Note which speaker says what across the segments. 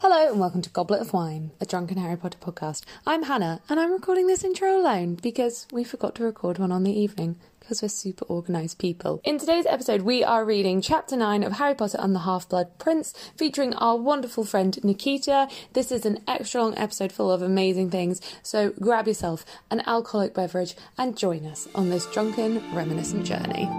Speaker 1: Hello and welcome to Goblet of Wine, a drunken Harry Potter podcast. I'm Hannah and I'm recording this intro alone because we forgot to record one on the evening because we're super organised people. In today's episode, we are reading Chapter 9 of Harry Potter and the Half Blood Prince featuring our wonderful friend Nikita. This is an extra long episode full of amazing things, so grab yourself an alcoholic beverage and join us on this drunken, reminiscent journey.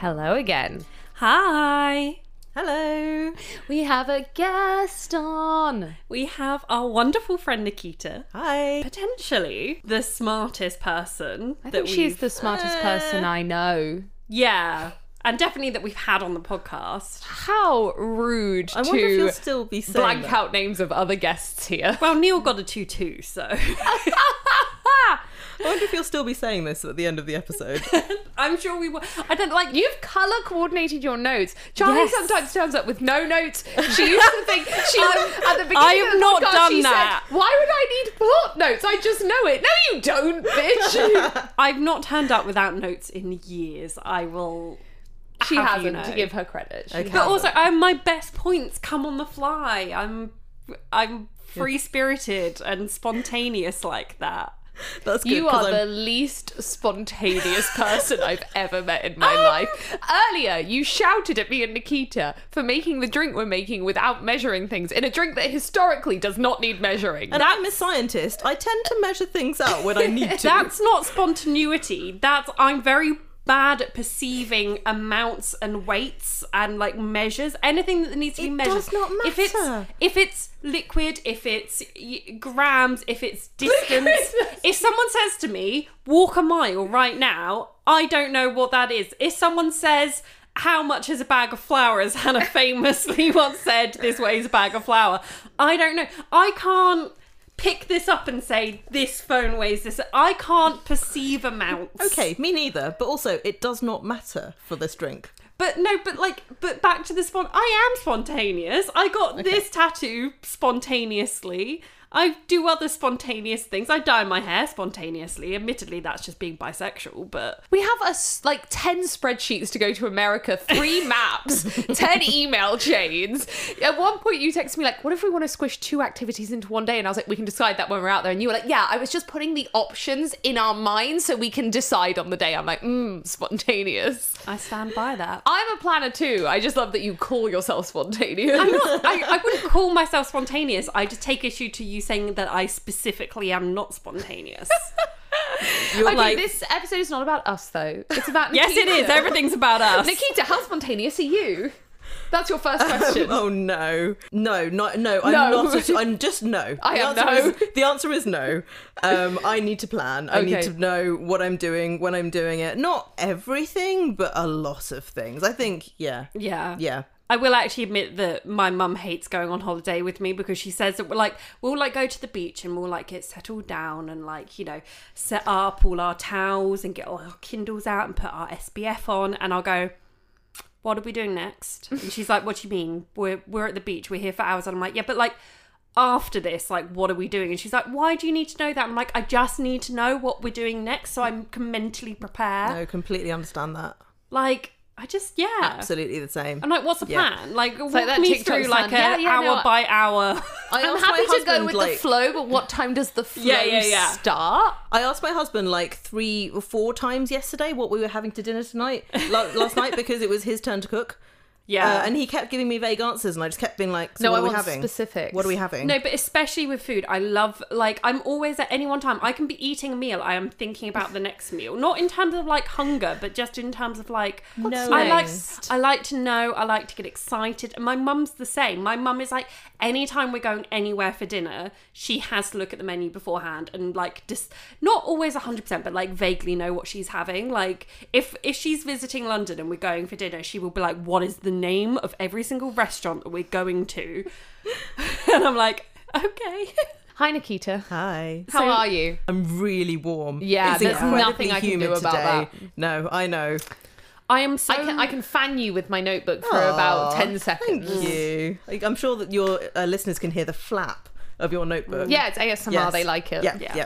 Speaker 1: Hello again.
Speaker 2: Hi. Hello.
Speaker 1: We have a guest on.
Speaker 2: We have our wonderful friend Nikita.
Speaker 3: Hi.
Speaker 2: Potentially the smartest person.
Speaker 1: I think she's
Speaker 2: we've-
Speaker 1: the smartest person
Speaker 3: Eh.
Speaker 1: I know.
Speaker 2: Yeah. And definitely that we've had on the podcast.
Speaker 1: How rude
Speaker 3: I wonder if
Speaker 1: to
Speaker 3: you'll still be saying
Speaker 1: blank
Speaker 3: that.
Speaker 1: out names of other guests here.
Speaker 2: Well, Neil got a 2 2, so.
Speaker 3: I wonder if you'll still be saying this at the end of the episode.
Speaker 2: I'm sure we will.
Speaker 1: I don't like you've colour coordinated your notes. Charlie
Speaker 2: Yes.
Speaker 1: sometimes turns up with no notes. She used to think she at
Speaker 3: Um,
Speaker 1: the beginning.
Speaker 2: I
Speaker 1: of
Speaker 2: have
Speaker 1: the
Speaker 2: not
Speaker 1: podcast,
Speaker 2: done
Speaker 1: she said,
Speaker 2: that.
Speaker 1: Why would I need plot notes? I just know it. No, you don't, bitch.
Speaker 2: I've not turned up without notes in years. I will.
Speaker 1: she
Speaker 2: Have
Speaker 1: hasn't
Speaker 2: you know.
Speaker 1: to give her credit. She
Speaker 3: Okay.
Speaker 2: But also, I'm my best points come on the fly. I'm. I'm free spirited and spontaneous like that.
Speaker 3: That's good.
Speaker 1: You
Speaker 3: 'cause
Speaker 1: are
Speaker 3: I'm-
Speaker 1: the least spontaneous person I've ever met in
Speaker 3: Um,
Speaker 1: my life. Earlier, you shouted at me and Nikita for making the drink we're making without measuring things in a drink that historically does not need measuring.
Speaker 3: and I'm a scientist. I tend to measure things out when I need to.
Speaker 2: That's not spontaneity. That's I'm very bad at perceiving amounts and weights and like measures. Anything that needs to be
Speaker 3: It
Speaker 2: measured.
Speaker 3: does not
Speaker 2: If it's
Speaker 3: matter.
Speaker 2: if it's liquid, if it's y- grams, if it's distance. if someone says to me, "Walk a mile right now," I don't know what that is. If someone says. How much is a bag of flour? As Hannah famously once said, this weighs a bag of flour. I don't know. I can't pick this up and say this phone weighs this. I can't perceive amounts.
Speaker 3: okay, me neither. But also, it does not matter for this drink.
Speaker 2: But no, but like, but back to the spon. I am spontaneous. I got this tattoo spontaneously. I do other spontaneous things. I dye my hair spontaneously. Admittedly, that's just being bisexual, but
Speaker 1: we have us like 10 spreadsheets to go to America, three maps, 10 email chains. At one point, you texted me, like, what if we want to squish two activities into one day? And I was like, we can decide that when we're out there. And you were like, yeah, I was just putting the options in our mind so we can decide on the day. I'm like, mm, spontaneous.
Speaker 2: I stand by that.
Speaker 1: I'm a planner too. I just love that you call yourself spontaneous.
Speaker 2: I'm not, I, I wouldn't call myself spontaneous. I just take issue to you saying that I specifically am not spontaneous.
Speaker 3: You're
Speaker 1: Okay,
Speaker 3: like,
Speaker 1: this episode is not about us though. It's about
Speaker 2: yes, it
Speaker 1: Nikita.
Speaker 2: is. Everything's about us.
Speaker 1: Nikita, how spontaneous are you? That's your first
Speaker 2: Um,
Speaker 1: question.
Speaker 3: oh no, no, not no. I'm
Speaker 1: No.
Speaker 3: not. At, I'm just no.
Speaker 1: I
Speaker 3: the
Speaker 1: am
Speaker 3: answer
Speaker 1: no.
Speaker 3: Is, the answer is no. Um, I need to plan. I need
Speaker 1: Okay.
Speaker 3: to know what I'm doing when I'm doing it. Not everything, but a lot of things. I think. Yeah.
Speaker 2: yeah.
Speaker 3: Yeah.
Speaker 2: I will actually admit that my mum hates going on holiday with me because she says that we're like we'll like go to the beach and we'll like get settled down and like you know set up all our towels and get all our Kindles out and put our SBF on and I'll go. What are we doing next? And she's like, "What do you mean? We're we're at the beach. We're here for hours." And I'm like, "Yeah, but like." After this, like, what are we doing? And she's like, Why do you need to know that? I'm like, I just need to know what we're doing next so I can mentally prepare.
Speaker 3: No, completely understand that.
Speaker 2: Like, I just, yeah.
Speaker 3: Absolutely the same.
Speaker 2: I'm like, what's the
Speaker 3: Yeah.
Speaker 2: plan? Like, walk
Speaker 1: like that
Speaker 2: me
Speaker 1: TikTok
Speaker 2: through
Speaker 1: sound.
Speaker 2: like a
Speaker 1: Yeah, yeah,
Speaker 2: hour
Speaker 1: no, I-
Speaker 2: by hour.
Speaker 1: I'm
Speaker 3: asked
Speaker 1: happy
Speaker 3: my
Speaker 1: to go
Speaker 3: husband,
Speaker 1: with the
Speaker 3: like-
Speaker 1: flow, but what time does the flow
Speaker 2: Yeah, yeah, yeah.
Speaker 1: start?
Speaker 3: I asked my husband like three or four times yesterday what we were having to dinner tonight, la- last night, because it was his turn to cook.
Speaker 2: yeah,
Speaker 3: Uh, and he kept giving me vague answers, and I just kept being like, so
Speaker 1: No,
Speaker 3: what
Speaker 1: I
Speaker 3: are we
Speaker 1: want
Speaker 3: having?
Speaker 1: specifics.
Speaker 3: What are we having?
Speaker 2: no, but especially with food, I love like I'm always at any one time. I can be eating a meal, I am thinking about the next meal, not in terms of like hunger, but just in terms of like
Speaker 3: What's
Speaker 2: I like
Speaker 3: next?
Speaker 2: I like to know, I like to get excited, and my mum's the same. My mum is like, anytime we're going anywhere for dinner, she has to look at the menu beforehand and like just not always hundred percent, but like vaguely know what she's having. Like if if she's visiting London and we're going for dinner, she will be like, what is the name of every single restaurant that we're going to? and I'm like, okay.
Speaker 1: Hi, Nikita.
Speaker 3: Hi.
Speaker 1: How
Speaker 2: So-
Speaker 1: are you?
Speaker 3: I'm really warm.
Speaker 1: Yeah,
Speaker 3: it's
Speaker 1: there's
Speaker 3: incredibly
Speaker 1: nothing I can
Speaker 3: humid
Speaker 1: do about
Speaker 3: today. No, I know.
Speaker 2: I am so
Speaker 1: I can I can fan you with my notebook for about
Speaker 3: Aw,
Speaker 1: ten seconds.
Speaker 3: Thank you. Like, I'm sure that your uh, listeners can hear the flap of your notebook.
Speaker 1: Yeah, it's ASMR.
Speaker 3: Yes.
Speaker 1: They like it.
Speaker 3: Yeah,
Speaker 2: Yeah.
Speaker 3: yeah.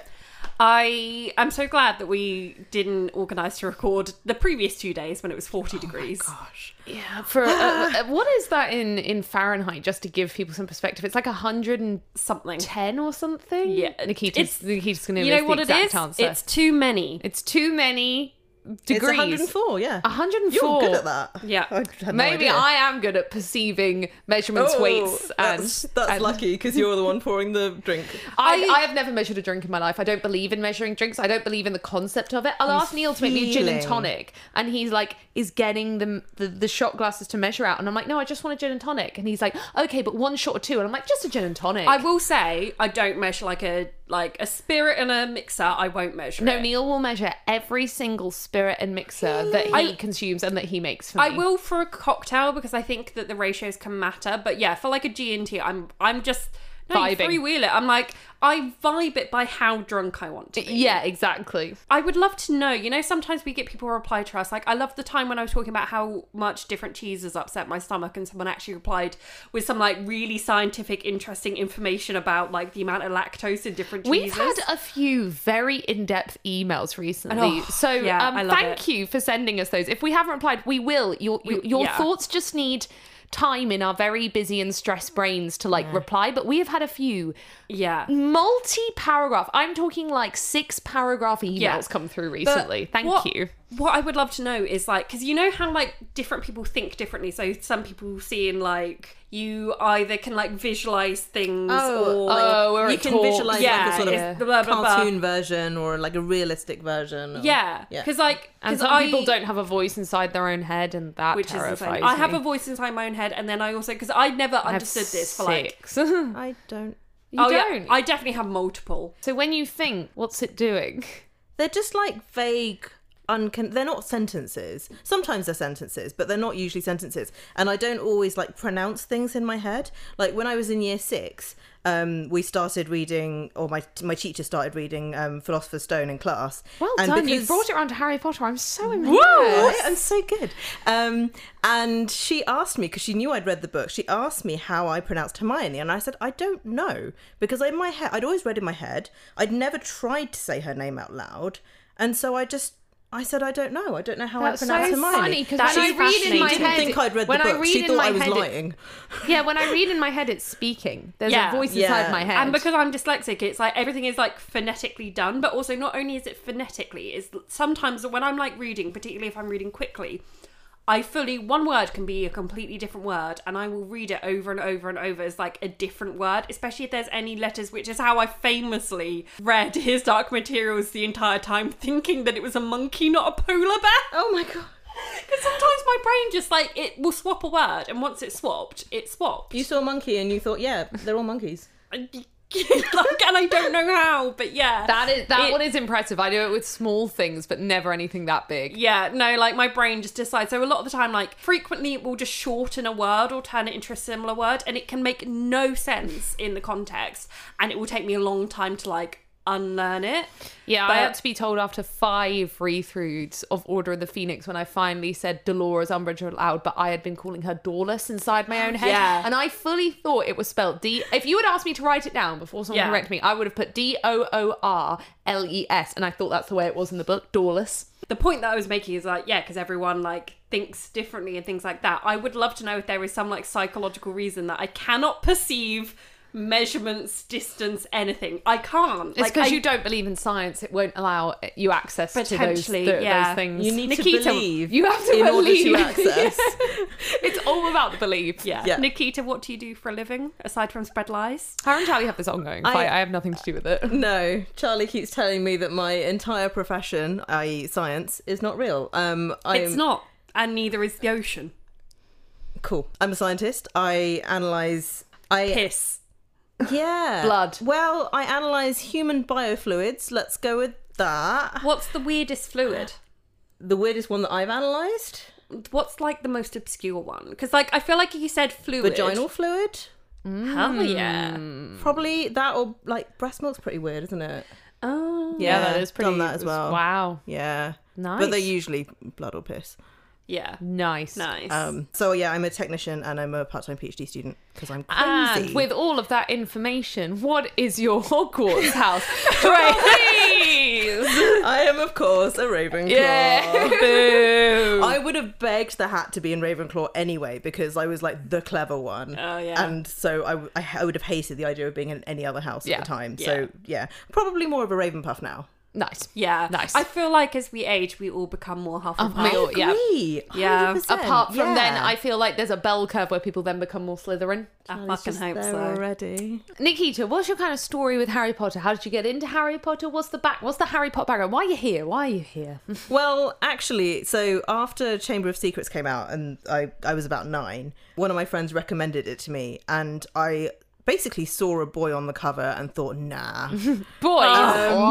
Speaker 2: I am so glad that we didn't organise to record the previous two days when it was 40 degrees.
Speaker 3: Gosh.
Speaker 4: Yeah, for uh, what is that in in Fahrenheit? Just to give people some perspective, it's like hundred and
Speaker 2: Something.
Speaker 4: ten or something.
Speaker 2: Yeah,
Speaker 4: Nikita's
Speaker 2: it's-
Speaker 4: Nikita's going to
Speaker 2: You know what
Speaker 4: the
Speaker 2: it
Speaker 4: exact
Speaker 2: is?
Speaker 4: answer.
Speaker 2: It's too many.
Speaker 4: It's too many
Speaker 3: It's
Speaker 4: degrees.
Speaker 3: 104, yeah.
Speaker 4: 104.
Speaker 3: You're good at that.
Speaker 2: Yeah.
Speaker 3: I had no
Speaker 4: Maybe
Speaker 3: idea.
Speaker 4: I am good at perceiving measurements,
Speaker 3: Oh,
Speaker 4: weights, and
Speaker 3: that's, that's
Speaker 4: and
Speaker 3: lucky because you're the one pouring the drink.
Speaker 4: I,
Speaker 2: I-
Speaker 4: I have never measured a drink in my life. I don't believe in measuring drinks. I don't believe in the concept of it. I'll ask Neil to make me a gin and
Speaker 3: feeling.
Speaker 4: tonic, and he's like, is getting the, the the shot glasses to measure out, and I'm like, no, I just want a gin and tonic, and he's like, okay, but one shot or two, and I'm like, just a gin and tonic.
Speaker 2: I will say I don't measure like a like a spirit and a mixer. I won't measure.
Speaker 4: no,
Speaker 2: it.
Speaker 4: Neil will measure every single spirit and mixer that he consumes and that he makes for
Speaker 2: I
Speaker 4: me.
Speaker 2: will for a cocktail because I think that the ratios can matter. But yeah, for like a G and T, I'm I'm just no, you
Speaker 4: Vibing.
Speaker 2: freewheel it. I'm like I vibe it by how drunk I want to be.
Speaker 4: Yeah, exactly.
Speaker 2: I would love to know. You know, sometimes we get people reply to us like, "I love the time when I was talking about how much different cheeses upset my stomach," and someone actually replied with some like really scientific, interesting information about like the amount of lactose in different
Speaker 4: We've
Speaker 2: cheeses.
Speaker 4: had a few very in-depth emails recently,
Speaker 2: Oh,
Speaker 4: so
Speaker 2: yeah, I
Speaker 4: um,
Speaker 2: love
Speaker 4: thank
Speaker 2: it.
Speaker 4: you for sending us those. If we haven't replied, we will. Your your, your
Speaker 2: yeah.
Speaker 4: thoughts just need time in our very busy and stressed brains to like reply. But we have had a few
Speaker 2: yeah.
Speaker 4: multi-paragraph. I'm talking like six-paragraph emails
Speaker 2: Yeah.
Speaker 4: come through
Speaker 2: But
Speaker 4: recently. thank
Speaker 2: what-
Speaker 4: you.
Speaker 2: What I would love to know is like, because you know how like different people think differently. So some people see in like you either can like visualize things
Speaker 3: Oh,
Speaker 2: or
Speaker 4: oh, we're
Speaker 3: you
Speaker 4: at
Speaker 3: can
Speaker 4: talk.
Speaker 3: visualize like
Speaker 2: Yeah,
Speaker 3: a sort of
Speaker 2: it's the blah, blah, blah.
Speaker 3: cartoon version or like a realistic version. Or,
Speaker 2: yeah, because like
Speaker 4: And
Speaker 2: 'cause
Speaker 4: some
Speaker 2: I,
Speaker 4: people don't have a voice inside their own head, and that
Speaker 2: which is
Speaker 4: terrifies
Speaker 2: insane. I have
Speaker 4: me.
Speaker 2: a voice inside my own head, and then I also because I never
Speaker 4: I have
Speaker 2: understood this for like.
Speaker 4: six. you
Speaker 3: I don't.
Speaker 2: oh
Speaker 4: don't.
Speaker 2: yeah, I definitely have multiple.
Speaker 4: so when you think, what's it doing?
Speaker 3: They're just like vague. Uncon- they're not sentences. Sometimes they're sentences, but they're not usually sentences. And I don't always like pronounce things in my head. Like when I was in year six, um, we started reading, or my my teacher started reading um, Philosopher's Stone in class.
Speaker 4: Well
Speaker 3: and
Speaker 4: done,
Speaker 3: because-
Speaker 4: you brought it around to Harry Potter. I'm so impressed.
Speaker 3: Right? I'm so good. Um, and she asked me because she knew I'd read the book. She asked me how I pronounced Hermione, and I said I don't know because in my head I'd always read in my head. I'd never tried to say her name out loud, and so I just I said I don't know. I don't know how
Speaker 4: That's
Speaker 3: I
Speaker 4: so
Speaker 3: pronounce Hermione.
Speaker 4: funny because
Speaker 2: That
Speaker 4: when
Speaker 2: is
Speaker 4: I read in
Speaker 2: fascinating.
Speaker 4: my
Speaker 3: She didn't
Speaker 4: head,
Speaker 3: think I'd read
Speaker 4: when
Speaker 3: the
Speaker 4: I
Speaker 3: book.
Speaker 4: read
Speaker 3: she
Speaker 4: in
Speaker 3: thought
Speaker 4: my
Speaker 3: I was
Speaker 4: head, it-
Speaker 3: lying.
Speaker 4: yeah, when I read in my head, it's speaking. There's
Speaker 2: Yeah.
Speaker 4: a voice
Speaker 3: Yeah.
Speaker 4: inside my head.
Speaker 2: And because I'm dyslexic, it's like everything is like phonetically done, but also not only is it phonetically, is sometimes when I'm like reading, particularly if I'm reading quickly, I fully one word can be a completely different word, and I will read it over and over and over as like a different word, especially if there's any letters, which is how I famously read his Dark Materials the entire time, thinking that it was a monkey, not a polar bear.
Speaker 3: Oh my god!
Speaker 2: Because sometimes my brain just like it will swap a word, and once it's swapped, it's swapped.
Speaker 3: You saw a monkey and you thought, yeah, they're all monkeys.
Speaker 2: like, and I don't know how, but yeah,
Speaker 4: that is that
Speaker 2: It-
Speaker 4: one is impressive. I do it with small things, but never anything that big.
Speaker 2: Yeah, no, like my brain just decides. So a lot of the time, like frequently, it will just shorten a word or turn it into a similar word, and it can make no sense in the context, and it will take me a long time to like unlearn it.
Speaker 4: Yeah, I
Speaker 2: But-
Speaker 4: had to be told after five read-throughs of Order of the Phoenix when I finally said Dolores Umbridge aloud, but I had been calling her Dorless inside my own head,
Speaker 2: Yeah.
Speaker 4: and I fully thought it was spelled D. If you had asked me to write it down before someone
Speaker 2: Yeah.
Speaker 4: corrected me, I would have put D O O R L E S, and I thought that's the way it was in the book, Dorless.
Speaker 2: The point that I was making is like, yeah, because everyone like thinks differently and things like that. I would love to know if there is some like psychological reason that I cannot perceive measurements, distance, anything. I can't.
Speaker 4: It's because
Speaker 2: I-
Speaker 4: you don't believe in science; it won't allow you access to those,
Speaker 2: Potentially,
Speaker 4: th-
Speaker 2: yeah.
Speaker 4: those things.
Speaker 3: You need
Speaker 2: Nikita,
Speaker 3: to believe.
Speaker 4: you have to
Speaker 3: in
Speaker 4: believe.
Speaker 3: order to access.
Speaker 4: it's all about the belief.
Speaker 2: Yeah.
Speaker 3: Yeah.
Speaker 2: Nikita, what do you do for a living aside from spread lies?
Speaker 4: Her and Charlie have this ongoing fight. I have nothing to do with it.
Speaker 3: No, Charlie keeps telling me that my entire profession, i.e., science, is not real. Um, I'm
Speaker 2: It's not, and neither is the ocean.
Speaker 3: cool. I'm a scientist. I analyze. I
Speaker 2: Piss.
Speaker 3: yeah
Speaker 4: Blood.
Speaker 3: Well, I analyze human biofluids. Let's go with that.
Speaker 2: What's the weirdest fluid?
Speaker 3: The weirdest one that I've analyzed:
Speaker 2: What's like the most obscure one? Because like I feel like you said fluid.
Speaker 3: vaginal fluid.
Speaker 2: Hell yeah.
Speaker 3: Probably that or like breast milk's pretty weird, isn't it?
Speaker 2: Oh.
Speaker 4: Yeah, that is pretty.
Speaker 3: Done that as well.
Speaker 4: Wow,
Speaker 3: Yeah.
Speaker 4: Nice.
Speaker 3: But they're usually blood or piss.
Speaker 2: Yeah.
Speaker 4: nice,
Speaker 2: Nice.
Speaker 3: Um, so yeah, I'm a technician and I'm a part-time PhD student because I'm crazy.
Speaker 4: And with all of that information, what is your Hogwarts house? Right. Ravenclaws.
Speaker 3: I am, of course, a Ravenclaw.
Speaker 4: Yeah. Boo.
Speaker 3: I would have begged the hat to be in Ravenclaw anyway because I was like the clever one.
Speaker 2: Oh, yeah.
Speaker 3: And so I, w- I ha- would have hated the idea of being in any other house
Speaker 4: Yeah.
Speaker 3: at the time.
Speaker 2: Yeah.
Speaker 3: So yeah, probably more of a Ravenpuff now.
Speaker 4: nice.
Speaker 2: Yeah,
Speaker 4: Nice.
Speaker 2: I feel like as we age, we all become more half and
Speaker 4: we all-
Speaker 2: half.
Speaker 4: Yeah.
Speaker 3: Agree,
Speaker 2: Yeah.
Speaker 3: 100%,
Speaker 4: Apart from then,
Speaker 3: yeah.
Speaker 4: I feel like there's a bell curve where people then become more Slytherin.
Speaker 2: I
Speaker 3: It's
Speaker 2: fucking
Speaker 3: just
Speaker 2: hope
Speaker 3: there
Speaker 2: so.
Speaker 3: already.
Speaker 4: Nikita, what's your kind of story with Harry Potter? How did you get into Harry Potter? What's the back? What's the Harry Potter background? Why are you here? Why are you here?
Speaker 3: Well, actually, so after Chamber of Secrets came out, and I, I was about nine, one of my friends recommended it to me, and I basically saw a boy on the cover and thought, nah.
Speaker 4: Boy,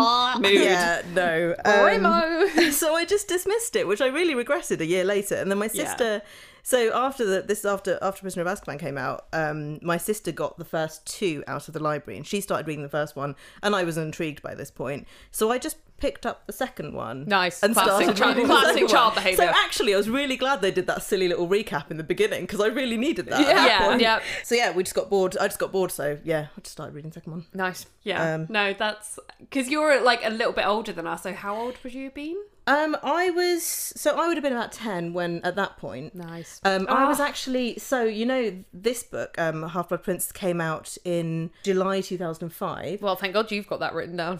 Speaker 3: yeah, no. um,
Speaker 4: Um, Remo.
Speaker 3: so I just dismissed it, which I really regretted a year later. And then my
Speaker 2: Yeah.
Speaker 3: sister, so after the, this is after after Prisoner of Azkaban came out, um, my sister got the first two out of the library, and she started reading the first one, and I was intrigued by this point. So I just picked up the second one.
Speaker 4: Nice.
Speaker 3: and
Speaker 4: Classic
Speaker 3: started
Speaker 4: child-
Speaker 3: reading the
Speaker 4: classic
Speaker 3: second
Speaker 4: child
Speaker 3: one.
Speaker 4: behaviour.
Speaker 3: So actually, I was really glad they did that silly little recap in the beginning because I really needed that. at
Speaker 4: Yeah.
Speaker 3: that
Speaker 4: Yeah.
Speaker 3: point.
Speaker 4: Yeah.
Speaker 3: So yeah, we just got bored. I just got bored. So yeah, I just started reading the second one.
Speaker 4: nice.
Speaker 2: Yeah,
Speaker 3: Um,
Speaker 2: no, that's because you're like a little bit older than us. So how old would you have been?
Speaker 3: Um, I was so I would have been about ten when at that point.
Speaker 4: Nice.
Speaker 3: Um, I was actually so you know this book, um, Half Blood Prince, came out in July two thousand and five.
Speaker 4: Well, thank God you've got that written down.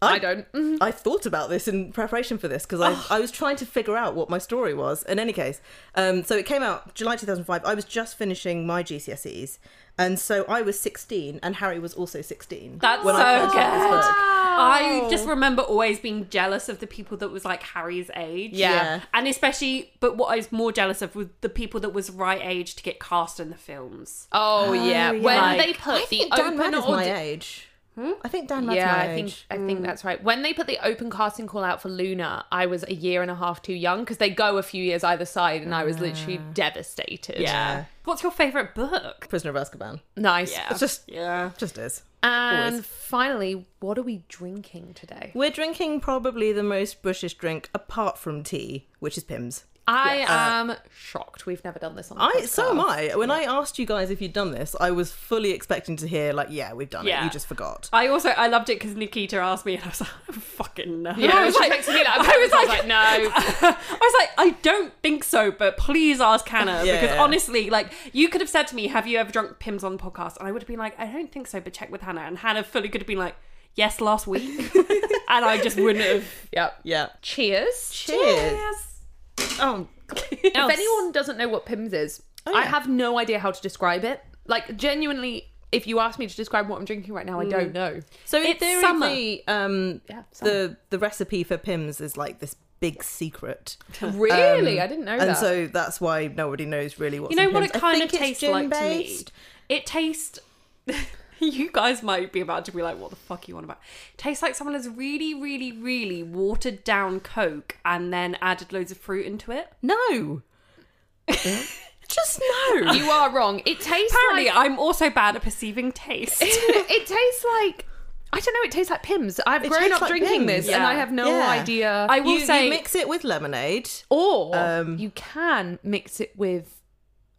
Speaker 4: I,
Speaker 3: I-
Speaker 4: don't.
Speaker 3: I thought about this in preparation for this because I, I was trying to figure out what my story was. In any case, um, so it came out July two thousand five. I was just finishing my GCSEs, and so I was sixteen, and Harry was also sixteen.
Speaker 2: That's
Speaker 3: when I
Speaker 2: so
Speaker 3: first read this
Speaker 2: good.
Speaker 3: book.
Speaker 2: I just remember always being jealous of the people that was like Harry's age.
Speaker 4: Yeah.
Speaker 2: And especially, but what I was more jealous of was the people that was right age to get cast in the films.
Speaker 4: Oh,
Speaker 3: yeah.
Speaker 4: yeah. When
Speaker 2: Like,
Speaker 4: they put
Speaker 3: I
Speaker 4: the
Speaker 3: think Dan
Speaker 4: open
Speaker 3: Ladd is
Speaker 4: audi-
Speaker 3: my age. I think Dan Ladd's
Speaker 4: Yeah,
Speaker 3: my
Speaker 4: I think
Speaker 3: age.
Speaker 4: I think that's right. When they put the open casting call out for Luna, I was a year and a half too young because they go a few years either side, and I was literally devastated.
Speaker 2: Yeah. What's your favourite book?
Speaker 3: Prisoner of Azkaban.
Speaker 4: nice.
Speaker 3: It's just
Speaker 2: Yeah.
Speaker 3: just is.
Speaker 4: And finally, what are we drinking today?
Speaker 3: We're drinking probably the most British drink apart from tea, which is Pims.
Speaker 4: I am shocked. We've never done this on. the
Speaker 3: uh, I so am
Speaker 4: podcast.
Speaker 3: I. When I asked you guys if you'd done this, I was fully expecting to hear like, "Yeah, we've done it.
Speaker 2: Yeah. Uh,
Speaker 3: You just forgot."
Speaker 2: I also I loved it because Nikita asked me and I was like, I fucking no.
Speaker 4: Yeah,
Speaker 2: I was
Speaker 4: she
Speaker 2: like,
Speaker 4: texted me that. I was like, no.
Speaker 2: I was like, I don't think so, but please ask Hannah
Speaker 3: Yeah.
Speaker 2: because honestly, like you could have said to me, "Have you ever drunk Pims on the podcast?" And I would have been like, "I don't think so," but check with Hannah. And Hannah fully could have been like, "Yes, last week," and I just wouldn't have.
Speaker 4: Yep.
Speaker 3: Yeah.
Speaker 4: Cheers.
Speaker 3: Cheers. Oh,
Speaker 4: If anyone doesn't know what Pims is, I
Speaker 3: yeah.
Speaker 4: have no idea how to describe it. Like genuinely, if you ask me to describe what I'm drinking right now, I
Speaker 3: Mm.
Speaker 4: don't know.
Speaker 3: so in
Speaker 2: It's
Speaker 3: theory,
Speaker 2: summer.
Speaker 3: the um,
Speaker 4: Yeah, summer.
Speaker 3: the the recipe for Pims is like this big secret,
Speaker 4: Really, I didn't know
Speaker 3: Um, and
Speaker 4: that.
Speaker 3: so that's why nobody knows really what's
Speaker 2: You know
Speaker 3: in
Speaker 2: what
Speaker 3: Pimm's.
Speaker 2: it
Speaker 3: I
Speaker 2: kind of
Speaker 3: think it's
Speaker 2: tastes like to me?
Speaker 3: gin-based.
Speaker 2: It tastes. you guys might be about to be like, "What the fuck are you on about?" tastes like someone has really, really, really watered down Coke and then added loads of fruit into it.
Speaker 3: No. Just no.
Speaker 4: you are wrong. It tastes
Speaker 2: Apparently,
Speaker 4: like
Speaker 2: I'm also bad at perceiving taste.
Speaker 4: it tastes like I don't know. It tastes like Pims. I've
Speaker 3: It
Speaker 4: grown
Speaker 3: tastes
Speaker 4: up
Speaker 3: like
Speaker 4: drinking
Speaker 3: Pimm's,
Speaker 4: this, and
Speaker 2: yeah.
Speaker 4: I have no
Speaker 3: Yeah.
Speaker 4: idea.
Speaker 2: I will
Speaker 3: you,
Speaker 2: say
Speaker 3: you mix it with lemonade.
Speaker 4: or
Speaker 3: Um,
Speaker 4: you can mix it with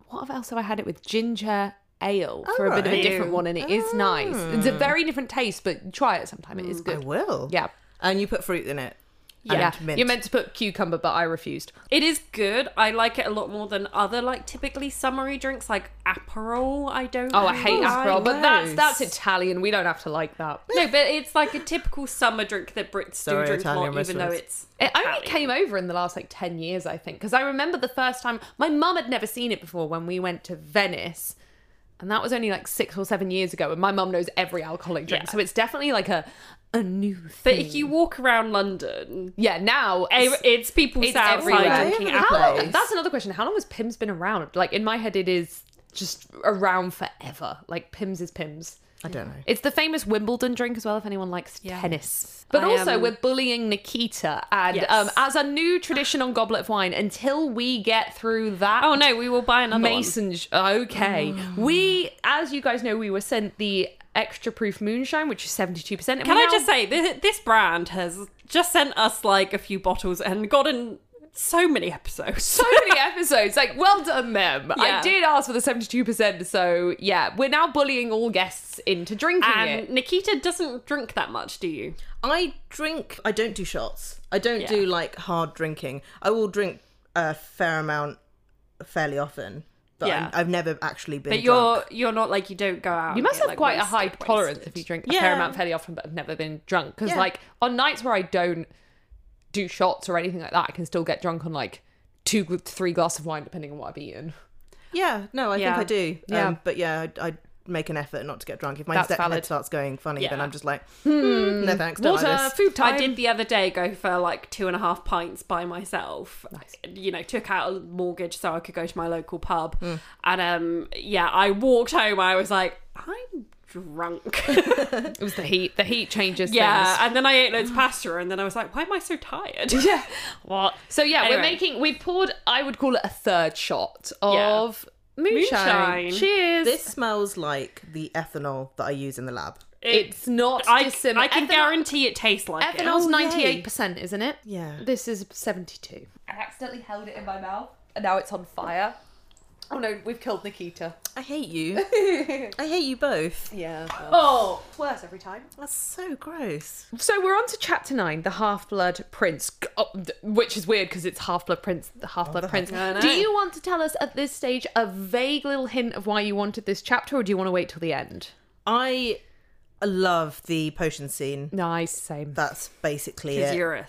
Speaker 4: what else have I had it with? Ginger ale for a bit of a
Speaker 3: Alright.
Speaker 4: different one, and it is nice. It's a very different taste, but try it sometime. It is
Speaker 3: I
Speaker 4: good.
Speaker 3: will.
Speaker 4: Yeah.
Speaker 3: And you put fruit in it.
Speaker 4: Yeah,
Speaker 3: And mint.
Speaker 4: you're meant to put cucumber, but I refused.
Speaker 2: It is good. I like it a lot more than other like typically summery drinks like Aperol. I don't.
Speaker 4: Oh, I hate
Speaker 2: like.
Speaker 4: Aperol, but that's
Speaker 3: gross.
Speaker 4: that's Italian. We don't have to like that.
Speaker 2: No, but it's like a typical summer drink that Brits
Speaker 3: Sorry,
Speaker 2: do drink
Speaker 3: Italian
Speaker 2: a lot, even though it's
Speaker 3: restaurants.
Speaker 4: It only
Speaker 2: Italian.
Speaker 4: came over in the last like 10 years, I think, because I remember the first time my mum had never seen it before when we went to Venice. And that was only like six or seven years ago. And my mum knows every alcoholic drink.
Speaker 2: Yeah.
Speaker 4: So it's definitely like a, a new thing.
Speaker 2: But if you walk around London,
Speaker 4: yeah, now
Speaker 2: e- it's people
Speaker 4: Hmm. it's
Speaker 2: outside
Speaker 4: everywhere.
Speaker 2: drinking
Speaker 3: All over the
Speaker 4: How
Speaker 2: Aperol.
Speaker 3: place.
Speaker 4: long, that's another question. How long has Pim's been around? Like in my head, it is just around forever. Like Pim's is Pim's.
Speaker 3: I don't know.
Speaker 4: It's the famous Wimbledon drink as well, if anyone likes
Speaker 2: Yeah.
Speaker 4: tennis.
Speaker 2: I,
Speaker 4: But also,
Speaker 2: um,
Speaker 4: we're bullying Nikita. And
Speaker 2: Yes.
Speaker 4: um, as a new tradition on Goblet of Wine, until we get through that.
Speaker 2: Oh no, we will buy another one.
Speaker 4: Mason. Okay. We, as you guys know, we were sent the extra proof moonshine, which is 72%. and
Speaker 2: Can
Speaker 4: we
Speaker 2: I
Speaker 4: now-
Speaker 2: just say this, this brand has just sent us like a few bottles and gotten so many episodes.
Speaker 4: so many episodes. Like, well done, them. I
Speaker 2: Yeah.
Speaker 4: did ask for the 72%. So, yeah, we're now bullying all guests into drinking
Speaker 2: And
Speaker 4: it.
Speaker 2: Nikita doesn't drink that much, do you?
Speaker 3: I drink. I don't do shots. I don't do like hard drinking. I will drink a fair amount, fairly often, but
Speaker 2: Yeah.
Speaker 3: I'm- I've never actually been.
Speaker 2: But
Speaker 3: drunk.
Speaker 2: you're you're not like you don't go out.
Speaker 4: You
Speaker 2: and
Speaker 4: must
Speaker 2: get,
Speaker 4: have
Speaker 2: like,
Speaker 4: quite a
Speaker 2: wasted-
Speaker 4: high
Speaker 2: wasted.
Speaker 4: tolerance if you drink a fair
Speaker 3: Yeah.
Speaker 4: amount fairly often, but have never been drunk. Because,
Speaker 3: Yeah.
Speaker 4: like, on nights where I don't do shots or anything like that, I can still get drunk on like two, gl- three glasses of wine, depending on what I've eaten.
Speaker 3: Yeah, no, I
Speaker 2: Yeah.
Speaker 3: think I do.
Speaker 4: Yeah.
Speaker 3: Um, but yeah, I, I make an effort not to get drunk. If my
Speaker 4: That's
Speaker 3: step
Speaker 4: valid.
Speaker 3: head starts going funny, then
Speaker 2: Yeah.
Speaker 3: I'm just like, hmm, no thanks, don't like
Speaker 4: Water,
Speaker 3: this.
Speaker 4: food time.
Speaker 2: I did the other day go for like two and a half pints by myself. You know, took out a mortgage so I could go to my local pub.
Speaker 4: Mm.
Speaker 2: And um yeah, I walked home. I was like, I'm drunk.
Speaker 4: It was the heat. The heat changes
Speaker 2: yeah.
Speaker 4: things.
Speaker 2: And then I ate loads of pasta and then I was like, why am I so tired? Yeah. What?
Speaker 4: So yeah, we're
Speaker 2: Anyway.
Speaker 4: making we poured I would call it a third shot of moonshine.
Speaker 2: Moonshine.
Speaker 4: Cheers.
Speaker 3: This smells like the ethanol that I use in the lab.
Speaker 4: it's not
Speaker 2: I,
Speaker 4: dissimilar.
Speaker 2: I can
Speaker 4: Ethanol-
Speaker 2: guarantee it tastes like it.
Speaker 4: Ethanol's
Speaker 3: Oh,
Speaker 4: ninety
Speaker 3: yay.
Speaker 4: eight percent, isn't it?
Speaker 3: Yeah.
Speaker 4: This is seventy two. I accidentally held it in my mouth and now it's on fire. Oh no, we've killed Nikita.
Speaker 3: I hate you. I hate you both.
Speaker 4: Yeah. Oh, worse every time.
Speaker 3: That's so gross.
Speaker 4: So we're on to chapter nine, the Half Blood Prince, g- oh, th- which is weird because it's Half Blood Prince, the Half Blood Prince.
Speaker 2: I
Speaker 4: Do
Speaker 2: know.
Speaker 4: you want to tell us at this stage a vague little hint of why you wanted this chapter, or do you want to wait till the end?
Speaker 3: I love the potion scene.
Speaker 4: Nice, same.
Speaker 3: That's basically
Speaker 2: Because
Speaker 3: it.
Speaker 2: you're a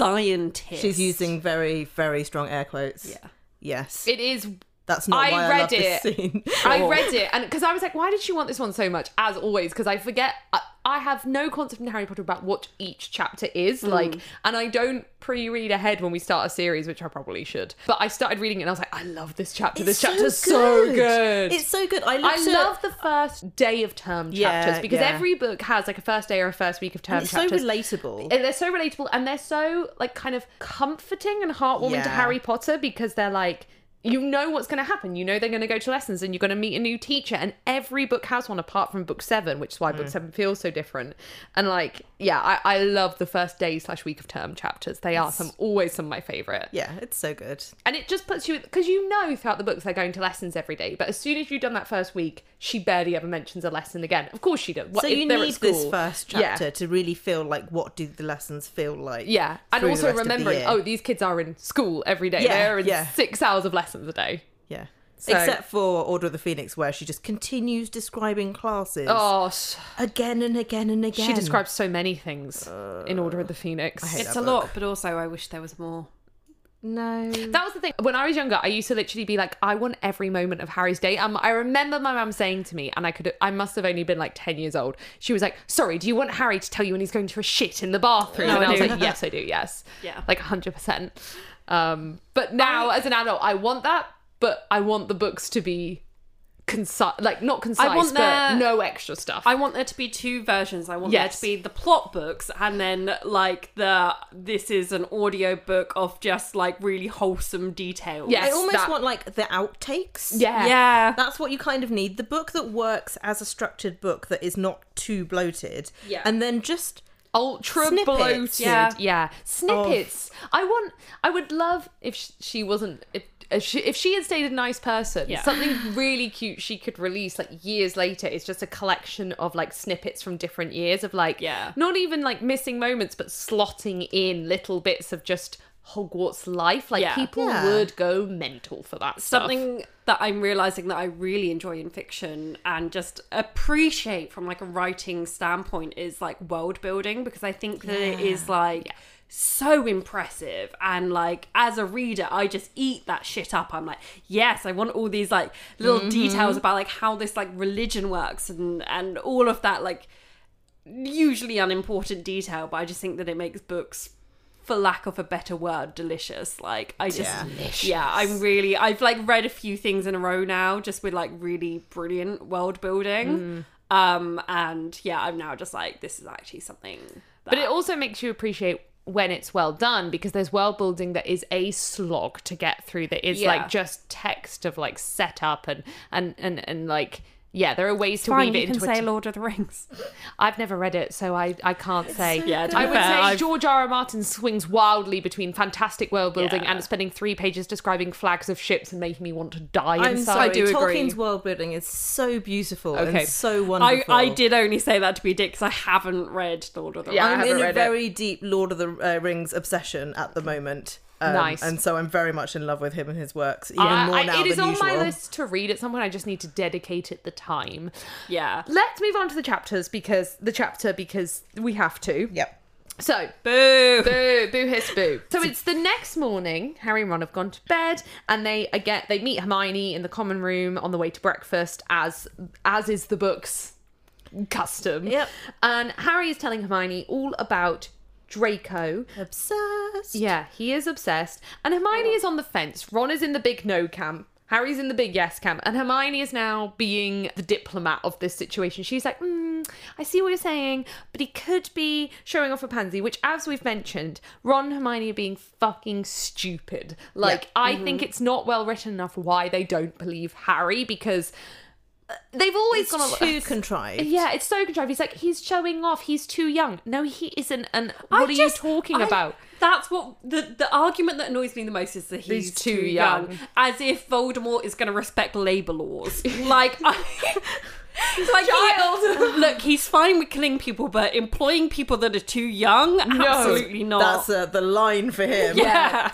Speaker 2: scientist.
Speaker 3: She's using very, very strong air quotes.
Speaker 2: Yeah.
Speaker 3: Yes.
Speaker 4: It is.
Speaker 3: That's not
Speaker 4: I
Speaker 3: why
Speaker 4: read
Speaker 3: I love this
Speaker 4: it.
Speaker 3: scene. Oh,
Speaker 4: I read it, and because I was like, why did she want this one so much? As always, because I forget. I, I have no concept in Harry Potter about what each chapter is like, and I don't pre-read ahead when we start a series, which I probably should. But I started reading it, and I was like, I love this chapter.
Speaker 3: It's
Speaker 4: this chapter's so good.
Speaker 3: It's so good. I,
Speaker 4: I
Speaker 3: looked at-
Speaker 4: love the first day of term
Speaker 3: Yeah,
Speaker 4: chapters because
Speaker 3: yeah.
Speaker 4: every book has like a first day or a first week of term
Speaker 3: And it's so
Speaker 4: chapters.
Speaker 3: relatable.
Speaker 4: And they're so relatable and they're so like kind of comforting and heartwarming to
Speaker 3: Yeah.
Speaker 4: Harry Potter because they're like you know what's going to happen. You know they're going to go to lessons and you're going to meet a new teacher. And every book has one apart from book seven, which is why
Speaker 3: Mm.
Speaker 4: book seven feels so different. And like, yeah, I, I love the first day slash week of term chapters. They are some always some of my favorite.
Speaker 3: Yeah, it's so good.
Speaker 4: And it just puts you because you know throughout the books they're going to lessons every day. But as soon as you've done that first week, she barely ever mentions a lesson again. Of course she does. What-
Speaker 3: So
Speaker 4: if
Speaker 3: you
Speaker 4: they're at
Speaker 3: need this
Speaker 4: school.
Speaker 3: first
Speaker 4: Yeah.
Speaker 3: chapter to really feel like what do the lessons feel like?
Speaker 4: Yeah, and
Speaker 3: through the
Speaker 4: also
Speaker 3: rest of the
Speaker 4: remembering,
Speaker 3: year.
Speaker 4: oh, these kids are in school every day.
Speaker 3: Yeah,
Speaker 4: They're in
Speaker 3: yeah.
Speaker 4: six hours of lessons a day.
Speaker 3: yeah. Except for Order of the Phoenix, where she just continues describing classes
Speaker 4: Oh, sh-
Speaker 3: again and again and again.
Speaker 4: she describes so many things in Order of the Phoenix.
Speaker 3: hate
Speaker 2: It's
Speaker 3: that
Speaker 2: a
Speaker 3: book.
Speaker 2: lot, but also I wish there was more.
Speaker 3: no.
Speaker 4: That was the thing. When I was younger, I used to literally be like, I want every moment of Harry's day. Um, I remember my mum saying to me, and I could, I must have only been like ten years old. She was like, "Sorry, do you want Harry to tell you when he's going to a shit in the bathroom?"
Speaker 2: No,
Speaker 4: and
Speaker 2: I
Speaker 4: I, was
Speaker 2: do.
Speaker 4: like, "Yes, I do. Yes,
Speaker 2: Yeah.
Speaker 4: like hundred percent." Um, but now as an adult, I want that, but I want the books to be concise, like not concise,
Speaker 2: want
Speaker 4: but
Speaker 2: their-
Speaker 4: no extra stuff.
Speaker 2: I want there to be two versions. I want
Speaker 4: Yes.
Speaker 2: there to be the plot books and then like the this is an audio book of just like really wholesome details.
Speaker 4: Yes.
Speaker 3: I almost
Speaker 4: that-
Speaker 3: want like the outtakes.
Speaker 4: yeah,
Speaker 2: Yeah.
Speaker 3: That's what you kind of need. The book that works as a structured book that is not too bloated.
Speaker 2: Yeah.
Speaker 3: And then just
Speaker 4: ultra
Speaker 3: Snippets.
Speaker 4: bloated.
Speaker 2: Yeah.
Speaker 4: yeah. Snippets. I want. I would love if sh- she wasn't. If, if she if she had stayed a nice person,
Speaker 2: Yeah.
Speaker 4: something really cute she could release like years later is just a collection of like snippets from different years of like
Speaker 2: Yeah.
Speaker 4: not even like missing moments, but slotting in little bits of just Hogwarts life. Like
Speaker 2: Yeah.
Speaker 4: people
Speaker 3: Yeah.
Speaker 4: would go mental for that stuff.
Speaker 2: Something that I'm realizing that I really enjoy in fiction and just appreciate from like a writing standpoint is like world building because I think that it is like so impressive and like as a reader I just eat that shit up. I'm like, yes, I want all these like little details about like how this like religion works and and all of that like usually unimportant detail, but I just think that it makes books for lack of a better word, delicious. Like I just Yeah, I'm really I've like read a few things in a row now just with like really brilliant world building. Um and yeah, I'm now just like this is actually something that
Speaker 4: But it also makes you appreciate when it's well done because there's world building that is a slog to get through that is
Speaker 2: Yeah.
Speaker 4: like just text of like setup and and and and like yeah, there are ways to
Speaker 2: Fine,
Speaker 4: weave
Speaker 2: you
Speaker 4: it
Speaker 2: can
Speaker 4: into
Speaker 2: say
Speaker 4: a.
Speaker 2: Lord of the Rings.
Speaker 4: I've never read it, so I, I can't say.
Speaker 2: Yeah, to be
Speaker 4: I would
Speaker 2: fair,
Speaker 4: say
Speaker 2: I've-
Speaker 4: George R. R. Martin swings wildly between fantastic world building
Speaker 2: Yeah.
Speaker 4: and spending three pages describing flags of ships and making me want to die
Speaker 3: I'm
Speaker 4: inside.
Speaker 3: sorry.
Speaker 2: I do agree.
Speaker 3: Tolkien's world building is so beautiful
Speaker 4: Okay.
Speaker 3: and so
Speaker 2: I,
Speaker 3: wonderful.
Speaker 2: I did only say that to be a dick because I haven't read Lord of the
Speaker 4: Yeah, I
Speaker 2: Rings.
Speaker 3: I'm
Speaker 4: haven't
Speaker 3: in a
Speaker 4: read it.
Speaker 3: very deep Lord of the uh, Rings obsession at the moment. Um,
Speaker 4: Nice.
Speaker 3: And so I'm very much in love with him and his works, even
Speaker 4: I-
Speaker 3: more
Speaker 4: I-
Speaker 3: now
Speaker 4: it is
Speaker 3: than
Speaker 4: on
Speaker 3: usual.
Speaker 4: my list to read at some point. I just need to dedicate it the time.
Speaker 2: Yeah.
Speaker 4: Let's move on to the chapters because the chapter because we have to.
Speaker 3: Yep.
Speaker 4: So
Speaker 2: Boo.
Speaker 4: Boo, boo, hiss, boo. So it's the next morning. Harry and Ron have gone to bed, and they again they meet Hermione in the common room on the way to breakfast, as as is the book's custom.
Speaker 3: Yep.
Speaker 4: And Harry is telling Hermione all about Draco.
Speaker 3: Obsessed.
Speaker 4: Yeah, he is obsessed, and Hermione is on the fence. Ron is in the big no camp. Harry's in the big yes camp, and Hermione is now being the diplomat of this situation. She's like, mm, I see what you're saying, but he could be showing off a pansy, which, as we've mentioned, Ron and Hermione are being fucking stupid. Like, I think it's not well written enough why they don't believe Harry because uh, they've always
Speaker 3: It's
Speaker 4: gone a-
Speaker 3: too contrived.
Speaker 4: Yeah, it's so contrived. He's like, he's showing off. He's too young. No, he isn't. And what are you talking
Speaker 2: I-
Speaker 4: about?
Speaker 2: That's what the the argument that annoys me the most is that he's,
Speaker 4: He's too
Speaker 2: too, young.
Speaker 4: young.
Speaker 2: as if Voldemort is going to respect labor laws. Like, I, like he-
Speaker 4: Child.
Speaker 2: look, he's fine with killing people, but employing people that are too young, absolutely not.
Speaker 3: That's uh, the line for him.
Speaker 2: yeah.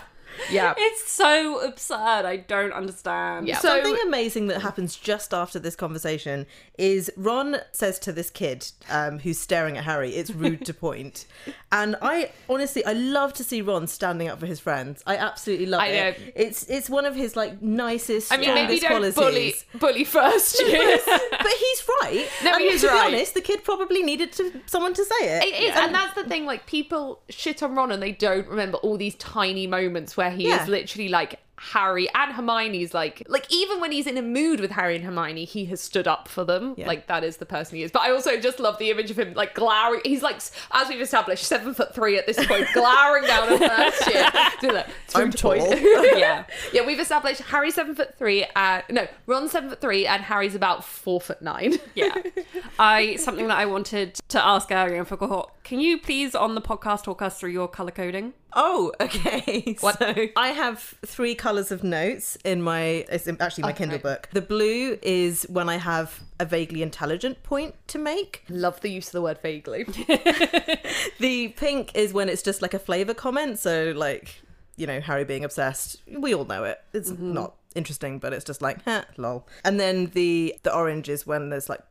Speaker 4: Yeah.
Speaker 2: It's so absurd. I don't understand.
Speaker 4: Yeah.
Speaker 3: Something
Speaker 4: So-
Speaker 3: amazing that happens just after this conversation is Ron says to this kid um, who's staring at Harry, "It's rude to point." And I honestly, I love to see Ron standing up for his friends. I absolutely love
Speaker 4: I
Speaker 3: it.
Speaker 4: know.
Speaker 3: It's it's one of his like nicest,
Speaker 4: I mean, maybe
Speaker 3: strongest
Speaker 4: don't
Speaker 3: qualities.
Speaker 4: bully, bully first years.
Speaker 3: But he's right.
Speaker 4: No,
Speaker 3: and
Speaker 4: he is
Speaker 3: to
Speaker 4: right.
Speaker 3: be honest, the kid probably needed to, someone to say it.
Speaker 4: It is, and that's the thing. Like people shit on Ron, and they don't remember all these tiny moments where he
Speaker 3: Yeah.
Speaker 4: is literally like Harry and Hermione's like, like even when he's in a mood with Harry and Hermione, he has stood up for them.
Speaker 3: Yeah.
Speaker 4: Like that is the person he is. But I also just love the image of him like glowering. He's like, s- as we've established, seven foot three at this point, glowering down on first year. So, like,
Speaker 3: I'm
Speaker 4: through to point.
Speaker 2: Yeah.
Speaker 4: yeah, we've established Harry's seven foot three, and no, Ron's seven foot three, and Harry's about four foot nine.
Speaker 2: Yeah. I something that I wanted to ask earlier and forgot. Can you please on the podcast talk us through your color coding?
Speaker 3: Oh, okay.
Speaker 4: What?
Speaker 3: So I have three colors of notes in my it's in- actually my Kindle
Speaker 4: right.
Speaker 3: book. The blue is when I have a vaguely intelligent point to make.
Speaker 4: Love the use of the word vaguely.
Speaker 3: The pink is when it's just like a flavor comment, so like you know Harry being obsessed. We all know it. It's not interesting, but it's just like huh, lol. And then the the orange is when there's like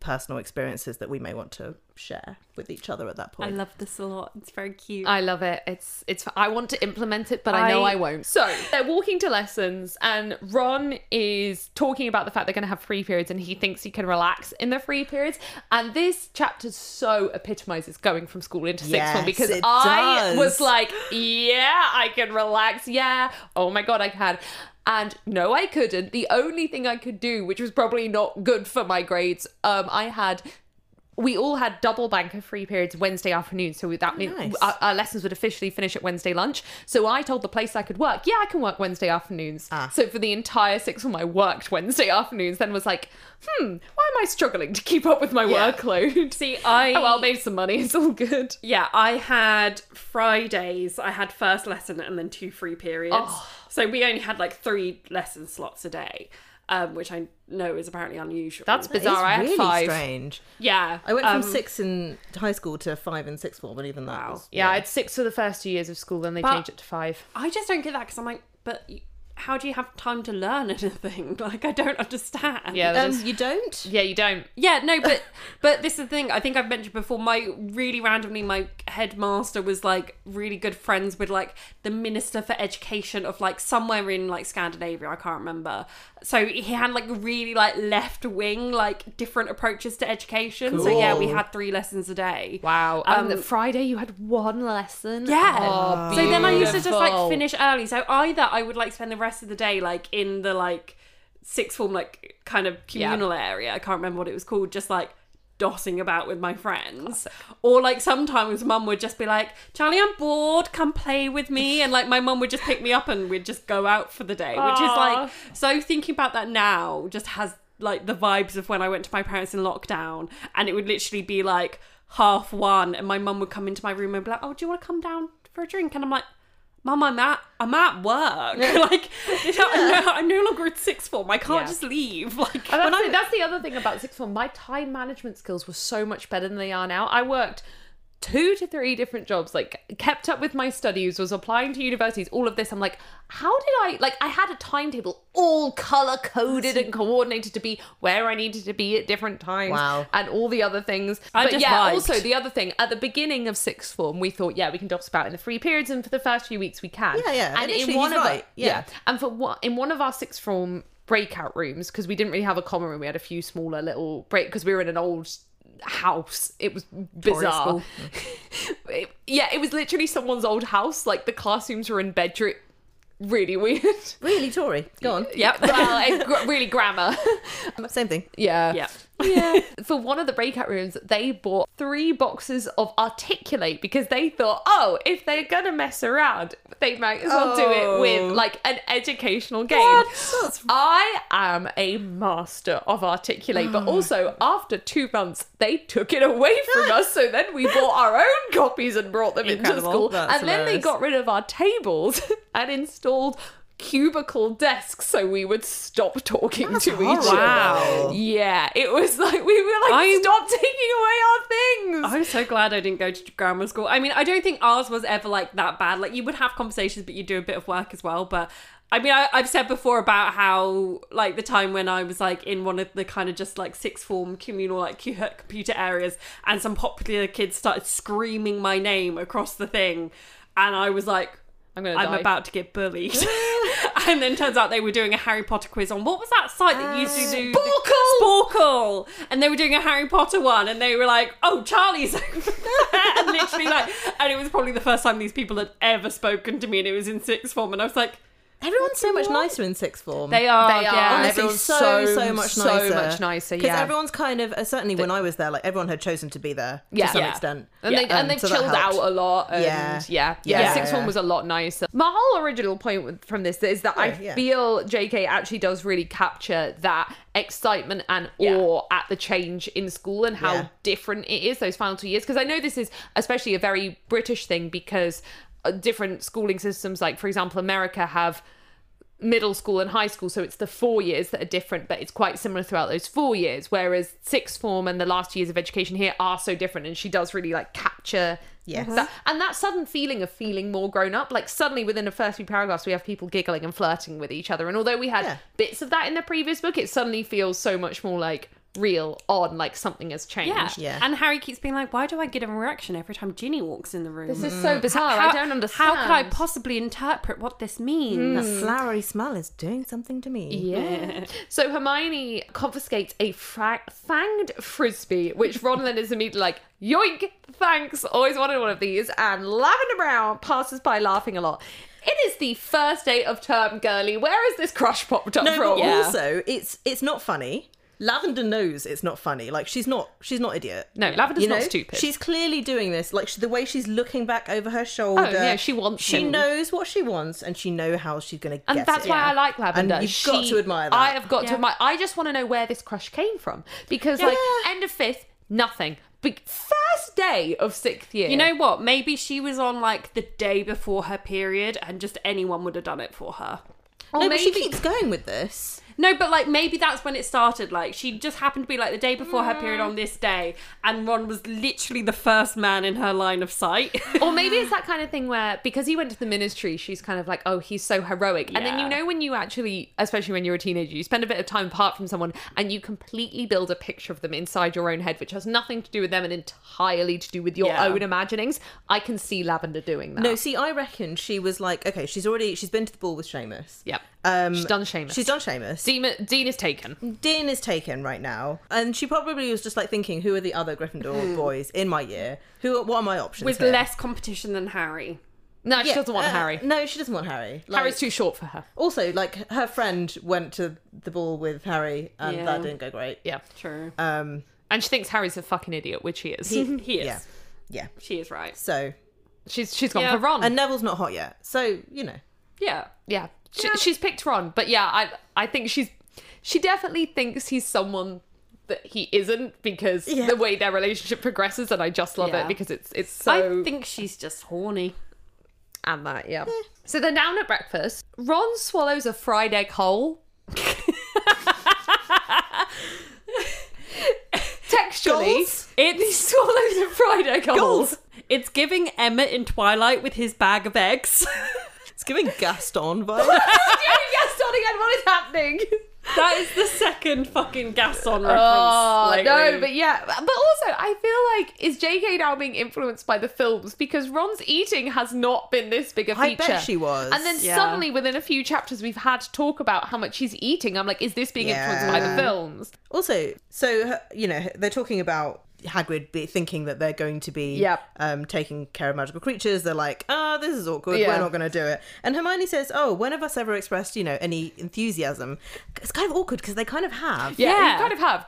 Speaker 3: personal experiences that we may want to share with each other at that
Speaker 2: I
Speaker 3: point.
Speaker 2: love this a lot. It's very cute.
Speaker 4: I love it. It's it's. I want to implement it, but I, know
Speaker 2: I-
Speaker 4: I won't. So they're walking to lessons, and Ron is talking about the fact they're going to have free periods, and he thinks he can relax in the free periods. And this chapter so epitomizes going from school into sixth
Speaker 3: Yes,
Speaker 4: form because
Speaker 3: it
Speaker 4: I
Speaker 3: does.
Speaker 4: was like, yeah, I can relax. Yeah. Oh my god, I can. And no, I couldn't. The only thing I could do, which was probably not good for my grades, um, I had we all had double bank of free periods Wednesday afternoon, so that uh, means
Speaker 3: nice.
Speaker 4: our, our lessons would officially finish at Wednesday lunch. So I told the place I could work, yeah, I can work Wednesday afternoons. So for the entire six form, I worked Wednesday afternoons. Then was like, hmm, why am I struggling to keep up with my workload?
Speaker 2: See, I
Speaker 4: oh well, I made some money. It's all good.
Speaker 2: Yeah, I had Fridays. I had first lesson and then two free periods.
Speaker 4: Oh.
Speaker 2: So we only had like three lesson slots a day, um, which I know is apparently unusual.
Speaker 4: That's
Speaker 3: It's
Speaker 4: bizarre. I had
Speaker 3: really
Speaker 4: five.
Speaker 3: strange.
Speaker 2: yeah.
Speaker 3: I went from
Speaker 2: um,
Speaker 3: six in high school to five in sixth form, and even that.
Speaker 2: Wow.
Speaker 3: was-
Speaker 4: Yeah, I had six for the first two years of school, then they
Speaker 2: But-
Speaker 4: changed it to five.
Speaker 2: I just don't get that because I'm like, but y- how do you have time to learn anything? Like, I don't understand.
Speaker 4: Yeah,
Speaker 3: Um,
Speaker 4: there's-
Speaker 3: you don't?
Speaker 4: yeah, you don't.
Speaker 2: Yeah, no, but but this is the thing. I think I've mentioned before. My really randomly, my headmaster was like really good friends with like the minister for education of like somewhere in like Scandinavia. I can't remember. So he had like really like left wing like different approaches to education. So yeah, we
Speaker 3: Cool.
Speaker 2: had three lessons a day. Um,
Speaker 4: Wow. Um, And the Friday you had one lesson.
Speaker 2: Yeah.
Speaker 4: Oh,
Speaker 2: so then I used to just like
Speaker 4: beautiful.
Speaker 2: finish early. So either I would like spend the rest of the day like in the like sixth form like kind of communal area. I can't remember what it was called. Just like dotting about with my friends or like sometimes mum would just be like charlie i'm bored come play with me and like my mum would just pick me up and we'd just go out for the day which is
Speaker 4: Aw.
Speaker 2: like so thinking about that now just has like the vibes of when I went to my parents in lockdown, and it would literally be like half one, and my mum would come into my room and be like, "Oh, do you want to come down for a drink?" And I'm like. Mum, I'm at I'm at work. like you know, I'm, no, I'm no longer at sixth form. I can't
Speaker 4: Yeah.
Speaker 2: just leave. Like
Speaker 4: And Oh, that's, the, that's the other thing about sixth form. My time management skills were so much better than they are now. I worked two to three different jobs, like kept up with my studies, was applying to universities, all of this. I'm like, how did I like? I had a timetable all color coded and coordinated to be where I needed to be at different times.
Speaker 3: Wow.
Speaker 4: and all the other things.
Speaker 2: I
Speaker 4: but
Speaker 2: just
Speaker 4: yeah,
Speaker 2: vibed.
Speaker 4: also the other thing at the beginning of sixth form, we thought, yeah, we can doss about in the free periods, and for the first few weeks we can.
Speaker 3: Yeah, yeah,
Speaker 4: And
Speaker 3: initially
Speaker 4: in one
Speaker 3: he's
Speaker 4: of our-
Speaker 3: right, yeah.
Speaker 4: and for what in one of our sixth form breakout rooms because we didn't really have a common room, we had a few smaller little break because we were in an old house. It was bizarre.
Speaker 2: school.
Speaker 4: It- yeah, it was literally someone's old house. Like the classrooms were in bedroom. Really weird.
Speaker 3: Really, Tory. Go on.
Speaker 4: Yep. well, it, gr- really grammar.
Speaker 3: Same thing.
Speaker 4: Yeah.
Speaker 2: Yeah.
Speaker 4: Yeah. For one of the breakout rooms, they bought three boxes of Articulate because they thought, oh, if they're going to mess around, they might as well do it
Speaker 3: Oh.
Speaker 4: with like an educational game.
Speaker 3: That's-
Speaker 4: I am a master of Articulate, but also after two months, they took it away from us. So then we bought our own copies and brought them into
Speaker 2: Incredible.
Speaker 4: school.
Speaker 3: That's
Speaker 4: and then they
Speaker 3: hilarious.
Speaker 4: got rid of our tables and installed cubicle desks so we would stop talking to each other.
Speaker 2: horrible.
Speaker 3: Oh.
Speaker 4: Yeah, it was like we were like,
Speaker 2: I'm-
Speaker 4: stop taking away our things.
Speaker 2: I'm so glad I didn't go to grammar school. I mean, I don't think ours was ever like that bad. Like you would have conversations, but you do a bit of work as well. But I mean, I, I've said before about how like the time when I was like in one of the kind of just like sixth form communal like cu- computer areas, and some popular kids started screaming my name across the thing, and I was like.
Speaker 4: I'm gonna
Speaker 2: I'm
Speaker 4: die.
Speaker 2: about to get bullied, and then turns out they were doing a Harry Potter quiz on what was that site that used to do the-
Speaker 4: Sporkle!
Speaker 2: Sporkle, and they were doing a Harry Potter one, and they were like, "Oh, Charlie's," over there," and literally like, and it was probably the first time these people had ever spoken to me, and it was in sixth form, and I was like,
Speaker 3: Everyone's so much nicer in sixth form.
Speaker 2: "They are,
Speaker 4: They are.
Speaker 2: yeah,
Speaker 4: Honestly,
Speaker 3: Everyone's so,
Speaker 4: so,
Speaker 3: so much
Speaker 4: so
Speaker 3: nicer.
Speaker 4: much nicer,
Speaker 3: Because
Speaker 4: yeah.
Speaker 3: everyone's kind of, uh, certainly when I was there, like everyone had chosen to be there
Speaker 4: Yeah.
Speaker 3: to some
Speaker 4: Yeah.
Speaker 3: extent.
Speaker 4: And, they,
Speaker 3: Um,
Speaker 4: and they've
Speaker 3: so that
Speaker 4: chilled out
Speaker 3: helped.
Speaker 4: a lot. And
Speaker 3: Yeah.
Speaker 4: yeah. Yeah.
Speaker 3: Yeah.
Speaker 4: Sixth
Speaker 3: Yeah. Oh,
Speaker 4: form was a lot nicer. My whole original point with- from this is that I
Speaker 3: yeah.
Speaker 4: feel JK actually does really capture that excitement and
Speaker 2: Yeah.
Speaker 4: awe at the change in school and how
Speaker 3: Yeah.
Speaker 4: different it is those final two years. Because I know this is especially a very British thing because uh, different schooling systems, like, for example, America have middle school and high school so it's the four years that are different but it's quite similar throughout those four years whereas sixth form and the last years of education here are so different and she does really like capture
Speaker 3: Yes.
Speaker 4: that. and that sudden feeling of feeling more grown up like suddenly within the first few paragraphs we have people giggling and flirting with each other and although we had
Speaker 3: Yeah.
Speaker 4: bits of that in the previous book it suddenly feels so much more like real on like something has changed
Speaker 2: yeah.
Speaker 3: Yeah.
Speaker 2: And Harry keeps being like, "Why do I get an erection every time Ginny walks in the room?"
Speaker 4: this is so bizarre Oh, i don't understand
Speaker 2: Mm. How could I possibly interpret what this means?
Speaker 4: Hmm.
Speaker 3: That flowery smell is doing something to me.
Speaker 4: Yeah. so Hermione confiscates a fra- fanged frisbee, which Ron then is immediately like, yoink, thanks, always wanted one of these. And Lavender Brown passes by laughing a lot. It is the first day of term, girly. Where is this crush popped up
Speaker 3: No,
Speaker 4: from?
Speaker 3: but also it's it's not funny. Lavender knows it's not funny. Like she's not she's not idiot.
Speaker 4: No, Lavender's
Speaker 3: you know
Speaker 4: not stupid.
Speaker 3: She's clearly doing this. Like she, the way she's looking back over her shoulder.
Speaker 4: oh, yeah, she wants
Speaker 3: She
Speaker 4: him.
Speaker 3: knows what she wants, and she knows how she's going to get
Speaker 4: and that's
Speaker 3: it.
Speaker 4: why I like Lavender.
Speaker 3: And you've got
Speaker 4: She-
Speaker 3: to admire that.
Speaker 4: I have got to
Speaker 2: Yeah.
Speaker 4: admire. I just want to know where this crush came from because, like, end of fifth, nothing. Be- first day of sixth year.
Speaker 2: You know what? Maybe she was on like the day before her period and just anyone would have done it for her.
Speaker 4: Or
Speaker 3: No, but she
Speaker 4: maybe-
Speaker 3: keeps going with this.
Speaker 2: No, but like maybe that's when it started. Like she just happened to be like the day before her
Speaker 4: Mm.
Speaker 2: period on this day and Ron was literally the first man in her line of sight.
Speaker 4: or maybe it's that kind of thing where because he went to the ministry, she's kind of like, oh, he's so heroic. And then
Speaker 2: Yeah.
Speaker 4: you know when you actually, especially when you're a teenager, you spend a bit of time apart from someone and you completely build a picture of them inside your own head, which has nothing to do with them and entirely to do with your
Speaker 2: Yeah.
Speaker 4: own imaginings. I can see Lavender doing that.
Speaker 3: No, see, I reckon she was like, okay, she's already she's been to the ball with Seamus.
Speaker 4: Yep.
Speaker 3: Um,
Speaker 4: She's done Seamus.
Speaker 3: She's done Seamus.
Speaker 4: Dean, Dean is taken.
Speaker 3: Dean is taken right now, and she probably was just like thinking, who are the other
Speaker 4: Hmm.
Speaker 3: Gryffindor boys in my year? Who? Are, what are my options?
Speaker 2: with
Speaker 3: here?
Speaker 2: less competition than Harry.
Speaker 4: No, she
Speaker 3: Yeah,
Speaker 4: doesn't want
Speaker 3: uh,
Speaker 4: Harry.
Speaker 3: No, she doesn't want Harry. Like,
Speaker 4: Harry's too short for her.
Speaker 3: Also, like her friend went to the ball with Harry, and
Speaker 2: Yeah.
Speaker 3: that didn't go great.
Speaker 4: Yeah.
Speaker 2: True.
Speaker 3: Um.
Speaker 4: And she thinks Harry's a fucking idiot, which he is.
Speaker 2: he is.
Speaker 3: Yeah. Yeah.
Speaker 2: She is right.
Speaker 3: So,
Speaker 4: she's she's gone
Speaker 2: Yeah.
Speaker 4: for Ron.
Speaker 3: and Neville's not hot yet. So you know.
Speaker 2: Yeah.
Speaker 4: Yeah. She, She's picked Ron, but yeah, I I think she's she definitely thinks he's someone that he isn't because
Speaker 3: Yeah.
Speaker 4: the way their relationship progresses and I just love
Speaker 2: Yeah.
Speaker 4: it because it's it's so
Speaker 2: I think Eh. she's just horny.
Speaker 4: and that, yeah. So they're down at breakfast. Ron swallows a fried egg whole. Textually,
Speaker 2: Goals? It swallows a fried egg
Speaker 4: Goals.
Speaker 2: whole. It's giving Emmett in Twilight with his bag of eggs.
Speaker 3: It's giving Gaston vibes.
Speaker 4: Oh, yes, Don, again, what is happening?
Speaker 2: that is the second fucking Gaston reference.
Speaker 4: Oh no,
Speaker 2: lately.
Speaker 4: but yeah, but also I feel like is J.K. now being influenced by the films because Ron's eating has not been this big a
Speaker 3: I
Speaker 4: feature.
Speaker 3: bet she was.
Speaker 4: And then
Speaker 2: Yeah.
Speaker 4: suddenly, within a few chapters, we've had talk about how much he's eating. I'm like, is this being influenced by the
Speaker 3: Yeah.
Speaker 4: films?
Speaker 3: Also, so her- you know, they're talking about Hagrid be thinking that they're going to be
Speaker 4: Yep.
Speaker 3: um, taking care of magical creatures. They're like, "Ah, this is awkward.
Speaker 4: Yeah.
Speaker 3: We're not going to do it." And Hermione says, "Oh, when have us ever expressed, you know, any enthusiasm?" It's kind of awkward because they kind of have.
Speaker 4: Yeah,
Speaker 2: Yeah.
Speaker 4: you kind of have,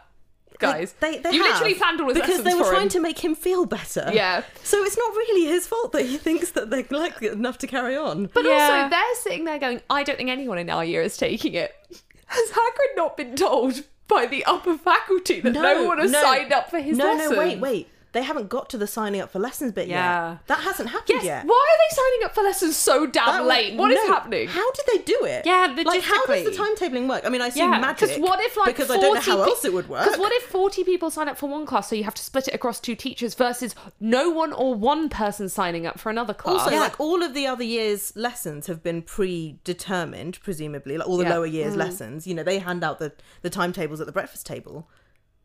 Speaker 4: guys.
Speaker 3: They, they
Speaker 4: you
Speaker 3: have.
Speaker 4: literally planned all his
Speaker 3: because
Speaker 4: lessons
Speaker 3: they were
Speaker 4: for
Speaker 3: trying
Speaker 4: him.
Speaker 3: to make him feel better.
Speaker 4: Yeah.
Speaker 3: So it's not really his fault that he thinks that they're likely enough to carry on.
Speaker 4: But
Speaker 2: Yeah.
Speaker 4: also, they're sitting there going, I don't think anyone in our year is taking it. Has Hagrid not been told by the upper faculty that no, one has signed up for his
Speaker 3: no,
Speaker 4: lesson?
Speaker 3: No, wait, wait. They haven't got to the signing up for lessons bit
Speaker 2: Yeah.
Speaker 3: yet. That hasn't happened
Speaker 4: Yes,
Speaker 3: yet.
Speaker 4: why are they signing up for lessons so damn
Speaker 3: That
Speaker 4: late?
Speaker 3: would-
Speaker 4: What is
Speaker 3: no,
Speaker 4: happening?
Speaker 3: How did they do it?
Speaker 2: Yeah,
Speaker 3: like how does the
Speaker 2: logistically.
Speaker 3: timetabling work? I mean, I assume
Speaker 2: Yeah, 'cause
Speaker 3: magic.
Speaker 4: Because what if like
Speaker 3: because I don't know how
Speaker 4: 40
Speaker 3: else it would work.
Speaker 4: Because what if forty people sign up for one class, so you have to split it across two teachers versus no one or one person signing up for another class.
Speaker 3: also, like all of the other years' lessons have been predetermined, presumably, like all the
Speaker 4: Yeah. Mm.
Speaker 3: lower years' lessons. You know, they hand out the the timetables at the breakfast table,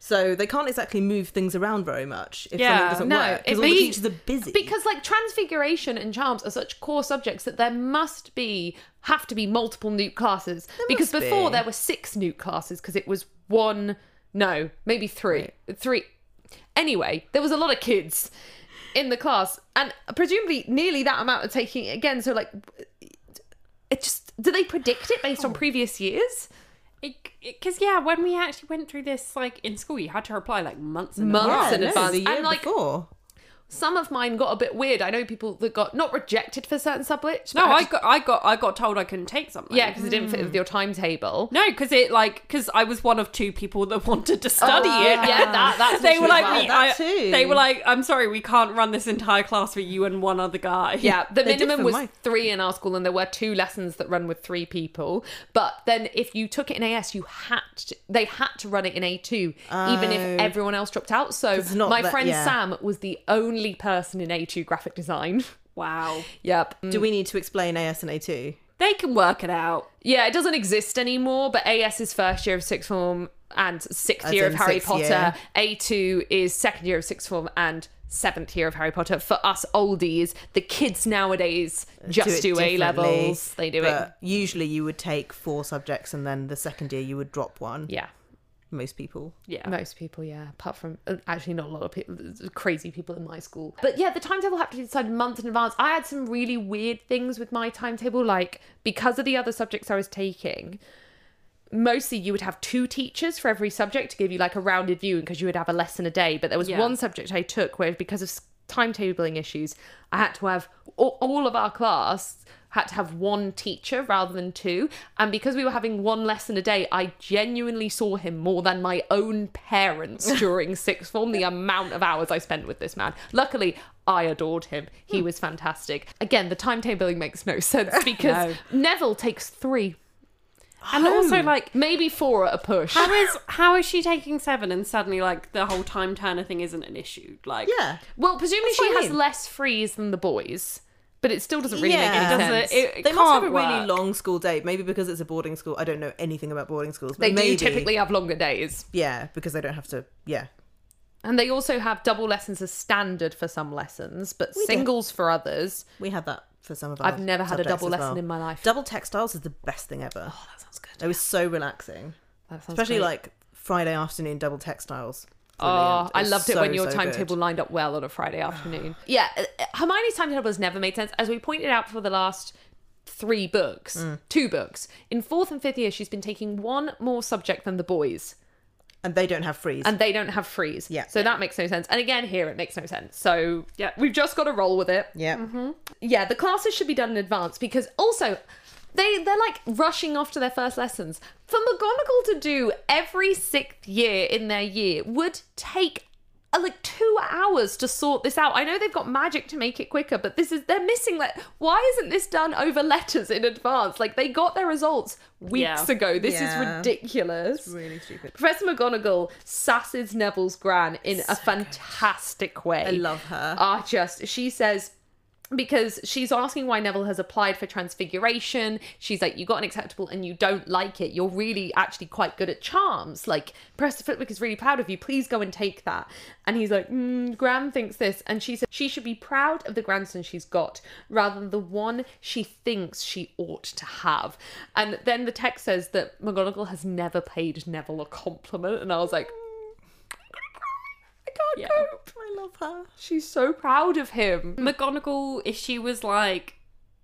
Speaker 3: so they can't exactly move things around very much if
Speaker 2: Yeah,
Speaker 3: something doesn't
Speaker 4: no,
Speaker 3: work.
Speaker 4: it
Speaker 3: Because all
Speaker 4: may-
Speaker 3: the teachers are busy.
Speaker 4: because like transfiguration and charms are such core subjects that there must be have to be multiple newt classes because
Speaker 3: must
Speaker 4: before
Speaker 3: be.
Speaker 4: there were six newt classes because it was one no maybe three three anyway there was a lot of kids in the class and presumably nearly that amount are taking it again so like it just do they predict it
Speaker 3: Oh.
Speaker 4: based on previous years
Speaker 2: Because yeah, when we actually went through this, like in school, you had to reply like months and
Speaker 4: Months
Speaker 3: yeah,
Speaker 4: it's in
Speaker 3: no,
Speaker 4: advance.
Speaker 3: the year
Speaker 4: And, like,
Speaker 3: before.
Speaker 4: some of mine got a bit weird i know people that got not rejected for certain subjects
Speaker 2: No,
Speaker 4: but
Speaker 2: I
Speaker 4: had to-
Speaker 2: got, I got, I got told I couldn't take something.
Speaker 4: yeah because it didn't
Speaker 3: Hmm.
Speaker 4: fit with your timetable
Speaker 2: No, because it like because I was one of two people that wanted to study
Speaker 4: Oh,
Speaker 2: it.
Speaker 4: yeah, that- that's
Speaker 2: they were
Speaker 4: literally
Speaker 2: like,
Speaker 4: why.
Speaker 2: we,
Speaker 3: That
Speaker 2: I-
Speaker 3: too.
Speaker 2: they were like, I'm sorry, we can't run this entire class with you and one other guy.
Speaker 4: Yeah, the
Speaker 3: They did
Speaker 4: minimum
Speaker 3: for
Speaker 4: was
Speaker 3: mine.
Speaker 4: three in our school, and there were two lessons that run with three people. But then, if you took it in AS, you had to, they had to run it in A two, even if everyone else dropped out. So
Speaker 3: Oh. not
Speaker 4: my
Speaker 3: that-
Speaker 4: friend
Speaker 3: yeah.
Speaker 4: Sam was the only person in A two graphic design.
Speaker 2: Wow.
Speaker 4: Yep.
Speaker 3: Do we need to explain AS and A2?
Speaker 2: They can work it out.
Speaker 4: Yeah, it doesn't exist anymore. But AS is first year of sixth form and sixth
Speaker 3: As
Speaker 4: year of
Speaker 3: in
Speaker 4: Harry
Speaker 3: sixth
Speaker 4: Potter.
Speaker 3: year.
Speaker 4: A two is second year of sixth form and. Seventh year of Harry Potter for us oldies. The kids nowadays just do,
Speaker 3: it differently,
Speaker 4: A levels. They do it.
Speaker 3: but Usually, you would take four subjects, and then the second year you would drop one.
Speaker 4: Yeah.
Speaker 3: Most people.
Speaker 2: Yeah.
Speaker 4: Most people, yeah. Apart from uh, actually, not a lot of people, crazy people in my school. But yeah, the timetable had to be decided months in advance. I had some really weird things with my timetable, like because of the other subjects I was taking. Mostly, you would have two teachers for every subject to give you like a rounded view, because you would have a lesson a day. But there was
Speaker 2: Yeah.
Speaker 4: one subject I took where, because of s- timetabling issues, I had to have all, all of our class had to have one teacher rather than two. And because we were having one lesson a day, I genuinely saw him more than my own parents during sixth form, the amount of hours I spent with this man. Luckily, I adored him. He was fantastic. Again, the timetabling makes no sense because Neville takes three,
Speaker 2: And
Speaker 4: Mm.
Speaker 2: also like.
Speaker 4: maybe four at a push.
Speaker 2: How is how is she taking seven and suddenly like the whole time turner thing isn't an issue? Like
Speaker 3: Yeah.
Speaker 4: Well, presumably
Speaker 3: what
Speaker 4: she
Speaker 3: I
Speaker 4: has
Speaker 3: mean.
Speaker 4: less frees than the boys, but it still doesn't really
Speaker 3: Yeah.
Speaker 4: make
Speaker 2: it
Speaker 4: any
Speaker 2: doesn't
Speaker 4: sense.
Speaker 2: it, it
Speaker 3: they
Speaker 2: can't
Speaker 3: must have a really
Speaker 2: work.
Speaker 3: long school day. Maybe because it's a boarding school. I don't know anything about boarding schools. But
Speaker 4: they
Speaker 3: maybe,
Speaker 4: do typically have longer days.
Speaker 3: Yeah, because they don't have to. Yeah.
Speaker 4: And they also have double lessons as standard for some lessons, but
Speaker 3: do.
Speaker 4: singles for others.
Speaker 3: We had that for some of our.
Speaker 4: I've never had a
Speaker 3: subjects
Speaker 4: double
Speaker 3: as
Speaker 4: lesson
Speaker 3: well.
Speaker 4: in my life.
Speaker 3: Double textiles is the best thing ever. Oh, that sounds good. It was so relaxing,
Speaker 4: That sounds
Speaker 3: especially
Speaker 4: great.
Speaker 3: like Friday afternoon double textiles.
Speaker 4: Oh,
Speaker 3: Brilliant.
Speaker 4: I
Speaker 3: was
Speaker 4: loved it
Speaker 3: so,
Speaker 4: when your
Speaker 3: so
Speaker 4: timetable
Speaker 3: good.
Speaker 4: lined up well on a Friday afternoon. yeah, uh, uh, Hermione's timetable has never made sense. As we pointed out for the last three books, two books, in fourth and fifth year, she's been taking one more subject than the boys.
Speaker 3: and they don't have freeze.
Speaker 4: and they don't have freeze.
Speaker 3: Yeah.
Speaker 4: So that makes no sense. And again, here it makes no sense. So
Speaker 2: Yeah.
Speaker 4: we've just got to roll with it.
Speaker 3: yeah.
Speaker 4: Yeah, the classes should be done in advance because also They they're like rushing off to their first lessons. For McGonagall to do every sixth year in their year would take uh, like two hours to sort this out. I know they've got magic to make it quicker, but this is they're missing like why isn't this done over letters in advance? Like they got their results weeks
Speaker 2: Yeah.
Speaker 4: ago. This
Speaker 3: Yeah.
Speaker 4: is ridiculous.
Speaker 3: Really stupid.
Speaker 4: Professor McGonagall sasses Neville's gran in a fantastic way. I
Speaker 3: love her.
Speaker 4: Ah, just she says because she's asking why Neville has applied for transfiguration. She's like, You got an acceptable and you don't like it. You're really actually quite good at charms. Like, Professor Flitwick is really proud of you. Please go and take that. And he's like, mm, Gran thinks this. And she says she should be proud of the grandson she's got rather than the one she thinks she ought to have. And then the text says that McGonagall has never paid Neville a compliment. And I was like, I can't
Speaker 2: Yeah.
Speaker 4: cope.
Speaker 3: I love her.
Speaker 4: She's so proud of him.
Speaker 2: McGonagall, if she was like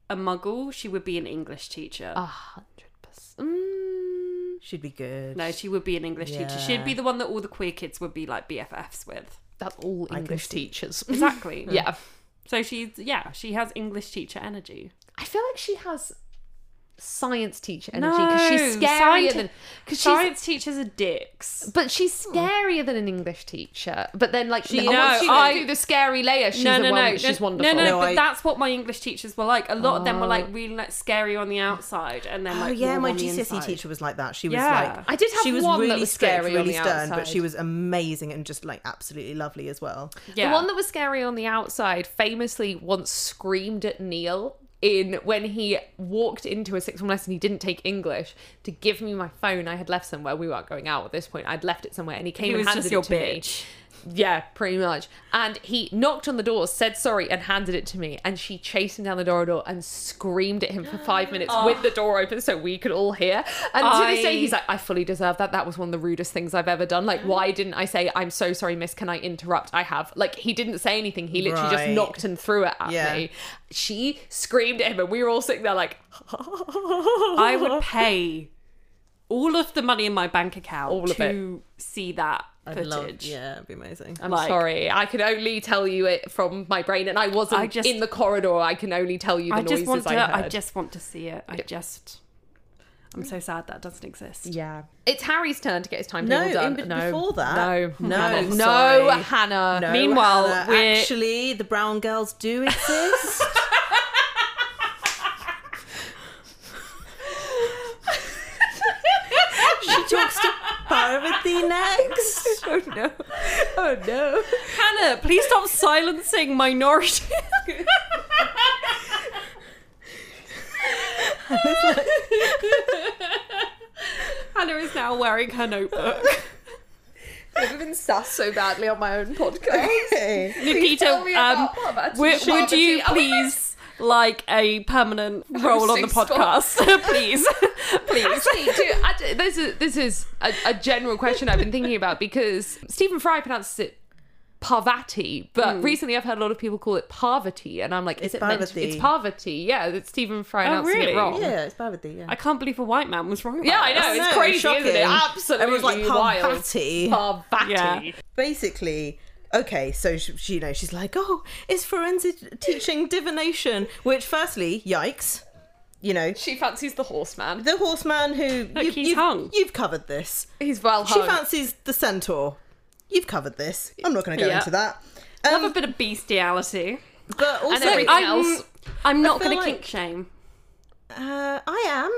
Speaker 2: a muggle, she would be an English teacher.
Speaker 4: A hundred percent. Mm,
Speaker 3: She'd be good.
Speaker 2: no, she would be an English teacher. She'd
Speaker 3: Yeah.
Speaker 2: be the one that all the queer kids would be like BFFs with.
Speaker 4: That's all English
Speaker 3: see.
Speaker 4: teachers.
Speaker 2: Exactly.
Speaker 4: Mm-hmm. yeah.
Speaker 2: So she's yeah, she has English teacher energy.
Speaker 4: I feel like she has science teacher energy because she's
Speaker 2: No,
Speaker 4: scarier
Speaker 2: scienti- Hmm.
Speaker 4: than because she's
Speaker 2: Science teachers are dicks.
Speaker 4: but she's scarier than an English teacher. But then like she,
Speaker 2: No,
Speaker 4: once you
Speaker 2: I-
Speaker 4: do the scary layer, she's a one, she's wonderful. Oh.
Speaker 2: No, no,
Speaker 3: No,
Speaker 2: but
Speaker 3: I-
Speaker 2: that's what my English teachers were like. A lot of them were like really like scary on the outside, and then
Speaker 3: Oh
Speaker 2: like
Speaker 3: yeah,
Speaker 2: warm
Speaker 3: my
Speaker 2: on the
Speaker 3: GCSE
Speaker 4: E
Speaker 2: inside.
Speaker 3: teacher was like that. She was
Speaker 2: Yeah.
Speaker 4: I did have
Speaker 3: like she was
Speaker 4: one
Speaker 3: really
Speaker 4: that was
Speaker 3: strict,
Speaker 4: scary on
Speaker 3: really
Speaker 4: the
Speaker 3: stern, but
Speaker 4: outside.
Speaker 3: she was amazing and just like absolutely lovely as well.
Speaker 2: Yeah.
Speaker 4: The one that was scary on the outside famously once screamed at Neil in when he walked into a sixth form lesson he didn't take English to give me my phone I had left somewhere we weren't going out at this point I'd left it somewhere and he came
Speaker 2: he
Speaker 4: and
Speaker 2: was
Speaker 4: handed
Speaker 2: just your
Speaker 4: it to me.
Speaker 2: bitch.
Speaker 4: Yeah, pretty much. And he knocked on the door, said sorry, and handed it to me. And she chased him down the corridor and screamed at him for five minutes with the door open so we could all hear. And to this day,
Speaker 2: I-
Speaker 4: he's like, I fully deserve that. That was one of the rudest things I've ever done. Like, why didn't I say, I'm so sorry, miss, can I interrupt? I have. Like, he didn't say anything. He literally just
Speaker 3: Right.
Speaker 4: knocked and threw it at
Speaker 3: Yeah.
Speaker 4: me. She screamed at him, and we were all sitting there like,
Speaker 2: I would pay all of the money in my bank account
Speaker 4: All of
Speaker 2: to see that footage. Um,
Speaker 3: yeah, it'd be amazing.
Speaker 4: I'm
Speaker 2: Like-
Speaker 4: sorry. I can only tell you it from my brain, and I wasn't
Speaker 2: I just-
Speaker 4: in the corridor. I can only tell you the
Speaker 2: I
Speaker 4: noises
Speaker 2: just want to.
Speaker 4: I heard.
Speaker 2: I, just want to see it. I just. I'm so sad that doesn't exist.
Speaker 4: Yeah. It's Harry's turn to get his timetable
Speaker 3: No,
Speaker 4: done.
Speaker 3: in, be-
Speaker 4: no,
Speaker 3: before
Speaker 4: No.
Speaker 3: that,
Speaker 4: Hannah.
Speaker 3: no,
Speaker 4: No,
Speaker 3: sorry.
Speaker 4: Hannah.
Speaker 3: No,
Speaker 2: Meanwhile,
Speaker 3: Hannah,
Speaker 2: we're-
Speaker 3: actually, the brown girls do exist. she talks to Parvati next.
Speaker 4: Oh, no. Oh, no.
Speaker 2: Hannah, please stop silencing minorities. Hannah is now wearing her notebook.
Speaker 4: I've been sassed so badly on my own podcast.
Speaker 2: Nikita,
Speaker 4: tell me
Speaker 2: um,
Speaker 4: about Parvati.
Speaker 2: would, would you
Speaker 4: Parvati. Oh, my
Speaker 2: please like a permanent role on the
Speaker 4: Hosting
Speaker 2: podcast? please, please.
Speaker 4: Actually, do, I, do- this is, this is a, a general question I've been thinking about because Stephen Fry pronounces it Parvati,
Speaker 2: Hmm.
Speaker 4: but recently I've heard a lot of people call it Parvati, and I'm like, is
Speaker 3: It's
Speaker 4: it meant to-
Speaker 3: Parvati.
Speaker 4: It's Parvati, yeah. It's Stephen Fry pronouncing
Speaker 2: Oh, really?
Speaker 4: it wrong.
Speaker 3: Yeah, it's Parvati. Yeah.
Speaker 2: I can't believe a white man was wrong. About
Speaker 4: Yeah, I
Speaker 2: this.
Speaker 4: know. It's
Speaker 3: No,
Speaker 4: crazy,
Speaker 3: shocking.
Speaker 4: isn't it? Absolutely
Speaker 3: Everyone's like
Speaker 4: wild.
Speaker 3: Parvati.
Speaker 4: Parvati.
Speaker 2: Yeah.
Speaker 3: basically okay so she, she you know she's like oh is forensic teaching divination which firstly yikes you know
Speaker 4: She fancies the horseman.
Speaker 3: the horseman who
Speaker 2: Look, he's
Speaker 3: you've,
Speaker 2: hung.
Speaker 3: you've covered this
Speaker 4: He's well hung.
Speaker 3: she fancies the centaur you've covered this i'm not going to go
Speaker 2: Yeah.
Speaker 3: into that
Speaker 2: Love a
Speaker 3: um,
Speaker 2: bit of bestiality.
Speaker 3: but also
Speaker 4: everything
Speaker 3: I,
Speaker 2: I'm,
Speaker 4: else.
Speaker 2: I'm not
Speaker 3: feel
Speaker 2: going to
Speaker 3: like-
Speaker 2: kink shame.
Speaker 3: uh, I am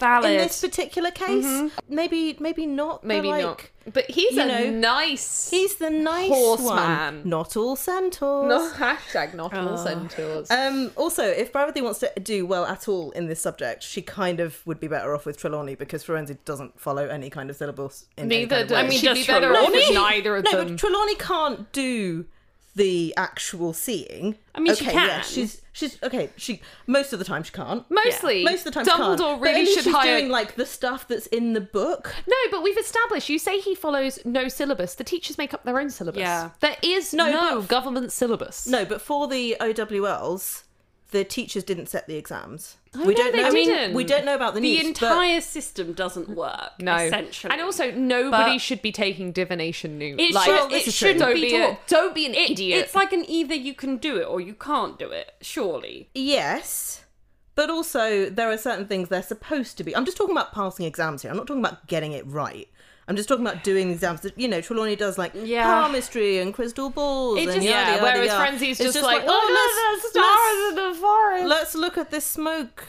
Speaker 2: Valid.
Speaker 3: in this particular case
Speaker 2: Mm-hmm.
Speaker 3: maybe maybe not but,
Speaker 4: Maybe
Speaker 3: like,
Speaker 4: not. But he's
Speaker 3: you
Speaker 4: a
Speaker 3: know,
Speaker 4: nice.
Speaker 3: he's the nice
Speaker 4: Horseman.
Speaker 3: one not all centaurs
Speaker 4: no hashtag not
Speaker 2: Oh.
Speaker 4: all centaurs.
Speaker 3: Um, also, if Bravity wants to do well at all in this subject, she kind of would be better off with Trelawney because Ferenzi doesn't follow any kind of syllables. In any
Speaker 4: neither
Speaker 3: kind of
Speaker 4: do.
Speaker 3: way.
Speaker 4: I mean, she'd
Speaker 2: does
Speaker 4: be better off with
Speaker 2: Trelawney?
Speaker 4: neither of
Speaker 3: no,
Speaker 4: them.
Speaker 3: but Trelawney can't do the actual seeing.
Speaker 2: I mean, she
Speaker 3: okay, Yeah,
Speaker 2: can.
Speaker 3: she's she's okay. She most of the time she can't.
Speaker 4: Mostly,
Speaker 3: most of the time, she can't.
Speaker 4: Dumbledore
Speaker 3: But at
Speaker 4: really
Speaker 3: least
Speaker 4: should
Speaker 3: she's
Speaker 4: hire.
Speaker 3: doing like the stuff that's in the book.
Speaker 4: no, but we've established. You say he follows no syllabus. The teachers make up their own syllabus.
Speaker 2: Yeah.
Speaker 4: there is no,
Speaker 3: but-
Speaker 4: government syllabus.
Speaker 3: No, but for the OWLs, the teachers didn't set the exams.
Speaker 4: I
Speaker 3: we
Speaker 4: know
Speaker 3: don't
Speaker 4: they
Speaker 3: know.
Speaker 4: didn't.
Speaker 3: We don't know about the,
Speaker 2: the
Speaker 3: news, but-
Speaker 2: entire system doesn't work.
Speaker 4: no.
Speaker 2: essentially,
Speaker 4: and also nobody
Speaker 2: But-
Speaker 4: should be taking divination. New,
Speaker 2: It
Speaker 4: like
Speaker 2: should-
Speaker 3: Well, this
Speaker 2: it
Speaker 3: is true.
Speaker 2: shouldn't
Speaker 4: don't
Speaker 2: be,
Speaker 4: be, a,
Speaker 2: taught.
Speaker 4: don't be an
Speaker 2: It-
Speaker 4: idiot.
Speaker 2: It's like an either you can do it or you can't do it. Surely,
Speaker 3: Yes, But also, there are certain things they're supposed to be. I'm just talking about passing exams here. I'm not talking about getting it right. I'm just talking about doing the exams. that- You know, Trelawney does like
Speaker 2: Yeah.
Speaker 3: palmistry and crystal balls.
Speaker 2: It
Speaker 3: and
Speaker 2: just-
Speaker 4: Yeah,
Speaker 3: yada, yada,
Speaker 4: whereas
Speaker 3: yada.
Speaker 4: Frenzy's
Speaker 3: It's
Speaker 4: just, like, oh,
Speaker 3: let's-
Speaker 4: look, the
Speaker 3: let's-
Speaker 4: stars in the forest.
Speaker 3: let's look at this smoke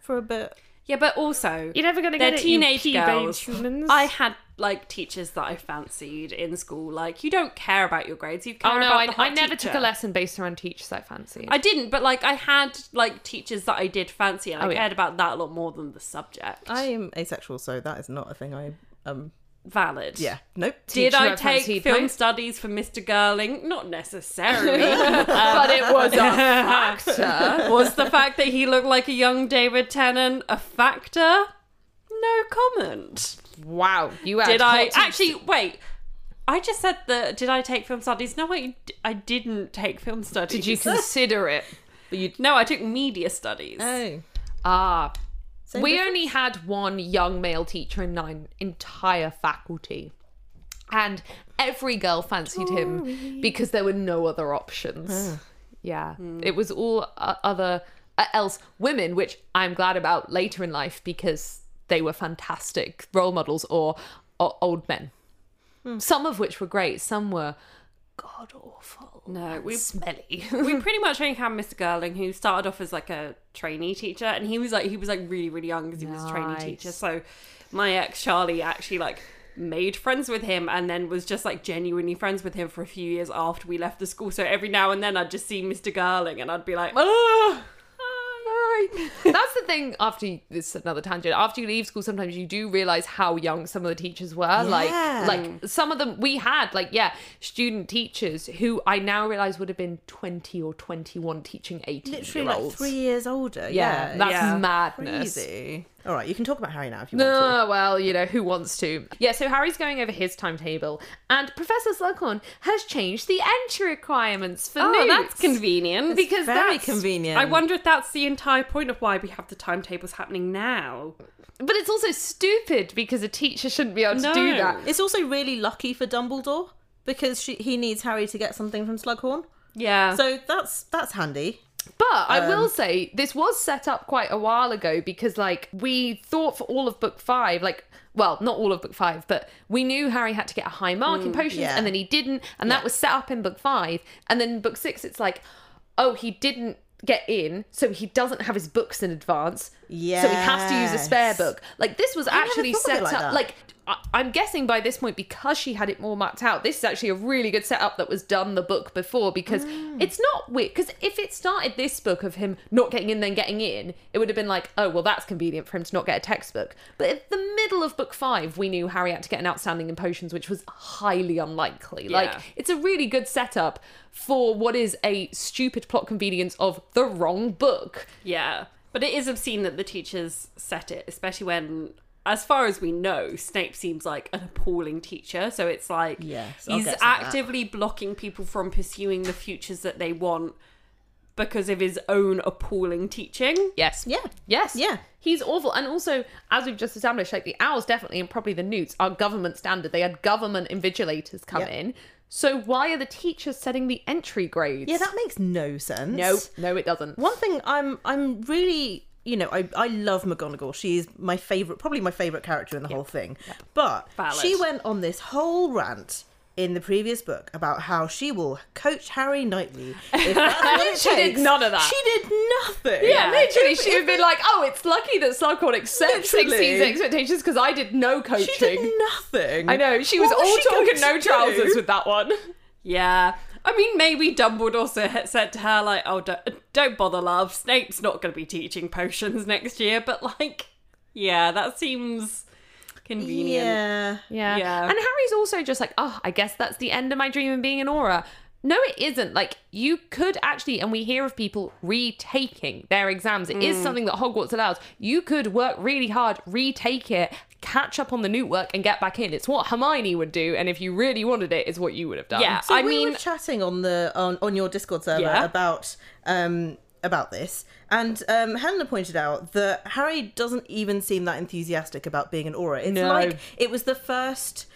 Speaker 3: for a bit.
Speaker 2: Yeah, but also
Speaker 4: You're never gonna
Speaker 2: they're
Speaker 4: get it, you
Speaker 2: teenage
Speaker 4: pea-brained
Speaker 2: girls.
Speaker 4: humans.
Speaker 2: I had like teachers that I fancied in school. Like you don't care about your grades. You care
Speaker 4: oh no,
Speaker 2: about
Speaker 4: I,
Speaker 2: the hot
Speaker 4: I never took a
Speaker 2: teacher.
Speaker 4: lesson based around teachers I fancied.
Speaker 2: I didn't, but like I had like teachers that I did fancy, and
Speaker 4: Oh,
Speaker 2: I
Speaker 4: yeah.
Speaker 2: cared about that a lot more than the subject.
Speaker 3: I am asexual, so that is not a thing I um
Speaker 2: Valid.
Speaker 3: yeah. Nope.
Speaker 2: Did
Speaker 4: Teacher
Speaker 2: I
Speaker 4: I
Speaker 2: take
Speaker 4: fancied,
Speaker 2: film
Speaker 4: no?
Speaker 2: studies for Mr. Girling? Not necessarily.
Speaker 4: but it was a factor.
Speaker 2: Was the fact that he looked like a young David Tennant a factor? No comment.
Speaker 4: wow, you had
Speaker 2: did I
Speaker 4: hot te-
Speaker 2: actually wait? I just said that. Did I take film studies? No, I, I didn't take film studies.
Speaker 4: Did you consider it?
Speaker 2: No, I took media studies.
Speaker 3: Oh.
Speaker 4: Ah,
Speaker 3: Same
Speaker 4: we
Speaker 3: difference?
Speaker 4: only had one young male teacher in nine entire faculty. And every girl fancied him because there were no other options. Yeah. It was all uh, other uh, else women, which I'm glad about later in life because they were fantastic role models or, or old men.
Speaker 3: Hmm.
Speaker 4: Some of which were great, some were god awful.
Speaker 2: No, we
Speaker 4: Smelly.
Speaker 2: we pretty much only had Mr. Girling, who started off as like a trainee teacher, and he was like he was like really really young because he was a trainee
Speaker 4: Nice.
Speaker 2: teacher. So my ex Charlie actually like made friends with him and then was just like genuinely friends with him for a few years after we left the school. So every now and then I'd just see Mr. Girling and I'd be like, oh, hi.
Speaker 4: That's the thing. After you, this is another tangent. After you leave school, sometimes you do realize how young some of the teachers were.
Speaker 3: Yeah.
Speaker 4: Like, like some of them we had, like yeah, student teachers who I now realize would have been twenty or twenty-one teaching
Speaker 3: literally like
Speaker 4: eighteen-year-olds.
Speaker 3: three years older.
Speaker 4: yeah,
Speaker 3: Yeah,
Speaker 4: that's
Speaker 2: yeah.
Speaker 4: madness.
Speaker 3: crazy. All right, you can talk about Harry now if you want to.
Speaker 4: Oh, well, you know, who wants to? Yeah, so Harry's going over his timetable, and Professor Slughorn has changed the entry requirements for
Speaker 2: Oh,
Speaker 4: Newts.
Speaker 2: that's convenient.
Speaker 4: Because
Speaker 3: Very
Speaker 4: that's
Speaker 3: convenient.
Speaker 2: I wonder if that's the entire point of why we have the timetables happening now.
Speaker 4: But it's also stupid because a teacher shouldn't be able to
Speaker 2: No.
Speaker 4: do that.
Speaker 3: It's also really lucky for Dumbledore because she, he needs Harry to get something from Slughorn.
Speaker 2: Yeah.
Speaker 3: So that's that's handy.
Speaker 4: But I will
Speaker 3: Um,
Speaker 4: say this was set up quite a while ago because like we thought for all of book 5 like well not all of book 5 but we knew Harry had to get a high mark in potions
Speaker 3: Mm, yeah.
Speaker 4: and then he didn't and that was set up in book 5 and then book 6 it's like oh he didn't get in so he doesn't have his books in advance so he has to use a spare
Speaker 3: Yes.
Speaker 4: book like this was
Speaker 3: never
Speaker 4: actually
Speaker 3: thought of it
Speaker 4: set
Speaker 3: like
Speaker 4: up
Speaker 3: that.
Speaker 4: like I- I'm guessing by this point, because she had it more marked out, this is actually a really good setup that was done the book before because it's not weird. Because if it started this book of him not getting in, then getting in, it would have been like, oh, well, that's convenient for him to not get a textbook. But at the middle of book five, we knew Harry had to get an outstanding in potions, which was highly unlikely. Like,
Speaker 2: Yeah.
Speaker 4: it's a really good setup for what is a stupid plot convenience of the wrong book.
Speaker 2: Yeah, but it is obscene that the teachers set it, especially when, as far as we know, Snape seems like an appalling teacher. So it's like
Speaker 3: Yes, I'll
Speaker 2: he's
Speaker 3: get some of that.
Speaker 2: actively blocking people from pursuing the futures that they want because of his own appalling teaching.
Speaker 4: Yes.
Speaker 3: Yeah.
Speaker 4: Yes.
Speaker 3: Yeah.
Speaker 4: He's awful. And also, as we've just established, like the owls definitely and probably the newts are government standard. They had government invigilators come
Speaker 3: Yep.
Speaker 4: in. So why are the teachers setting the entry grades?
Speaker 3: Yeah, that makes no sense.
Speaker 4: no, no, it doesn't.
Speaker 3: One thing I'm I'm really you know I I love McGonagall. She is my favorite, probably my favorite character in the whole thing. But
Speaker 2: Valid.
Speaker 3: she went on this whole rant in the previous book about how she will coach Harry Knightley. If that's what it
Speaker 4: She did
Speaker 3: takes.
Speaker 4: none of that.
Speaker 3: She did nothing.
Speaker 4: Yeah, literally, she would be like, "Oh, it's lucky that Slughorn accepts
Speaker 3: Literally.
Speaker 4: Sixteen's expectations because I did no coaching."
Speaker 3: She did nothing.
Speaker 4: I know she was,
Speaker 3: What
Speaker 4: all
Speaker 3: she
Speaker 4: talk
Speaker 3: going
Speaker 4: and no
Speaker 3: to do?
Speaker 4: trousers with that one.
Speaker 2: Yeah. I mean, maybe Dumbledore sa- said to her, like, oh, don't, don't bother, love. Snape's not going to be teaching potions next year. But, like, yeah, that seems convenient.
Speaker 3: Yeah.
Speaker 4: Yeah.
Speaker 2: Yeah.
Speaker 4: And Harry's also just like, oh, I guess that's the end of my dream of being an aura. No, it isn't. Like, you could actually, and we hear of people retaking their exams. It
Speaker 2: Mm.
Speaker 4: is something that Hogwarts allows. You could work really hard, retake it, catch up on the new work, and get back in. It's what Hermione would do. And if you really wanted it, it's what you would have done.
Speaker 2: Yeah.
Speaker 3: So
Speaker 2: I
Speaker 3: we
Speaker 2: mean,
Speaker 3: were chatting on the on, on your Discord server
Speaker 2: Yeah.
Speaker 3: about um about this, and um, Helena pointed out that Harry doesn't even seem that enthusiastic about being an aura. It's
Speaker 4: No.
Speaker 3: like it was the first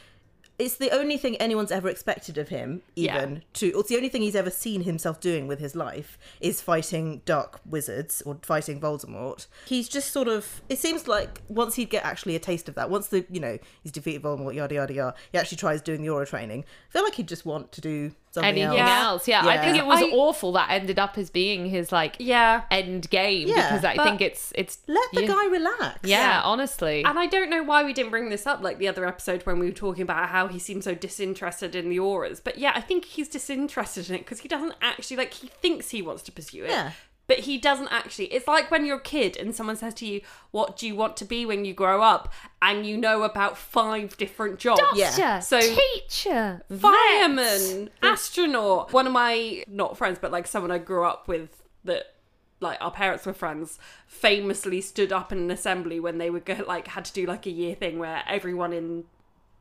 Speaker 3: it's the only thing anyone's ever expected of him,
Speaker 2: Yeah.
Speaker 3: even to. It's the only thing he's ever seen himself doing with his life is fighting dark wizards or fighting Voldemort. He's just sort of. It seems like once he'd get actually a taste of that, once the you know he's defeated Voldemort, yada yada yada, he actually tries doing the aura training. I feel like he'd just want to do something
Speaker 4: Anything
Speaker 3: else.
Speaker 2: Yeah.
Speaker 4: else? Yeah, I think
Speaker 3: Yeah.
Speaker 4: it was
Speaker 2: I-
Speaker 4: awful that ended up as being his like
Speaker 2: Yeah.
Speaker 4: end game
Speaker 3: Yeah,
Speaker 4: because I
Speaker 2: but
Speaker 4: think it's it's
Speaker 3: Let the
Speaker 4: yeah.
Speaker 3: guy relax.
Speaker 4: Yeah, honestly.
Speaker 2: And I don't know why we didn't bring this up like the other episode when we were talking about how he seemed so disinterested in the auras. But yeah, I think he's disinterested in it because he doesn't actually like he thinks he wants to pursue it.
Speaker 3: Yeah.
Speaker 2: But he doesn't actually. It's like when you're a kid and someone says to you, "What do you want to be when you grow up?" and you know about five different jobs.
Speaker 3: Yeah.
Speaker 4: Doctor,
Speaker 2: So-
Speaker 4: teacher, vet.
Speaker 2: Fireman, astronaut. One of my not friends, but like someone I grew up with that like our parents were friends famously stood up in an assembly when they were go, like had to do like a year thing where everyone in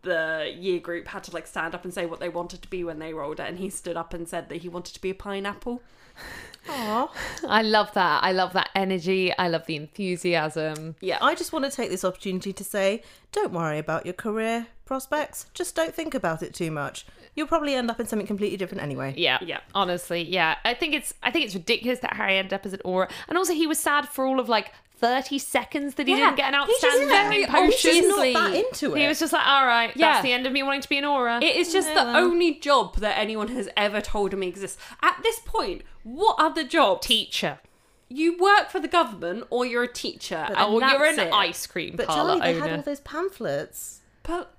Speaker 2: the year group had to like stand up and say what they wanted to be when they were older and he stood up and said that he wanted to be a pineapple
Speaker 3: Aw.
Speaker 4: I love that. I love that energy. I love the enthusiasm.
Speaker 2: yeah
Speaker 3: I just want to take this opportunity to say don't worry about your career prospects. Just don't think about it too much. You'll probably end up in something completely different anyway.
Speaker 4: Yeah.
Speaker 2: Yeah.
Speaker 4: Honestly, yeah. I think it's I think it's ridiculous that Harry ended up as an aura. And also he was sad for all of like 30 seconds that he
Speaker 2: Yeah,
Speaker 4: didn't get an
Speaker 2: he just
Speaker 4: outstanding
Speaker 2: very
Speaker 4: potion.
Speaker 3: He's
Speaker 2: obviously-
Speaker 3: not that into it.
Speaker 4: He was just like, all right,
Speaker 2: Yeah.
Speaker 4: that's the end of me wanting to be an aura.
Speaker 2: It is just the only job that anyone has ever told me exists. At this point, what other job?
Speaker 4: teacher.
Speaker 2: You work for the government or you're a teacher. and
Speaker 4: Or Oh, you're
Speaker 2: that's
Speaker 4: an
Speaker 2: it.
Speaker 4: ice cream
Speaker 3: but
Speaker 4: parlor
Speaker 3: Charlie, they had all
Speaker 4: owner.
Speaker 3: those pamphlets.
Speaker 2: But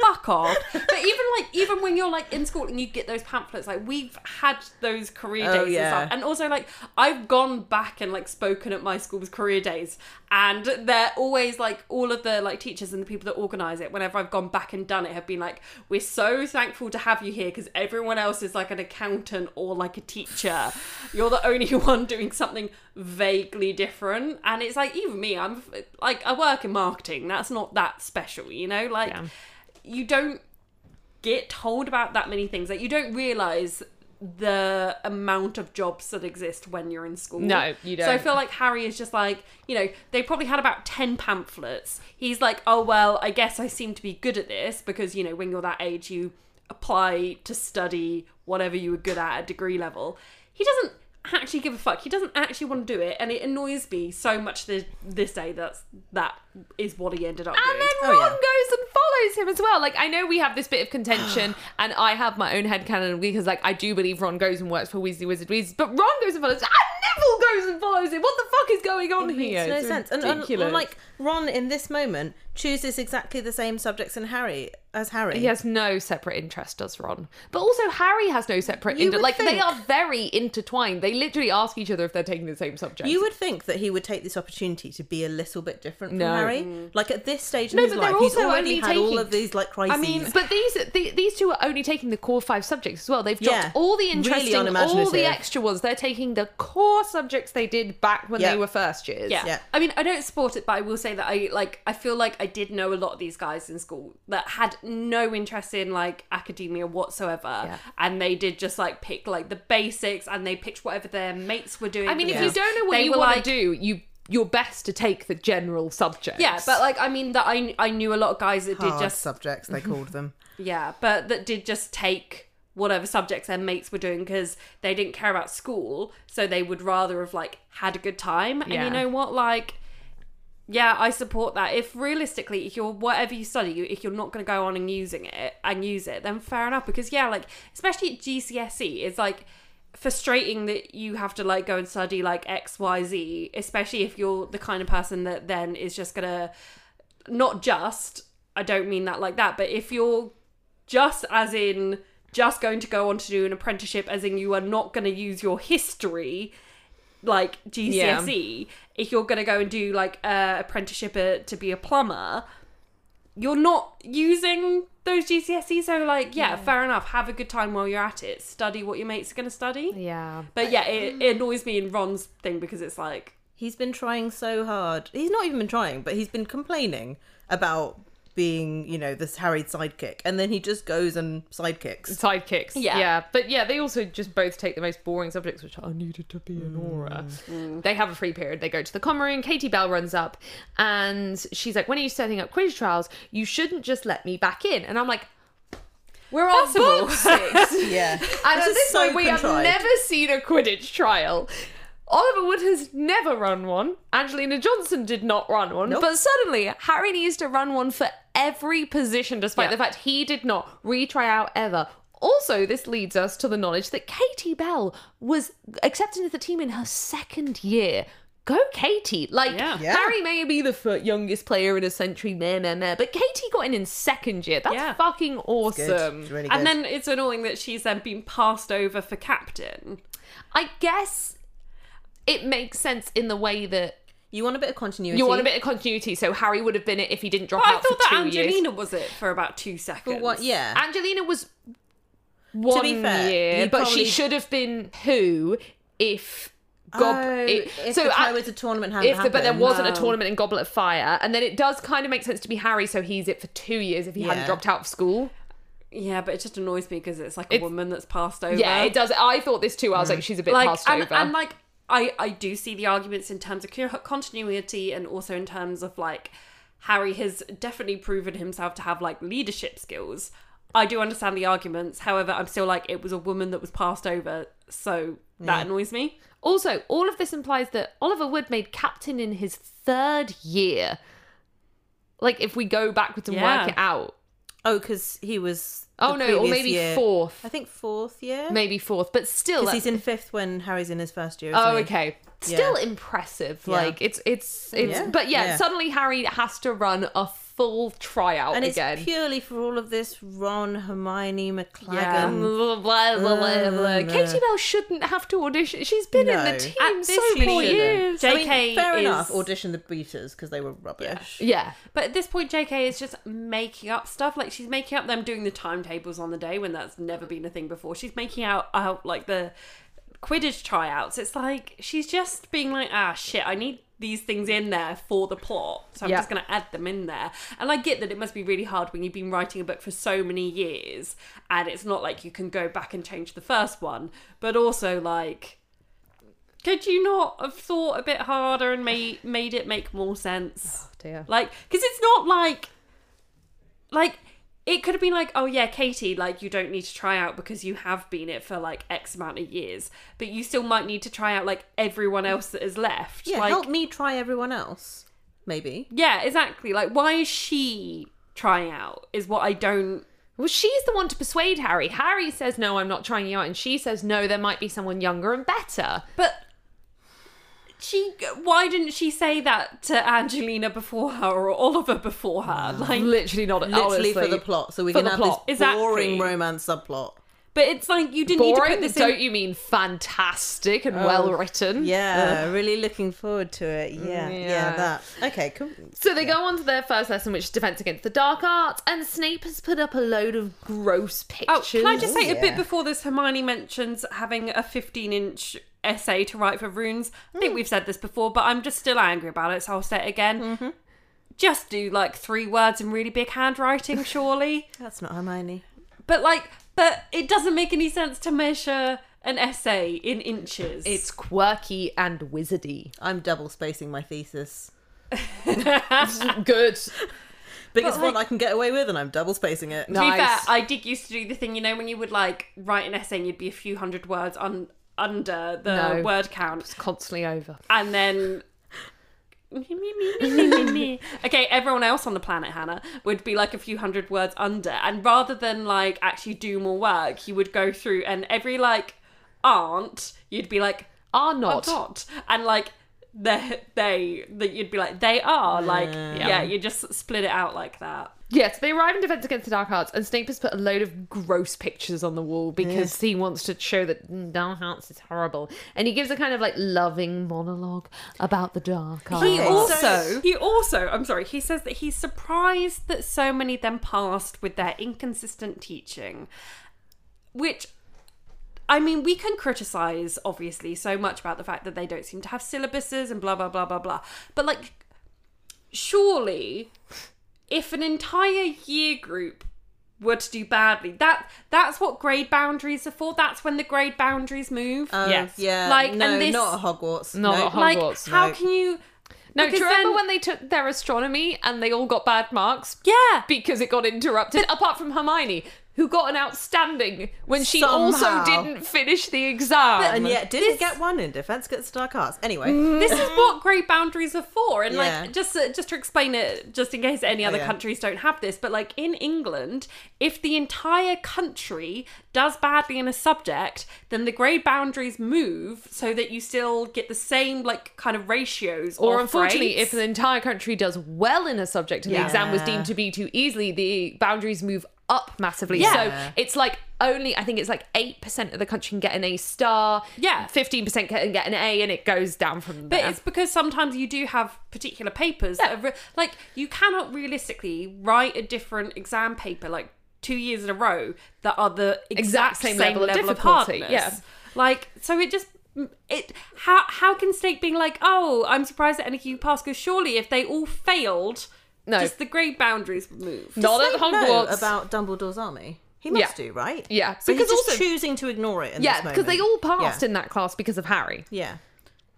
Speaker 2: fuck off. But even like even when you're like in school and you get those pamphlets, like we've had those career days
Speaker 3: Oh, yeah.
Speaker 2: and stuff. And also like I've gone back and like spoken at my school's career days and they're always like all of the like teachers and the people that organise it, whenever I've gone back and done it, have been like, We're so thankful to have you here because everyone else is like an accountant or like a teacher. You're the only one doing something vaguely different. And it's like even me, I'm like I work in marketing. That's not that special, you know? Like
Speaker 4: Yeah.
Speaker 2: you don't get told about that many things that you don't realize the amount of jobs that exist when you're in school.
Speaker 4: No, you
Speaker 2: So I
Speaker 4: don't.
Speaker 2: feel like Harry is just like, you know, they probably had about 10 pamphlets. He's like, oh, well, I guess I seem to be good at this because, you know, when you're that age, you apply to study whatever you were good at at degree level. He doesn't actually give a fuck. He doesn't actually want to do it. And it annoys me so much this, this day that's, that is what he ended up
Speaker 4: And
Speaker 2: doing.
Speaker 4: then
Speaker 3: Oh,
Speaker 4: Ron
Speaker 3: yeah.
Speaker 4: goes and follows him as well. Like I know we have this bit of contention, and I have my own headcanon because like I do believe Ron goes and works for Weasley Wizard Weasley, but Ron goes and follows, and Neville goes and follows him. What the fuck is going on here?
Speaker 3: Makes no
Speaker 4: It's
Speaker 3: sense. And, and,
Speaker 4: ridiculous.
Speaker 3: like Ron in this moment chooses exactly the same subjects in Harry as Harry.
Speaker 4: He has no separate interest, does Ron? But also Harry has no separate
Speaker 3: You
Speaker 4: interest.
Speaker 3: would
Speaker 4: Like they
Speaker 3: think.
Speaker 4: are very intertwined. They literally ask each other if they're taking the same subject.
Speaker 3: You would think that he would take this opportunity to be a little bit different from
Speaker 4: No. Mm.
Speaker 3: Harry. Like at this stage in
Speaker 4: No,
Speaker 3: his
Speaker 4: but they're
Speaker 3: life, he's
Speaker 4: also
Speaker 3: already
Speaker 4: only
Speaker 3: had all
Speaker 4: taking-
Speaker 3: of these like crises.
Speaker 2: I mean,
Speaker 4: But these the, these two are only taking the core five subjects as well. They've dropped
Speaker 3: Yeah.
Speaker 4: all the
Speaker 3: Really
Speaker 4: interesting, all
Speaker 3: unimaginative.
Speaker 4: the extra ones. They're taking the core subjects they did back when
Speaker 3: Yeah.
Speaker 4: they were first years.
Speaker 2: Yeah.
Speaker 3: Yeah.
Speaker 2: I mean, I don't support it, but I will say that I like I feel like I did know a lot of these guys in school that had no interest in like academia whatsoever.
Speaker 4: Yeah.
Speaker 2: And they did just like pick like the basics and they picked whatever their mates were doing.
Speaker 4: I mean, if
Speaker 2: because
Speaker 4: you don't know what
Speaker 2: they
Speaker 4: you
Speaker 2: were
Speaker 4: want
Speaker 2: like-
Speaker 4: to do, you you're best to take the general subjects.
Speaker 2: Yeah, but like I mean that I I knew a lot of guys that
Speaker 3: hard
Speaker 2: did just
Speaker 3: subjects they called them.
Speaker 2: Yeah, but that did just take whatever subjects their mates were doing because they didn't care about school, so they would rather have like had a good time. And
Speaker 4: Yeah.
Speaker 2: you know what, like. Yeah, I support that. If realistically, if you're whatever you study, you- if you're not going to go on and using it and use it, then fair enough. Because yeah, like especially at GCSE, E, it's like frustrating that you have to like go and study like X, Y, Z. Especially if you're the kind of person that then is just gonna not just i don't mean that like that but if you're just as in just going to go on to do an apprenticeship as in you are not going to use your history like gcse E. if you're going to go and do like a apprenticeship uh to be a plumber you're not using those gcse E, so like yeah, fair enough have a good time while you're at it study what your mates are going to study
Speaker 4: yeah.
Speaker 2: but yeah it, it annoys me in ron's thing because it's like
Speaker 3: He's been trying so hard. He's not even been trying, but he's been complaining about being, you know, this harried sidekick, and then he just goes and sidekicks.
Speaker 4: Sidekicks.
Speaker 2: Yeah.
Speaker 4: Yeah. But yeah, they also just both take the most boring subjects, which are, I needed to be an aura. They have a free period. They go to the common room. Katie Bell runs up and she's like, When are you setting up quiz trials? You shouldn't just let me back in. And I'm like,
Speaker 1: We're on
Speaker 4: Possible.
Speaker 1: book six.
Speaker 3: Yeah.
Speaker 4: And
Speaker 3: This
Speaker 4: at
Speaker 3: is
Speaker 4: this
Speaker 3: so
Speaker 4: point, we have
Speaker 3: contrived.
Speaker 4: never seen a Quidditch trial. Oliver Wood has never run one. Angelina Johnson did not run one. But suddenly, Harry needs to run one for every position,
Speaker 2: Yeah.
Speaker 4: despite the fact he did not retry out ever. Also, this leads us to the knowledge that Katie Bell was accepted into the team in her second year. Go, Katie! Like
Speaker 2: Yeah.
Speaker 3: Yeah.
Speaker 4: Harry may be the fir- youngest player in a century, meh, meh, meh. But Katie got in in second year. That's
Speaker 2: Yeah.
Speaker 4: fucking
Speaker 3: Good.
Speaker 4: awesome.
Speaker 3: It's really
Speaker 2: And
Speaker 3: good.
Speaker 2: then it's annoying that she's then been passed over for captain.
Speaker 4: I guess it makes sense in the way that
Speaker 3: you want a bit of continuity.
Speaker 4: you want a bit of continuity. So Harry would have been it if he didn't drop
Speaker 2: But I
Speaker 4: out
Speaker 2: thought
Speaker 4: for
Speaker 2: that
Speaker 4: two
Speaker 2: Angelina
Speaker 4: years.
Speaker 2: was it for about two seconds.
Speaker 3: What? Yeah.
Speaker 4: Angelina was one
Speaker 3: be fair,
Speaker 4: year,
Speaker 3: you
Speaker 4: but
Speaker 3: probably-
Speaker 4: she should have been who if Gob.
Speaker 3: Oh,
Speaker 4: it-
Speaker 3: if
Speaker 4: so
Speaker 3: the
Speaker 4: I-
Speaker 3: was a tournament hadn't
Speaker 4: if the, but there
Speaker 3: happened.
Speaker 4: wasn't a
Speaker 2: No.
Speaker 4: tournament in Goblet of Fire, and then it does kind of make sense to be Harry, so he's it for two years if he hadn't
Speaker 3: Yeah.
Speaker 4: dropped out of school.
Speaker 2: Yeah, but it just annoys me because it's like a woman that's passed
Speaker 3: Oh,
Speaker 2: over.
Speaker 4: Yeah, it does. I thought this too. I was like, she's a bit
Speaker 2: like
Speaker 4: passed
Speaker 2: and,
Speaker 4: over.
Speaker 2: and like I I do see the arguments in terms of co- continuity and also in terms of like Harry has definitely proven himself to have like leadership skills. I do understand the arguments. However, I'm still like it was a woman that was passed over, so that annoys me.
Speaker 4: Also, all of this implies that Oliver Wood made captain in his third year. Like, if we go backwards and
Speaker 2: Yeah.
Speaker 4: work it out.
Speaker 3: Oh, because he was. the
Speaker 4: Oh, no, or
Speaker 3: previous
Speaker 4: maybe
Speaker 3: year-
Speaker 4: fourth.
Speaker 3: I think fourth year.
Speaker 4: Maybe fourth, but still.
Speaker 3: Because
Speaker 4: that-
Speaker 3: he's in fifth when Harry's in his first year. Isn't
Speaker 4: oh,
Speaker 3: he?
Speaker 4: okay.
Speaker 3: Yeah.
Speaker 4: Still impressive.
Speaker 3: Yeah.
Speaker 4: Like, it's, it's, it's,
Speaker 3: Yeah.
Speaker 4: but yeah,
Speaker 3: Yeah.
Speaker 4: suddenly Harry has to run a full tryout
Speaker 3: And it's
Speaker 4: again.
Speaker 3: purely for all of this Ron, Hermione,
Speaker 4: Blah,
Speaker 3: McLagan.
Speaker 4: um, blah, blah, blah, blah.
Speaker 3: Mm.
Speaker 4: Katie Bell shouldn't have to audition. She's been in
Speaker 3: No.
Speaker 4: the team
Speaker 2: At this
Speaker 4: so many
Speaker 2: point,
Speaker 4: years.
Speaker 2: JK
Speaker 3: I mean, fair
Speaker 2: is,
Speaker 3: enough. Audition the beaters because they were rubbish.
Speaker 4: Yeah.
Speaker 2: But at this point, JK is just making up stuff. Like she's making up them doing the timetables on the day when that's never been a thing before. She's making out out like the Quidditch tryouts. It's like she's just being like, ah, shit, I need these things in there for the plot, so I'm
Speaker 4: Yeah.
Speaker 2: just going to add them in there. And I get that it must be really hard when you've been writing a book for so many years, and it's not like you can go back and change the first one. But also, like, could you not have thought a bit harder and made made it make more sense?
Speaker 4: Dear.
Speaker 2: Like, because it's not like, like, it could have been like, oh yeah, Katie, like, you don't need to try out because you have been it for like X amount of years, but you still might need to try out like everyone else that is left.
Speaker 3: Yeah,
Speaker 2: like,
Speaker 3: help me try everyone else. Maybe.
Speaker 2: Yeah, exactly. Like, why is she trying out? Is what I don't.
Speaker 4: Well, she's the one to persuade Harry. Harry says, No, I'm not trying you out. And she says, No, there might be someone younger and better.
Speaker 2: But she, why didn't she say that to Angelina before her or Oliver before her? Like,
Speaker 4: Literally not
Speaker 3: Literally for the plot, so we
Speaker 4: For
Speaker 3: can
Speaker 4: the
Speaker 3: have
Speaker 4: plot.
Speaker 3: this
Speaker 2: Exactly.
Speaker 3: boring romance subplot.
Speaker 2: but it's like you didn't need to
Speaker 4: Boring,
Speaker 2: put this in. Oh,
Speaker 4: don't you mean fantastic and well written?
Speaker 3: Yeah, really looking forward to it. Yeah, yeah,
Speaker 4: Mm. Uh-huh. Yeah.
Speaker 3: that. Okay, cool.
Speaker 4: So they go on to their first lesson, which is defense against the dark arts, and Snape has put up a load of gross
Speaker 2: Oh,
Speaker 4: pictures.
Speaker 2: can I just say a bit
Speaker 3: yeah.
Speaker 2: before this? Hermione mentions having a 15 inch essay to write for runes. I
Speaker 4: Hmm.
Speaker 2: think we've said this before, but I'm just still angry about it, so I'll say it again.
Speaker 4: Mm-hmm.
Speaker 2: Just do like three words in really big handwriting, surely.
Speaker 3: That's not Hermione.
Speaker 2: but like, but it doesn't make any sense to measure an essay in inches.
Speaker 4: It's quirky and wizardy.
Speaker 3: I'm double spacing my thesis.
Speaker 4: Good.
Speaker 3: Biggest one I can get away with, and I'm double spacing it.
Speaker 2: to be fair,
Speaker 4: nice.
Speaker 2: I did used to do the thing, you know, when you would like write an essay and you'd be a few hundred words un- under the
Speaker 4: No.
Speaker 2: word count.
Speaker 4: Constantly over.
Speaker 2: and then me, me, me, me, me, me, me. okay everyone else on the planet hannah would be like a few hundred words under and rather than like actually do more work you would go through and every like aunt you'd be like
Speaker 4: Are
Speaker 2: "A
Speaker 4: not.
Speaker 2: dot and like they they that you'd be like they are like yeah. you just split it out like that
Speaker 4: Yes, they arrive in Defense Against the Dark Arts, and Snape has put a load of gross pictures on the wall because he wants to show that mm, Dark Arts is horrible. And he gives a kind of like loving monologue about the Dark Arts.
Speaker 2: He
Speaker 3: Okay,
Speaker 2: also,
Speaker 3: so-
Speaker 2: he also, I'm sorry, he says that he's surprised that so many of them passed with their inconsistent teaching, which. I mean, we can criticize obviously so much about the fact that they don't seem to have syllabuses and blah blah blah blah blah. But like, surely, if an entire year group were to do badly, that that's what grade boundaries are for. That's when the grade boundaries move.
Speaker 3: Oh, Yeah.
Speaker 2: Like,
Speaker 3: no,
Speaker 2: and this,
Speaker 3: not at Hogwarts.
Speaker 4: Not
Speaker 3: no.
Speaker 4: at Hogwarts.
Speaker 2: like, how
Speaker 3: no.
Speaker 2: can you?
Speaker 4: no, do
Speaker 2: because
Speaker 4: you remember
Speaker 2: then-
Speaker 4: when they took their astronomy and they all got bad marks
Speaker 2: Yeah.
Speaker 4: because it got interrupted? apart from Hermione. who got an outstanding when she
Speaker 3: Somehow.
Speaker 4: also didn't finish the exam.
Speaker 3: and yet didn't
Speaker 2: This-
Speaker 3: get one in Defense Against Dark Arts. Anyway,
Speaker 4: Mm.
Speaker 2: this is what great boundaries are for and
Speaker 3: Yeah.
Speaker 2: like just uh, just to explain it just in case any other
Speaker 3: yeah.
Speaker 2: countries don't have this but like in england if the entire country does badly in a subject then the grade boundaries move so that you still get the same like kind of ratios
Speaker 4: or
Speaker 2: of
Speaker 4: unfortunately,
Speaker 2: grades.
Speaker 4: if an entire country does well in a subject and the
Speaker 2: Yeah.
Speaker 4: exam was deemed to be too easily, the boundaries move up massively.
Speaker 2: Yeah.
Speaker 4: So it's like only I think it's like eight percent of the country can get an A star.
Speaker 2: Yeah.
Speaker 4: fifteen percent can get an A, and it goes down from
Speaker 2: But
Speaker 4: there.
Speaker 2: it's because sometimes you do have particular papers that are re- like you cannot realistically write a different exam paper like two years in a row that are the exact, same, level, of,
Speaker 4: difficulty,
Speaker 2: hardness.
Speaker 4: yeah.
Speaker 2: like so it just it how how can Snake being like oh I'm surprised that NQ passed because surely if they all failed.
Speaker 4: No.
Speaker 2: Just the grade boundaries would move.
Speaker 4: Not
Speaker 3: Snape
Speaker 4: at Hogwarts.
Speaker 3: know about Dumbledore's army. He must
Speaker 4: Yeah.
Speaker 3: do, right?
Speaker 4: Yeah,
Speaker 3: but
Speaker 4: because
Speaker 3: he's just
Speaker 4: also-
Speaker 3: choosing to ignore it. In
Speaker 4: yeah,
Speaker 3: this
Speaker 4: because they all
Speaker 3: moment.
Speaker 4: passed
Speaker 3: Yeah.
Speaker 4: in that class because of Harry.
Speaker 3: yeah,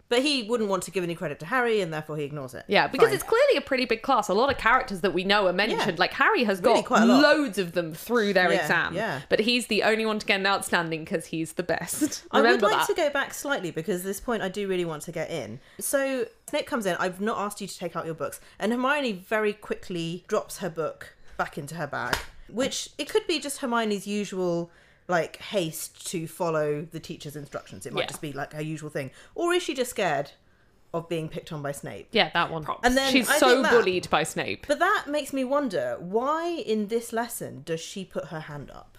Speaker 3: but he wouldn't want to give any credit to Harry, and therefore he ignores it.
Speaker 4: Yeah, because
Speaker 3: Fine.
Speaker 4: it's clearly a pretty big class. A lot of characters that we know are mentioned.
Speaker 3: Yeah.
Speaker 4: Like Harry has
Speaker 3: Really quite
Speaker 4: got
Speaker 3: a lot.
Speaker 4: loads of them through their
Speaker 3: Yeah,
Speaker 4: exam.
Speaker 3: yeah.
Speaker 4: But he's the only one to get an outstanding because he's the best.
Speaker 3: I would
Speaker 4: Remember
Speaker 3: like
Speaker 4: that.
Speaker 3: to go back slightly because this point I do really want to get in. So Snape comes in. I've not asked you to take out your books, and Hermione very quickly drops her book back into her bag, which it could be just Hermione's usual like haste to follow the teacher's instructions. It might
Speaker 4: Yeah.
Speaker 3: just be like her usual thing, or is she just scared of being picked on by Snape?
Speaker 4: yeah, that one.
Speaker 3: And then
Speaker 4: She's
Speaker 3: I
Speaker 4: so
Speaker 3: think that-
Speaker 4: bullied by Snape.
Speaker 3: But that makes me wonder why in this lesson does she put her hand up?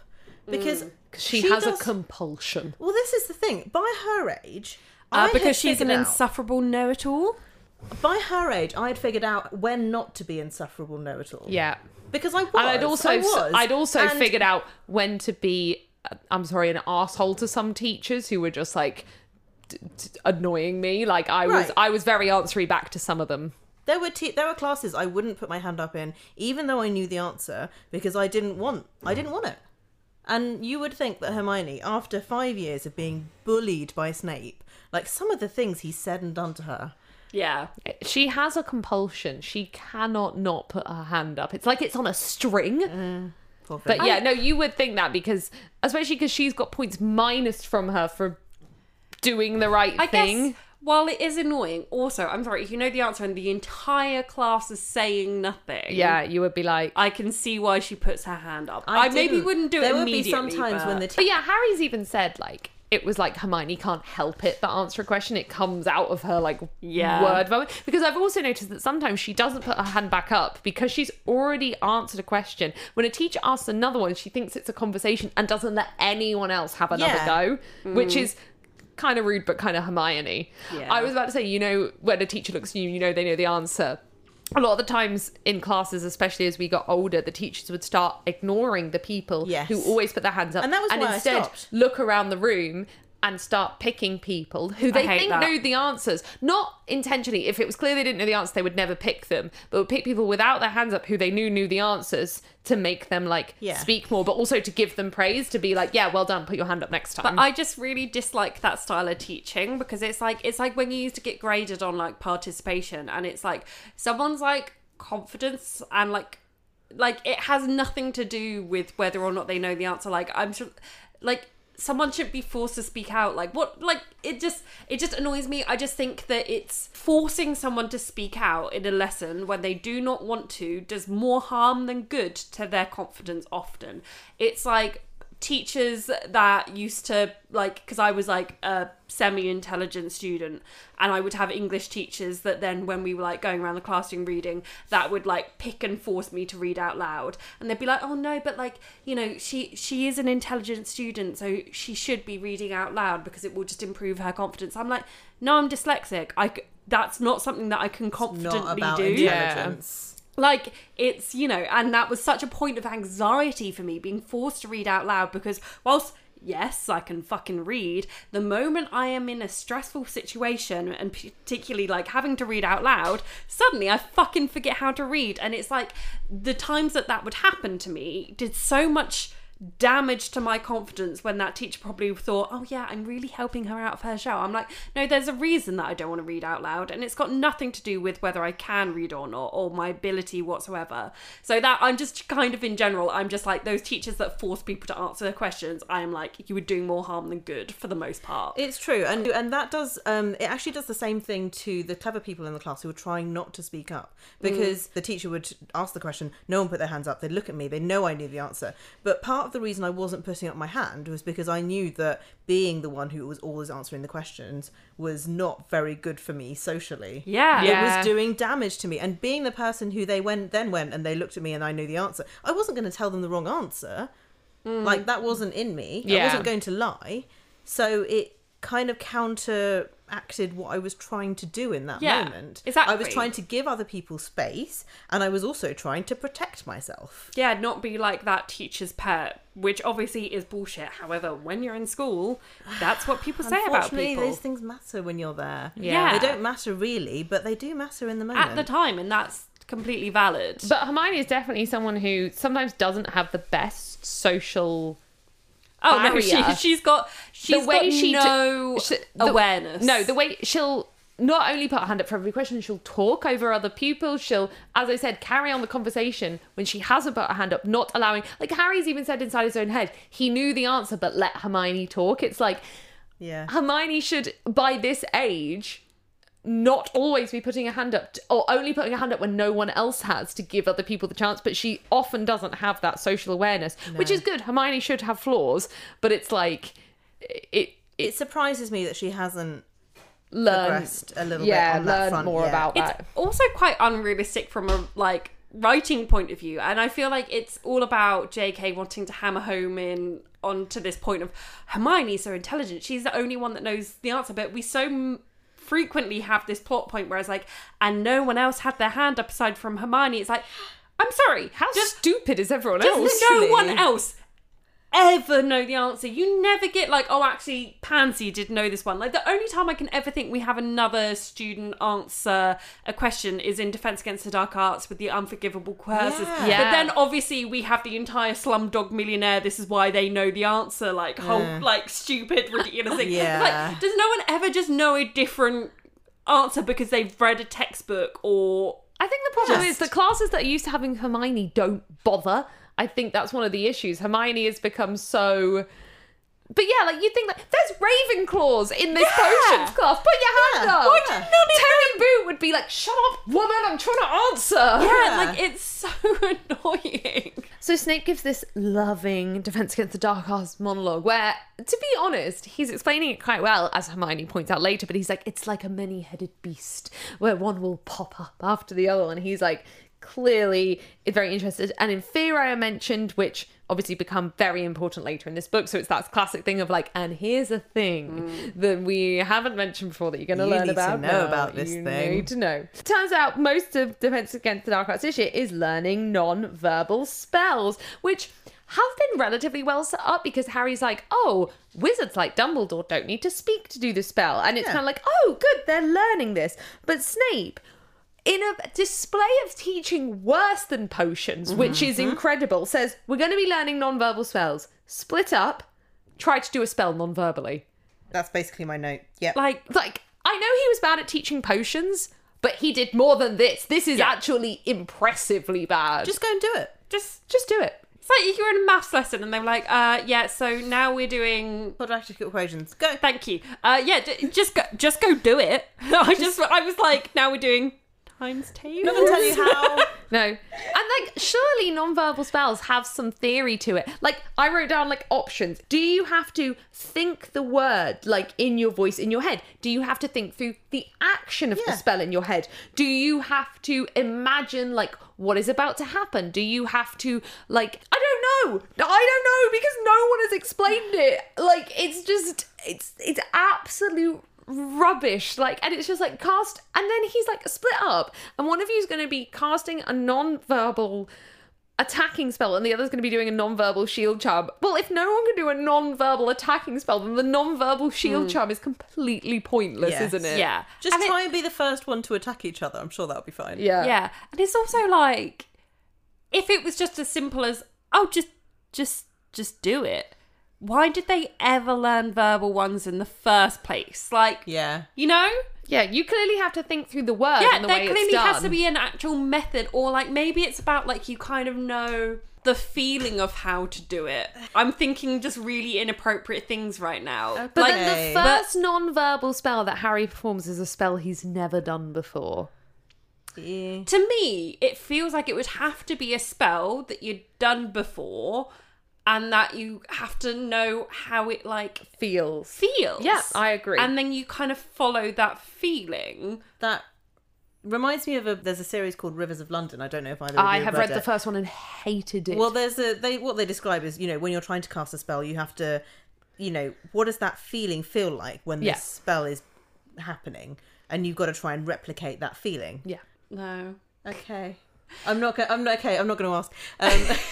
Speaker 3: Because
Speaker 4: Mm. She, has
Speaker 3: does-
Speaker 4: a compulsion.
Speaker 3: well, this is the thing. By her age,
Speaker 2: Uh,
Speaker 3: I had
Speaker 2: because she's an
Speaker 3: figured out-
Speaker 2: insufferable know it all.
Speaker 3: By her age, I had figured out when not to be insufferable know-it-all.
Speaker 4: Yeah.
Speaker 3: because I was.
Speaker 4: And I'd also
Speaker 3: I was,
Speaker 4: I'd also
Speaker 3: and-
Speaker 4: figured out when to be uh, I'm sorry, an asshole to some teachers who were just like d- d- annoying me. Like I was
Speaker 3: Right.
Speaker 4: I was very answery back to some of them.
Speaker 3: there were te- there were classes I wouldn't put my hand up in, even though I knew the answer because I didn't want I didn't want it. And you would think that Hermione, after five years of being bullied by Snape, like some of the things he said and done to her,
Speaker 2: Yeah.
Speaker 4: She has a compulsion. She cannot not put her hand up. It's like it's on a string.
Speaker 3: poor thing.
Speaker 4: But yeah, no, you would think that because especially because she's got points minus from her for doing the right
Speaker 2: I
Speaker 4: thing.
Speaker 2: guess while it is annoying, also, I'm sorry, if you know the answer and the entire class is saying nothing.
Speaker 4: Yeah, you would be like
Speaker 2: I can see why she puts her hand up. I, maybe
Speaker 3: didn't-
Speaker 2: wouldn't do
Speaker 3: there
Speaker 2: it
Speaker 3: would be
Speaker 2: immediately.
Speaker 3: sometimes
Speaker 2: but-
Speaker 3: when the
Speaker 4: But yeah, Harry's even said like it was like Hermione can't help it that answer a question. It comes out of her like
Speaker 2: Yeah.
Speaker 4: word vomit. Because I've also noticed that sometimes she doesn't put her hand back up because she's already answered a question. When a teacher asks another one, she thinks it's a conversation and doesn't let anyone else have another
Speaker 3: Yeah. Mm.
Speaker 4: go, which is kind of rude but kind of Hermione.
Speaker 2: Yeah.
Speaker 4: I was about to say, you know, when a teacher looks at you, you know they know the answer a lot of the times in classes, especially as we got older, the teachers would start ignoring the people
Speaker 3: Yes.
Speaker 4: who always put their hands up,
Speaker 3: And that was why I
Speaker 4: instead
Speaker 3: stopped.
Speaker 4: look around the room and start picking people who they
Speaker 2: hate
Speaker 4: think
Speaker 2: that.
Speaker 4: know the answers, not intentionally. If it was clear they didn't know the answer, they would never pick them, but would pick people without their hands up who they knew knew the answers to make them like
Speaker 3: Yeah.
Speaker 4: speak more, but also to give them praise to be like, yeah, well done, put your hand up next time.
Speaker 2: I just really dislike that style of teaching because it's like it's like when you used to get graded on like participation and it's like someone's like confidence and like like it has nothing to do with whether or not they know the answer like I'm sure like someone should be forced to speak out like what like it just it just annoys me i just think that it's forcing someone to speak out in a lesson when they do not want to does more harm than good to their confidence often it's like teachers that used to like because i was like a semi-intelligent student and i would have english teachers that then when we were like going around the classroom reading that would like pick and force me to read out loud and they'd be like oh no but like you know she she is an intelligent student so she should be reading out loud because it will just improve her confidence i'm like no i'm dyslexic i c- that's not something that i can confidently
Speaker 3: not about
Speaker 2: do
Speaker 3: intelligence.
Speaker 2: like it's you know and that was such a point of anxiety for me being forced to read out loud because whilst yes i can fucking read the moment i am in a stressful situation and particularly like having to read out loud suddenly i fucking forget how to read and it's like the times that that would happen to me did so much damage to my confidence when that teacher probably thought, oh, yeah, I'm really helping her out of her shell. I'm like, no, there's a reason that I don't want to read out loud. And it's got nothing to do with whether I can read or not or my ability whatsoever. So that I'm just kind of in general, I'm just like those teachers that force people to answer their questions. I am like, you were doing more harm than good for the most part.
Speaker 3: It's true, and and that does um, it actually does the same thing to the clever people in the class who are trying not to speak up because the teacher would ask the question, no one put their hands up, they'd look at me, they know I knew the answer. But part of the reason I wasn't putting up my hand was because I knew that being the one who was always answering the questions was not very good for me socially.
Speaker 2: yeah.
Speaker 4: Yeah.
Speaker 3: It was doing damage to me, and being the person who they went then went and they looked at me and I knew the answer. I wasn't going to tell them the wrong answer. Like that wasn't in me. I
Speaker 4: Hmm. Yeah.
Speaker 3: wasn't going to lie. So it kind of counteracted what I was trying to do in that
Speaker 2: Yeah,
Speaker 3: moment. I was
Speaker 2: exactly.
Speaker 3: trying to give other people space and I was also trying to protect myself.
Speaker 2: yeah, not be like that teacher's pet, which obviously is bullshit. However, when you're in school, that's what people say about
Speaker 3: Unfortunately,
Speaker 2: people.
Speaker 3: those things matter when you're there.
Speaker 4: Yeah.
Speaker 3: They don't matter really, but they do matter in the moment.
Speaker 2: at the time, and that's completely valid.
Speaker 4: But Hermione is definitely someone who sometimes doesn't have the best social.
Speaker 2: oh no,
Speaker 4: barrier.
Speaker 2: she, she's got she's
Speaker 4: way
Speaker 2: got
Speaker 4: she d-
Speaker 2: no
Speaker 4: she- the-
Speaker 2: awareness.
Speaker 4: No, the way she'll not only put her hand up for every question, she'll talk over other pupils. She'll, as I said, carry on the conversation when she hasn't put her hand up, not allowing. Like Harry's even said inside his own head, he knew the answer, but let Hermione talk. It's like
Speaker 3: yeah.
Speaker 4: Hermione should, by this age, not always be putting a hand up t- or only putting a hand up when no one else has to give other people the chance. But she often doesn't have that social awareness, which is good. Hermione should have flaws, but it's like it.
Speaker 3: It surprises me that she hasn't
Speaker 4: Learn,
Speaker 3: progressed a little
Speaker 4: yeah,
Speaker 3: bit on that
Speaker 4: learn
Speaker 3: front
Speaker 4: more
Speaker 3: yet.
Speaker 4: about
Speaker 2: it's
Speaker 4: that.
Speaker 2: also quite unrealistic from a like writing point of view and i feel like it's all about jk wanting to hammer home in onto this point of hermione's so intelligent she's the only one that knows the answer but we so m- frequently have this plot point where it's like and no one else had their hand up aside from hermione it's like i'm sorry
Speaker 4: How stupid is everyone else?
Speaker 2: does no one else ever know the answer? You never get like, oh, actually, Pansy did know this one. Like the only time I can ever think we have another student answer a question is in Defense Against the Dark Arts with the unforgivable curses.
Speaker 3: Yeah.
Speaker 4: Yeah.
Speaker 2: But then obviously we have the entire Slumdog Millionaire. This is why they know the answer. Like whole like stupid ridiculous thing.
Speaker 3: Yeah.
Speaker 2: Like does no one ever just know a different answer because they've read a textbook or
Speaker 4: I think the problem
Speaker 3: Just-
Speaker 4: is the classes that are used to having Hermione don't bother. I think that's one of the issues. Hermione has become so. But yeah, like you think that there's Ravenclaws in this potions class. Put your hand
Speaker 3: Yeah.
Speaker 4: up.
Speaker 3: Why do you not
Speaker 4: Terry Boot would be like, "Shut up, woman! I'm trying to answer."
Speaker 2: yeah,
Speaker 3: Yeah.
Speaker 2: like it's so annoying.
Speaker 4: So Snape gives this loving Defense Against the Dark Arts monologue where, to be honest, he's explaining it quite well, as Hermione points out later, but he's like, it's like a many headed beast where one will pop up after the other. And he's like, clearly very interested. And in Fear I Am mentioned, which obviously become very important later in this book. So it's that classic thing of like, and here's a thing that we haven't mentioned before that you're going
Speaker 3: Mm. You
Speaker 4: learn
Speaker 3: need to
Speaker 4: about.
Speaker 3: know
Speaker 4: now.
Speaker 3: about this
Speaker 4: You
Speaker 3: thing.
Speaker 4: need to know. Turns out most of Defense Against the Dark Arts this year is learning non-verbal spells, which have been relatively well set up because Harry's like, oh, wizards like Dumbledore don't need to speak to do the spell. And it's kind of like, oh, good, they're learning this. But Snape, in a display of teaching worse than potions, which is incredible, says, we're going to be learning non-verbal spells. Split up, try to do a spell non-verbally.
Speaker 3: That's basically my note. Yeah.
Speaker 2: Like
Speaker 4: Like, I know he was bad at teaching potions, but he did more than this. This is actually impressively bad. Just
Speaker 3: just go and do it.
Speaker 2: just
Speaker 4: just do it.
Speaker 2: It's like you were in a maths lesson and they were like, uh, yeah, so now we're doing.
Speaker 3: Quadratic equations. Go.
Speaker 2: Thank you. Uh, yeah, d- just go, just go do it. I just, I was like, now we're doing times
Speaker 3: I'm gonna tell
Speaker 2: tables.
Speaker 3: you how.
Speaker 4: No. And like surely nonverbal spells have some theory to it. Like I wrote down like options. Do you have to think the word like in your voice in your head? Do you have to think through the action of the
Speaker 3: Yeah.
Speaker 4: spell in your head? Do you have to imagine like what is about to happen? Do you have to like I don't know. I don't know because no one has explained it. Like it's just it's it's absolute rubbish like and it's just like cast and then he's like split up and one of you's going to be casting a non-verbal attacking spell and the other's going to be doing a non-verbal shield charm well if no one can do a non-verbal attacking spell then the non-verbal shield charm is completely pointless
Speaker 3: Hmm. Yes.
Speaker 4: isn't it
Speaker 2: Yeah,
Speaker 3: Just
Speaker 2: and it-
Speaker 3: try and be the first one to attack each other. I'm sure that'll be fine.
Speaker 4: yeah
Speaker 2: yeah, and it's also like, if it was just as simple as, oh, just, just just do it. Why did they ever learn verbal ones in the first place? Like,
Speaker 3: Yeah.
Speaker 2: you know?
Speaker 4: Yeah, you clearly have to think through the word.
Speaker 2: Yeah,
Speaker 4: and the
Speaker 2: there
Speaker 4: way
Speaker 2: clearly
Speaker 4: it's done.
Speaker 2: has to be an actual method, or like maybe it's about like you kind of know the feeling of how to do it. I'm thinking just really inappropriate things right now.
Speaker 4: But
Speaker 2: like,
Speaker 3: Okay.
Speaker 4: then the first non-verbal spell that Harry performs is a spell he's never done before.
Speaker 3: Yeah.
Speaker 2: to me, it feels like it would have to be a spell that you'd done before and that you have to know how it like
Speaker 4: Feels.
Speaker 2: feels.
Speaker 4: Yeah, I agree.
Speaker 2: And then you kind of follow that feeling.
Speaker 3: That reminds me of a. There's a series called Rivers of London. I don't know if either. of
Speaker 4: I
Speaker 3: you
Speaker 4: have read the
Speaker 3: it.
Speaker 4: first one and hated it.
Speaker 3: Well, there's a they what they describe is you know when you're trying to cast a spell, you have to, you know, what does that feeling feel like when
Speaker 4: Yeah.
Speaker 3: this spell is happening, and you've got to try and replicate that feeling.
Speaker 4: yeah.
Speaker 2: No.
Speaker 3: Okay, I'm not. Gonna, I'm not okay. I'm not going to ask. Um,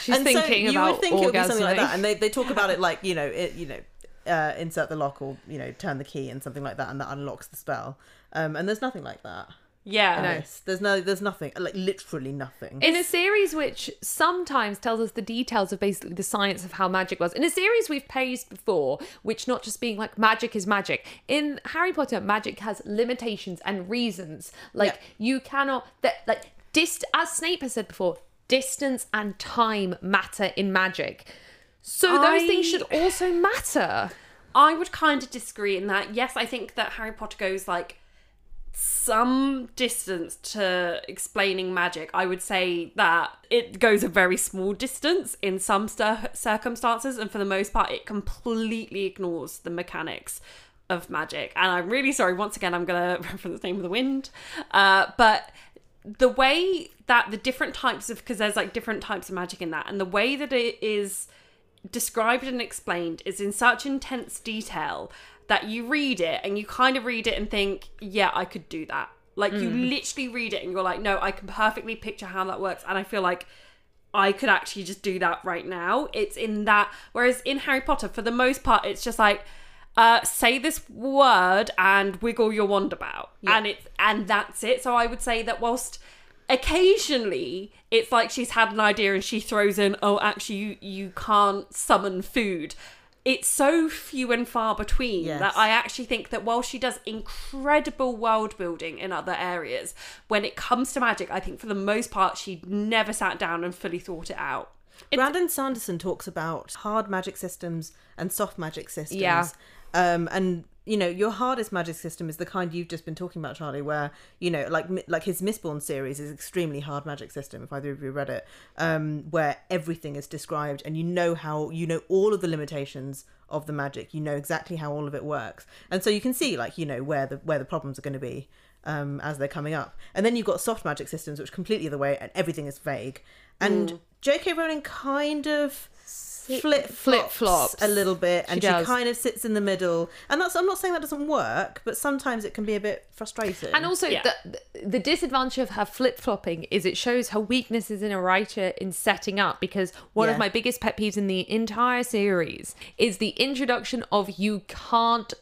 Speaker 4: She's thinking about
Speaker 3: it would be something like
Speaker 4: orgasming.
Speaker 3: that, and they they talk about it like you know it you know. Uh, insert the lock or you know turn the key and something like that and that unlocks the spell um and there's nothing like that
Speaker 2: Yeah.
Speaker 3: Yes, there's no there's nothing like literally nothing
Speaker 4: in a series which sometimes tells us the details of basically the science of how magic was. In a series we've praised before, which not just being like magic is magic. In Harry Potter, magic has limitations and reasons. Like you cannot that like dist as Snape has said before, distance and time matter in magic. So those
Speaker 2: I-
Speaker 4: things should also matter.
Speaker 2: I would kind of disagree in that. Yes, I think that Harry Potter goes like some distance to explaining magic. I would say that it goes a very small distance in some cir- circumstances, and for the most part, it completely ignores the mechanics of magic. And I'm really sorry, once again, I'm going to reference Name of the Wind, uh, but the way that the different types of because there's like different types of magic in that and the way that it is described and explained is in such intense detail that you read it and you kind of read it and think yeah i could do that like you literally read it and you're like no i can perfectly picture how that works and i feel like I could actually just do that right now. It's in that. Whereas in Harry Potter, for the most part, it's just like, uh, say this word and wiggle your wand about, and it's and that's it. So I would say that whilst occasionally it's like she's had an idea and she throws in, oh, actually you you can't summon food. It's so few and far between
Speaker 3: Yes.
Speaker 2: that I actually think that while she does incredible world building in other areas, when it comes to magic, I think for the most part she never sat down and fully thought it out.
Speaker 3: Brandon Sanderson talks about hard magic systems and soft magic systems.
Speaker 4: Yeah.
Speaker 3: Um, and you know, your hardest magic system is the kind you've just been talking about, Charlie, where you know, like like his Mistborn series is extremely hard magic system. If either of you read it, um, where everything is described and you know how you know all of the limitations of the magic, you know exactly how all of it works, and so you can see like you know where the where the problems are going to be um, as they're coming up. And then you've got soft magic systems, which are completely the way, and everything is vague. And
Speaker 4: Mm.
Speaker 3: J.K. Rowling kind of flip
Speaker 4: flip-flops.
Speaker 3: flops a little bit, and she,
Speaker 4: does.
Speaker 3: kind of sits in the middle. And that's I'm not saying that doesn't work, but sometimes it can be a bit frustrating.
Speaker 4: And also,
Speaker 2: Yeah.
Speaker 4: the, the disadvantage of her flip flopping is it shows her weaknesses in a writer in setting up. Because one
Speaker 3: Yeah.
Speaker 4: of my biggest pet peeves in the entire series is the introduction of you can't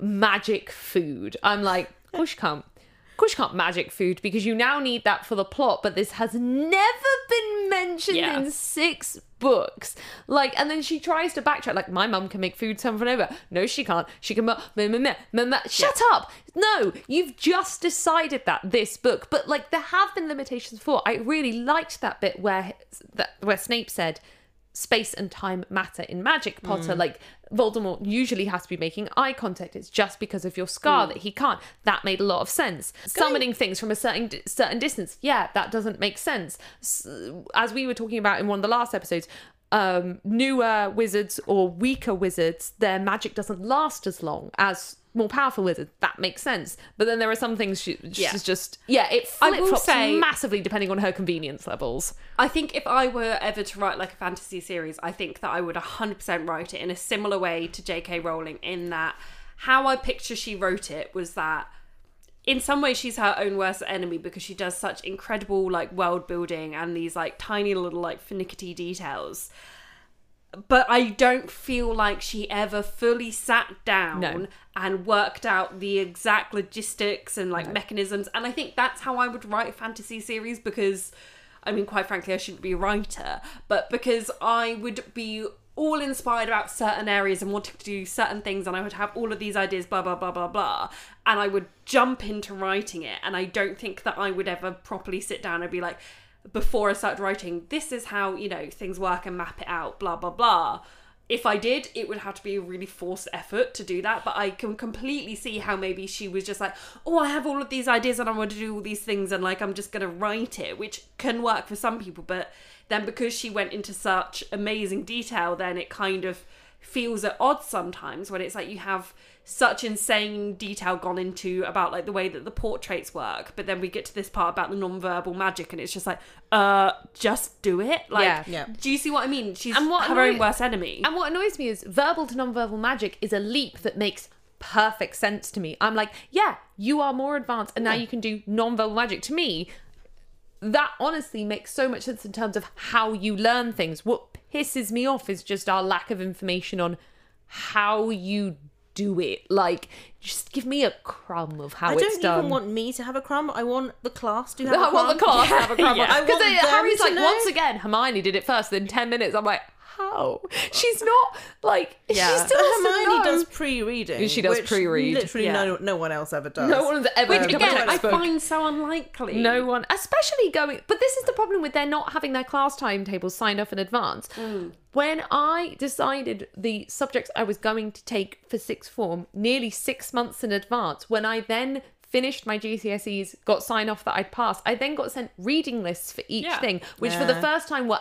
Speaker 4: magic food. I'm like, of course you can't. Of course you can't magic food because you now need that for the plot, but this has never been mentioned
Speaker 2: Yeah.
Speaker 4: in six books. Like, and then she tries to backtrack. Like, my mum can make food turn from over. No, she can't. She can. ma- ma- ma- ma- ma- ma- Shut up! No, you've just decided that this book. But like, there have been limitations before. I really liked that bit where that where Snape said. Space and time matter in Magic Potter. Like Voldemort usually has to be making eye contact. It's just because of your scar that he can't. That made a lot of sense. Summoning things from a certain certain distance, yeah, that doesn't make sense. S- As we were talking about in one of the last episodes, um, newer wizards or weaker wizards, their magic doesn't last as long as more powerful wizards. That makes sense. But then there are some things she, she's
Speaker 2: Yeah.
Speaker 4: just yeah, it
Speaker 2: I will
Speaker 4: flip flops
Speaker 2: say-
Speaker 4: massively depending on her convenience levels.
Speaker 2: I think if I were ever to write like a fantasy series, I think that I would 100% write it in a similar way to J.K. Rowling, in that how I picture she wrote it was that in some ways she's her own worst enemy because she does such incredible like world building and these like tiny little like finicky details. But I don't feel like she ever fully sat down
Speaker 4: No.
Speaker 2: and worked out the exact logistics and like mechanisms. And I think that's how I would write a fantasy series because I mean, quite frankly, I shouldn't be a writer, but because I would be all inspired about certain areas and wanting to do certain things, and I would have all of these ideas, blah, blah, blah, blah, blah, and I would jump into writing it. And I don't think that I would ever properly sit down and be like, before I started writing, this is how, you know, things work and map it out, blah, blah, blah if I did, it would have to be a really forced effort to do that. But I can completely see how maybe she was just like, oh, I have all of these ideas and I want to do all these things and like I'm just going to write it, which can work for some people. But then because she went into such amazing detail, then it kind of feels at odds sometimes when it's like you have such insane detail gone into about like the way that the portraits work but then we get to this part about the non-verbal magic and it's just like uh just do it like
Speaker 4: Yeah.
Speaker 3: Yeah.
Speaker 2: do you see what i mean she's
Speaker 4: And what
Speaker 2: her own
Speaker 4: annoy-
Speaker 2: worst enemy
Speaker 4: And what annoys me is verbal to nonverbal magic is a leap that makes perfect sense to me. I'm like, yeah, you are more advanced and now you can do nonverbal magic. To me, that honestly makes so much sense in terms of how you learn things. What pisses me off is just our lack of information on how you do it. Like, just give me a crumb of how
Speaker 3: I
Speaker 4: it's
Speaker 3: don't
Speaker 4: done.
Speaker 3: even want me to have a crumb. I want the class to have a
Speaker 4: I
Speaker 3: crumb.
Speaker 4: want the class to have a crumb
Speaker 2: Yeah.
Speaker 3: I
Speaker 4: Because
Speaker 3: want them
Speaker 4: Harry's
Speaker 3: to
Speaker 4: like,
Speaker 3: know.
Speaker 4: once again, Hermione did it first. Then ten minutes, I'm like, how? She's not like.
Speaker 2: Yeah.
Speaker 4: She still has to
Speaker 3: Hermione
Speaker 4: know.
Speaker 3: does pre-reading.
Speaker 4: She does
Speaker 3: which
Speaker 4: pre-read,
Speaker 3: Literally,
Speaker 2: yeah.
Speaker 3: no, no one else ever does.
Speaker 4: No one's ever
Speaker 2: Which
Speaker 4: picked up a
Speaker 2: again, I
Speaker 4: textbook.
Speaker 2: find so unlikely.
Speaker 4: no one, especially going. But this is the problem with their not having their class timetables signed off in advance. When I decided the subjects I was going to take for sixth form nearly six months in advance, when I then finished my GCSEs, got sign off that I'd passed, I then got sent reading lists for each
Speaker 2: Yeah.
Speaker 4: thing, which for the first time were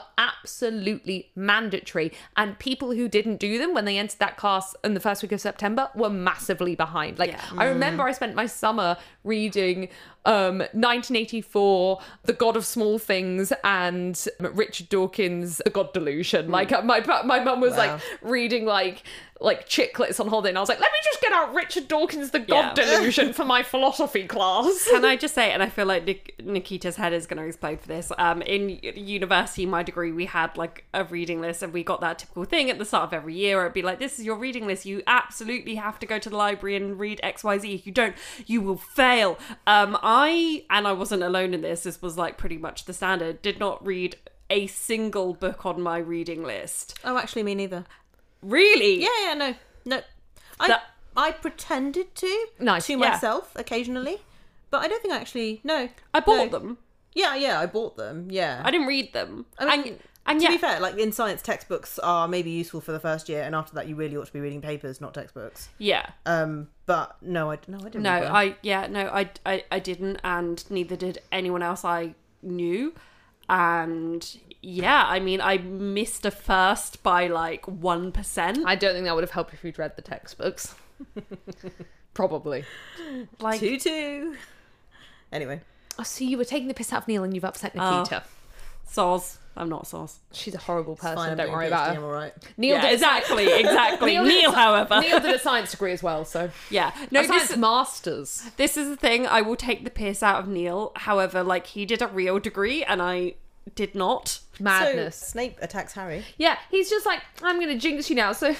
Speaker 4: absolutely mandatory. And people who didn't do them when they entered that class in the first week of September were massively behind. Like,
Speaker 2: Yeah.
Speaker 4: I remember I spent my summer reading um, 1984, The God of Small Things, and Richard Dawkins' The God Delusion. Like uh, my pa- my mum was like reading like like chiclets on holiday, and I was like, let me just get out Richard Dawkins' The God
Speaker 2: Yeah.
Speaker 4: Delusion for my philosophy class.
Speaker 2: Can I just say, and I feel like Nik- Nikita's head is going to explode for this. Um, in u- university, my degree, we had like a reading list, and we got that typical thing at the start of every year. It'd be like, "This is your reading list. You absolutely have to go to the library and read X, Y, Z. If you don't, you will fail." Um, I and I wasn't alone in this. This was like pretty much the standard. Did not read a single book on my reading list.
Speaker 3: Oh, actually, me neither.
Speaker 2: Really?
Speaker 3: Yeah, yeah, no, no. I
Speaker 2: That-
Speaker 3: I pretended to
Speaker 4: Nice,
Speaker 3: to
Speaker 4: yeah.
Speaker 3: myself occasionally, but I don't think I actually. No,
Speaker 2: I bought
Speaker 3: no.
Speaker 2: them.
Speaker 3: Yeah, yeah, I bought them. Yeah.
Speaker 2: I didn't read them.
Speaker 3: I mean,
Speaker 2: and and
Speaker 3: to
Speaker 2: yeah,
Speaker 3: be fair, like in science, textbooks are maybe useful for the first year, and after that, you really ought to be reading papers, not textbooks.
Speaker 2: yeah.
Speaker 3: Um, but no, I no, I didn't.
Speaker 2: No,
Speaker 3: read them.
Speaker 2: I yeah, no, I, I I didn't, and neither did anyone else I knew. And yeah, I mean, I missed a first by like one percent.
Speaker 4: I don't think that would have helped if you'd read the textbooks. Probably.
Speaker 2: Like,
Speaker 3: two two. Anyway,
Speaker 4: Oh, so you were taking the piss out of Neil and you've upset
Speaker 3: Oh.
Speaker 4: Nikita.
Speaker 2: sauce. I'm not sauce.
Speaker 4: She's a horrible person.
Speaker 3: fine, I'm
Speaker 4: don't
Speaker 3: doing
Speaker 4: worry
Speaker 3: PhD,
Speaker 4: about
Speaker 3: I'm
Speaker 4: her.
Speaker 3: all right.
Speaker 4: Neil
Speaker 2: yeah,
Speaker 4: did a science-
Speaker 2: exactly, exactly. Neil,
Speaker 4: did a sci-
Speaker 2: however,
Speaker 4: Neil did a science degree as well, so
Speaker 2: yeah, no,
Speaker 4: a science
Speaker 2: this
Speaker 4: masters.
Speaker 2: this is the thing. I will take the piss out of Neil. However, like he did a real degree, and I did not.
Speaker 4: Madness.
Speaker 3: So Snape attacks Harry.
Speaker 4: yeah, he's just like, I'm gonna jinx you now. So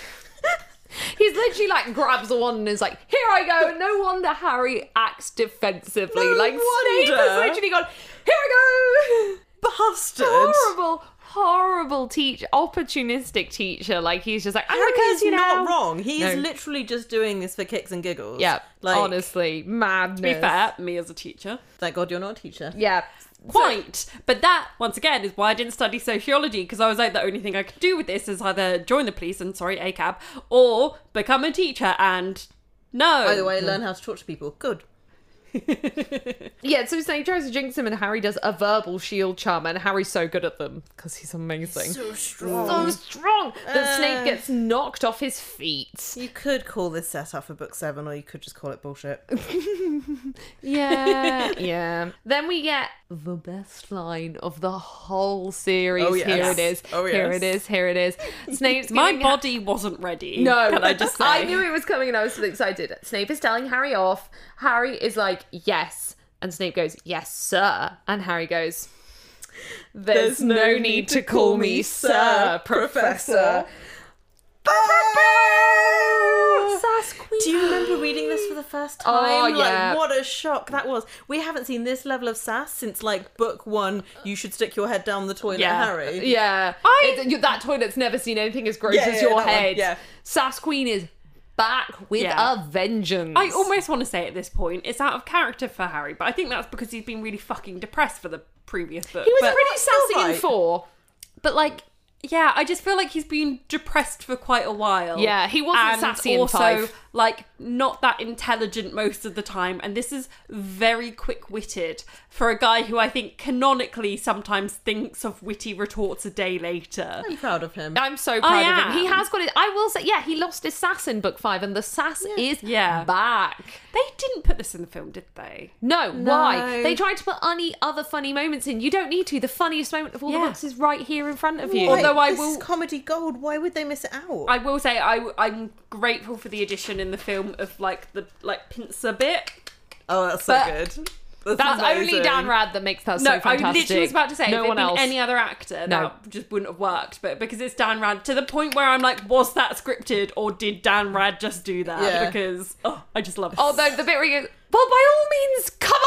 Speaker 4: he's literally like grabs the wand and is like, here I go. And no wonder Harry acts defensively.
Speaker 3: No
Speaker 4: like Snape has
Speaker 3: wonder.
Speaker 4: literally gone, here I go.
Speaker 3: Bastard!
Speaker 4: horrible, horrible teach, opportunistic teacher. Like he's just like, I'm
Speaker 3: Harry
Speaker 4: gonna curse
Speaker 3: is
Speaker 4: you now.
Speaker 3: not wrong. He is
Speaker 4: No.
Speaker 3: literally just doing this for kicks and giggles.
Speaker 4: Yeah,
Speaker 3: like
Speaker 4: honestly, madness.
Speaker 2: To be fair, me as a teacher.
Speaker 3: Thank God you're not a teacher.
Speaker 4: yeah.
Speaker 2: point. but that, once again, is why I didn't study sociology because I was like, the only thing I could do with this is either join the police and sorry, ACAB, or become a teacher. And no,
Speaker 3: By the way, learn how to torture people. Good.
Speaker 4: Yeah, so Snape tries to jinx him, and Harry does a verbal shield charm, and Harry's so good at them because he's amazing, so,
Speaker 3: strong.
Speaker 4: strong that Snape
Speaker 3: Uh.
Speaker 4: gets knocked off his feet.
Speaker 3: You could call this setup for book seven, or you could just call it bullshit.
Speaker 4: Yeah, yeah. Then we get the best line of the whole series.
Speaker 3: Oh, yes.
Speaker 4: Here it is.
Speaker 3: Oh,
Speaker 4: Here
Speaker 3: yes.
Speaker 4: it is. Here it is. Snape's
Speaker 2: my
Speaker 4: giving-
Speaker 2: body wasn't ready.
Speaker 4: No,
Speaker 2: can I just say?
Speaker 4: I knew it was coming, and I was so excited. Snape is telling Harry off. Harry is like, "Yes," and Snape goes, "Yes, sir," and Harry goes. There's, no, need, to call me sir, professor.
Speaker 3: Professor.
Speaker 4: Sass queen.
Speaker 3: Do you remember reading this for the first time?
Speaker 4: Oh, yeah.
Speaker 3: Like, what a shock that was. We haven't seen this level of sass since, like, book one, You Should Stick Your Head Down the Toilet,
Speaker 2: Yeah.
Speaker 3: Harry.
Speaker 4: Yeah.
Speaker 2: I-
Speaker 4: It- you- that toilet's never seen anything as gross
Speaker 3: Yeah,
Speaker 4: as
Speaker 3: yeah,
Speaker 4: your
Speaker 3: that one,
Speaker 4: head.
Speaker 3: yeah.
Speaker 4: Sass Queen is back with
Speaker 2: Yeah.
Speaker 4: a vengeance.
Speaker 2: I almost want to say at this point it's out of character for Harry, but I think that's because he's been really fucking depressed for the previous book.
Speaker 4: He was
Speaker 2: but,
Speaker 4: pretty
Speaker 3: still
Speaker 4: sassy in
Speaker 3: right.
Speaker 4: four.
Speaker 2: but like, yeah, I just feel like he's been depressed for quite a while.
Speaker 4: Yeah, he wasn't
Speaker 2: and
Speaker 4: sassy in
Speaker 2: Also,
Speaker 4: five.
Speaker 2: like, not that intelligent most of the time, and this is very quick witted for a guy who I think canonically sometimes thinks of witty retorts a day later.
Speaker 3: I'm proud of him.
Speaker 4: I'm so proud of him. He
Speaker 2: am.
Speaker 4: has got it. I will say, yeah, he lost his sass in book five, and the sass is
Speaker 2: Yeah.
Speaker 4: back.
Speaker 2: They didn't put this in the film, did they?
Speaker 4: No, why? They tried to put any other funny moments in. You don't need to. The funniest moment of all the
Speaker 2: Yeah.
Speaker 4: books is right here in front of you.
Speaker 3: Why?
Speaker 2: Although I
Speaker 3: This
Speaker 2: will-
Speaker 3: is comedy gold. Why would they miss it out?
Speaker 2: I will say I, I'm grateful for the addition in the film of like the like pincer bit.
Speaker 3: oh, that's so
Speaker 4: But
Speaker 3: good. That's,
Speaker 4: That's only
Speaker 3: amazing.
Speaker 4: Dan Rad that makes that
Speaker 2: No,
Speaker 4: so fantastic.
Speaker 2: I literally was about to say,
Speaker 4: no
Speaker 2: if it had
Speaker 4: one
Speaker 2: been
Speaker 4: else.
Speaker 2: any other actor,
Speaker 4: No.
Speaker 2: that just wouldn't have worked. But because it's Dan Rad, to the point where I'm like, was that scripted or did Dan Rad just do that?
Speaker 3: Yeah.
Speaker 2: Because oh, I just love it.
Speaker 4: Although the bit where he goes, well, by all means, come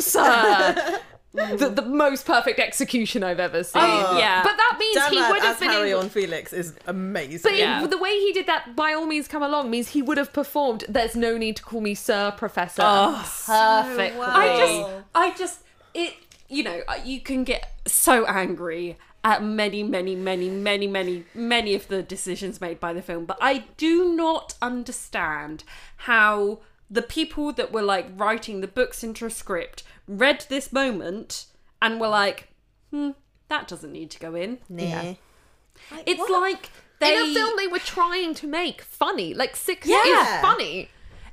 Speaker 4: sir. the, the most perfect execution I've ever seen.
Speaker 2: Oh, yeah.
Speaker 4: But that means
Speaker 3: Dan
Speaker 4: he
Speaker 3: Rad
Speaker 4: would
Speaker 3: as
Speaker 4: have been.
Speaker 3: Harry
Speaker 4: in-
Speaker 3: on Felix is amazing.
Speaker 4: But
Speaker 2: Yeah.
Speaker 4: it- the way he did that, by all means, come along, means he would have performed. There's no need to call me Sir Professor.
Speaker 3: Oh.
Speaker 4: Perfect.
Speaker 3: well.
Speaker 2: I just, I just, it, you know, uh, you can get so angry at many, many, many, many, many, many of the decisions made by the film, but I do not understand how the people that were like writing the books into a script read this moment and were like, hmm, that doesn't need to go in.
Speaker 3: yeah.
Speaker 2: It's like they
Speaker 4: in a film they were trying to make funny, like six
Speaker 2: Yeah.
Speaker 4: is funny.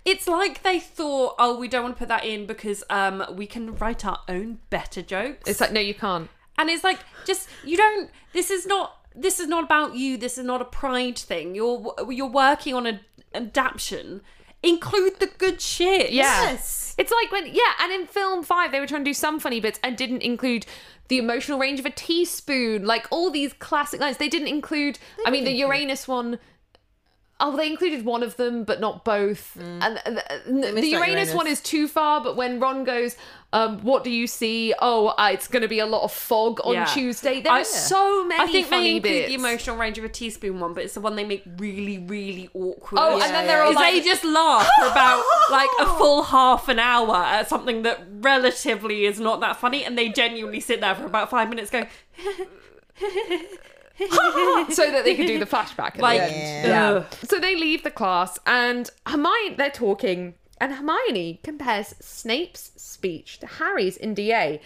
Speaker 2: It's like they thought, oh, we don't want to put that in because um, we can write our own better jokes.
Speaker 4: It's like no, you can't.
Speaker 2: and it's like just you don't this is not this is not about you this is not a pride thing you're you're working on a adaption include the good shit
Speaker 4: Yeah.
Speaker 3: Yes.
Speaker 4: It's like when yeah, and in film five they were trying to do some funny bits and didn't include the emotional range of a teaspoon, like all these classic lines. They didn't include. I mean, the Uranus one. Oh, they included one of them, but not both. And uh, the, the
Speaker 3: missed that
Speaker 4: Uranus,
Speaker 3: Uranus.
Speaker 4: one is too far. But when Ron goes, um, "What do you see?" Oh, uh, it's going to be a lot of fog on
Speaker 2: Yeah.
Speaker 4: Tuesday. There
Speaker 2: I-
Speaker 4: are so many
Speaker 2: I think they
Speaker 4: funny
Speaker 2: include
Speaker 4: bits.
Speaker 2: the emotional range of a teaspoon one, but it's the one they make really, really awkward.
Speaker 4: Oh, and
Speaker 3: then they're all
Speaker 2: Is
Speaker 4: like-
Speaker 2: they just laugh for about like a full half an hour at something that relatively is not that funny, and they genuinely sit there for about five minutes going,
Speaker 4: so that they could do the flashback. At
Speaker 2: like,
Speaker 4: the end.
Speaker 2: "Ugh."
Speaker 4: So they leave the class, and Hermione, they're talking, and Hermione compares Snape's speech to Harry's in DA.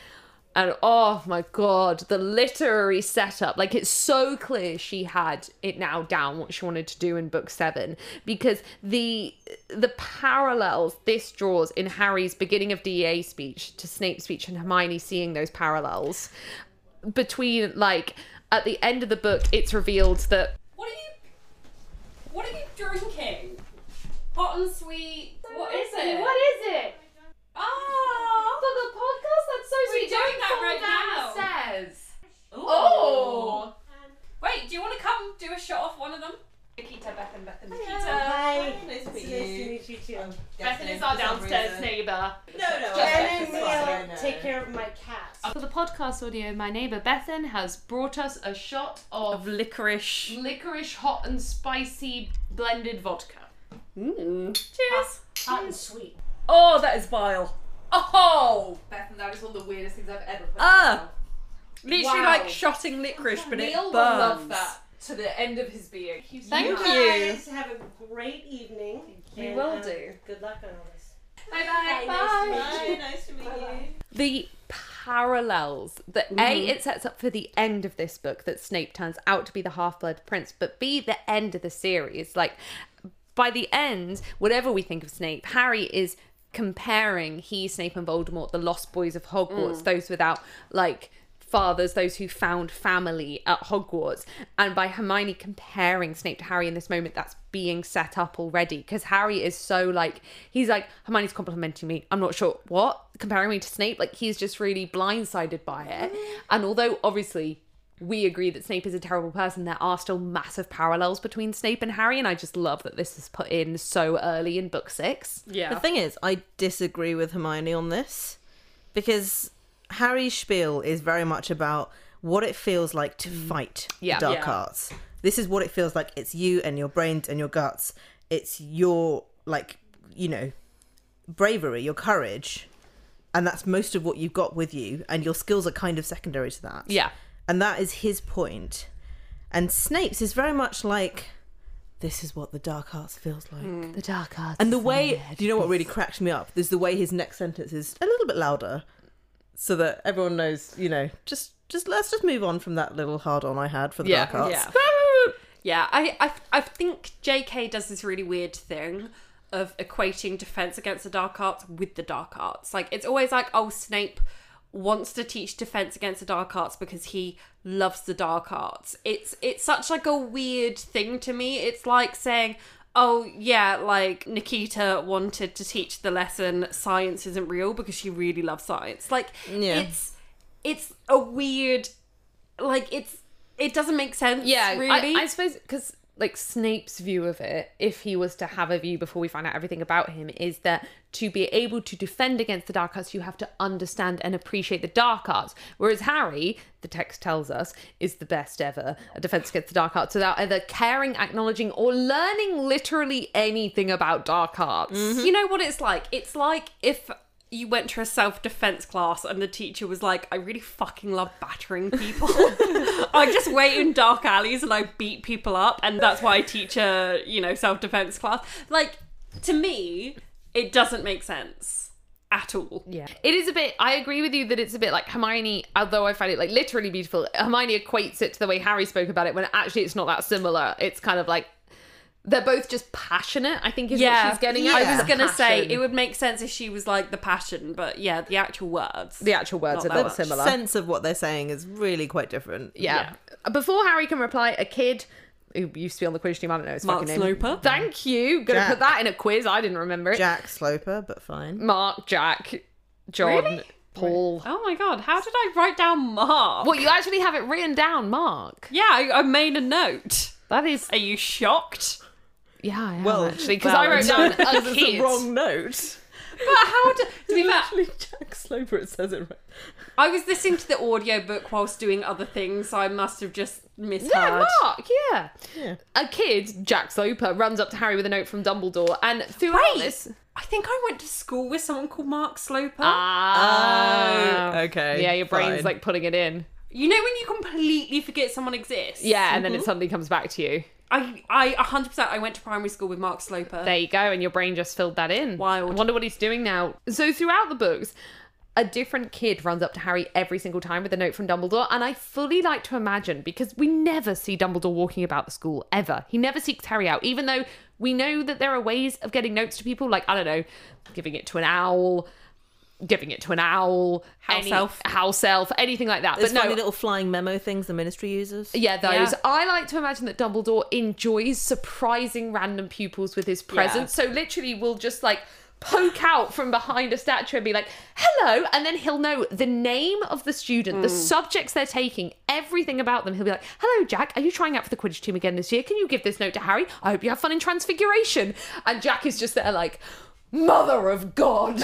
Speaker 4: And oh my god, the literary setup. Like it's so clear she had it now down what she wanted to do in book 7 because the the parallels this draws in Harry's beginning of DA speech to Snape's speech and Hermione seeing those parallels between like at the end of the book it's revealed that
Speaker 2: What are you? What are you drinking? Hot and sweet. What is it?
Speaker 5: What is it?
Speaker 2: Oh,
Speaker 5: For the podcast? That's so
Speaker 2: We're
Speaker 5: sweet.
Speaker 2: doing that
Speaker 5: fall
Speaker 2: right now.
Speaker 5: downstairs.
Speaker 2: oh. Wait, do you want to come do a shot off one of them? Nikita, Beth, and Beth, and Nikita.
Speaker 3: Hi. Nice to meet you.
Speaker 2: Beth is our downstairs neighbour.
Speaker 3: No, no.
Speaker 5: Ben and
Speaker 3: it's
Speaker 5: Neil
Speaker 3: fine, no.
Speaker 5: take care of my cat.
Speaker 4: For the podcast audio, my neighbour Bethan has brought us a shot
Speaker 2: Oh.
Speaker 4: of
Speaker 2: licorice.
Speaker 4: licorice hot and spicy blended vodka.
Speaker 2: Cheers.
Speaker 5: Hot and sweet.
Speaker 2: Oh, that is vile. Oh,
Speaker 4: Bethan, that is one of the weirdest things I've ever heard.
Speaker 2: ah. Literally
Speaker 4: Wow.
Speaker 2: like shotting licorice, but it
Speaker 4: Neil
Speaker 2: burns.
Speaker 4: will love that to the end of his being. Thank
Speaker 5: you
Speaker 4: you.
Speaker 5: guys have a great evening.
Speaker 4: We
Speaker 5: and,
Speaker 4: will
Speaker 5: um,
Speaker 4: do.
Speaker 5: Good luck on all this.
Speaker 4: Bye bye.
Speaker 3: Hi, nice to meet you.
Speaker 4: the parallels that a it sets up for the end of this book that snape turns out to be the half-blood prince but b the end of the series like by the end whatever we think of snape harry is comparing he snape and voldemort the lost boys of hogwarts those without like fathers those who found family at hogwarts and by hermione comparing snape to harry in this moment that's being set up already because harry is so like he's like hermione's complimenting me i'm not sure what comparing me to snape like he's just really blindsided by it and although obviously we agree that Snape is a terrible person, there are still massive parallels between Snape and Harry, and I just love that this is put in so early in book six.
Speaker 2: Yeah.
Speaker 3: The thing is, I disagree with Hermione on this because Harry's spiel is very much about what it feels like to fight
Speaker 4: Yeah.
Speaker 3: the dark
Speaker 2: Yeah.
Speaker 3: arts. This is what it feels like. It's you and your brains and your guts. It's your like you know bravery, your courage, and that's most of what you've got with you. And your skills are kind of secondary to that.
Speaker 4: Yeah.
Speaker 3: and that is his point. And Snape's is very much like this is what the dark arts feels like.
Speaker 4: The dark arts.
Speaker 3: And the way, do you know what really cracked me up? Is the way his next sentence is a little bit louder, so that everyone knows. You know, just just let's just move on from that little hard on I had for the
Speaker 4: Yeah,
Speaker 3: dark arts.
Speaker 2: yeah. Yeah, I, I, I think JK does this really weird thing of equating defense against the dark arts with the dark arts. Like, it's always like, oh, Snape wants to teach defense against the dark arts because he loves the dark arts. It's it's such like a weird thing to me. It's like saying, "Oh yeah, like Nikita wanted to teach the lesson science isn't real because she really loves science." Like
Speaker 3: Yeah.
Speaker 2: it's it's a weird like it's it doesn't make sense.
Speaker 4: Yeah,
Speaker 2: really.
Speaker 4: I, I suppose because like Snape's view of it, if he was to have a view before we find out everything about him, is that to be able to defend against the dark arts, you have to understand and appreciate the dark arts. Whereas Harry, the text tells us, is the best ever a defense against the dark arts without either caring, acknowledging, or learning literally anything about dark arts.
Speaker 2: you know what it's like? It's like if you went to a self defense class and the teacher was like, I really fucking love battering people. I just wait in dark alleys and I beat people up, and that's why I teach a, you know, self defense class. Like, to me, it doesn't make sense at all.
Speaker 4: Yeah. It is a bit, I agree with you that it's a bit like Hermione, although I find it like literally beautiful. Hermione equates it to the way Harry spoke about it when actually it's not that similar. It's kind of like they're both just passionate, I think is what she's getting at.
Speaker 2: I was
Speaker 4: It's
Speaker 2: gonna say
Speaker 4: passion.
Speaker 2: it would make sense if she was like the passion, but yeah, the actual words.
Speaker 4: the actual words
Speaker 2: Not
Speaker 4: are
Speaker 2: that
Speaker 4: not
Speaker 2: much.
Speaker 4: similar.
Speaker 3: Sense of what they're saying is really quite different.
Speaker 4: yeah. Before Harry can reply, a kid who used to be on the Quidditch team, I don't know his
Speaker 2: Mark
Speaker 4: fucking name.
Speaker 2: Sloper.
Speaker 4: Thank you. Gonna
Speaker 3: Jack.
Speaker 4: put that in a quiz. I didn't remember it.
Speaker 3: Jack Sloper, but fine.
Speaker 4: Mark, Jack, John, Paul.
Speaker 2: Oh my god, how did I write down Mark?
Speaker 4: Well, you actually have it written down, Mark.
Speaker 2: Yeah, I, I made a note.
Speaker 4: That is
Speaker 2: Are you shocked?
Speaker 4: Yeah, I am
Speaker 3: Well,
Speaker 4: actually because
Speaker 2: well,
Speaker 4: I wrote down a
Speaker 3: It's
Speaker 4: kid.
Speaker 3: the wrong note.
Speaker 2: But how do, to be fair,
Speaker 3: Actually, Jack Sloper. It says it right.
Speaker 2: I was listening to the audiobook whilst doing other things, so I must have just misheard.
Speaker 4: Yeah, Mark. Yeah.
Speaker 3: Yeah.
Speaker 4: a kid, Jack Sloper, runs up to Harry with a note from Dumbledore, and throughout
Speaker 2: Wait.
Speaker 4: this,
Speaker 2: I think I went to school with someone called Mark Sloper.
Speaker 4: ah,
Speaker 3: Oh, okay,
Speaker 4: yeah, your brain's
Speaker 3: fine.
Speaker 4: like putting it in,
Speaker 2: you know when you completely forget someone exists?
Speaker 4: yeah, and then
Speaker 3: Mm-hmm.
Speaker 4: it suddenly comes back to you.
Speaker 2: I, I 100% I went to primary school with Mark Sloper.
Speaker 4: There you go, and your brain just filled that in.
Speaker 2: Wild.
Speaker 4: I wonder what he's doing now. So throughout the books, a different kid runs up to Harry every single time with a note from Dumbledore, and I fully like to imagine because we never see Dumbledore walking about the school ever. He never seeks Harry out, even though we know that there are ways of getting notes to people, like I don't know, giving it to an owl, giving it to an owl,
Speaker 2: House
Speaker 4: any-
Speaker 2: elf.
Speaker 4: house elf, anything like that.
Speaker 3: Those
Speaker 4: but no,
Speaker 3: funny little flying memo things the ministry uses.
Speaker 4: yeah, those.
Speaker 2: Yeah.
Speaker 4: I like to imagine that Dumbledore enjoys surprising random pupils with his presence. So literally, will just like poke out from behind a statue and be like, "Hello," and then he'll know the name of the student, the subjects they're taking, everything about them. He'll be like, "Hello, Jack. Are you trying out for the Quidditch team again this year? Can you give this note to Harry? I hope you have fun in Transfiguration." And Jack is just there like. Mother of God!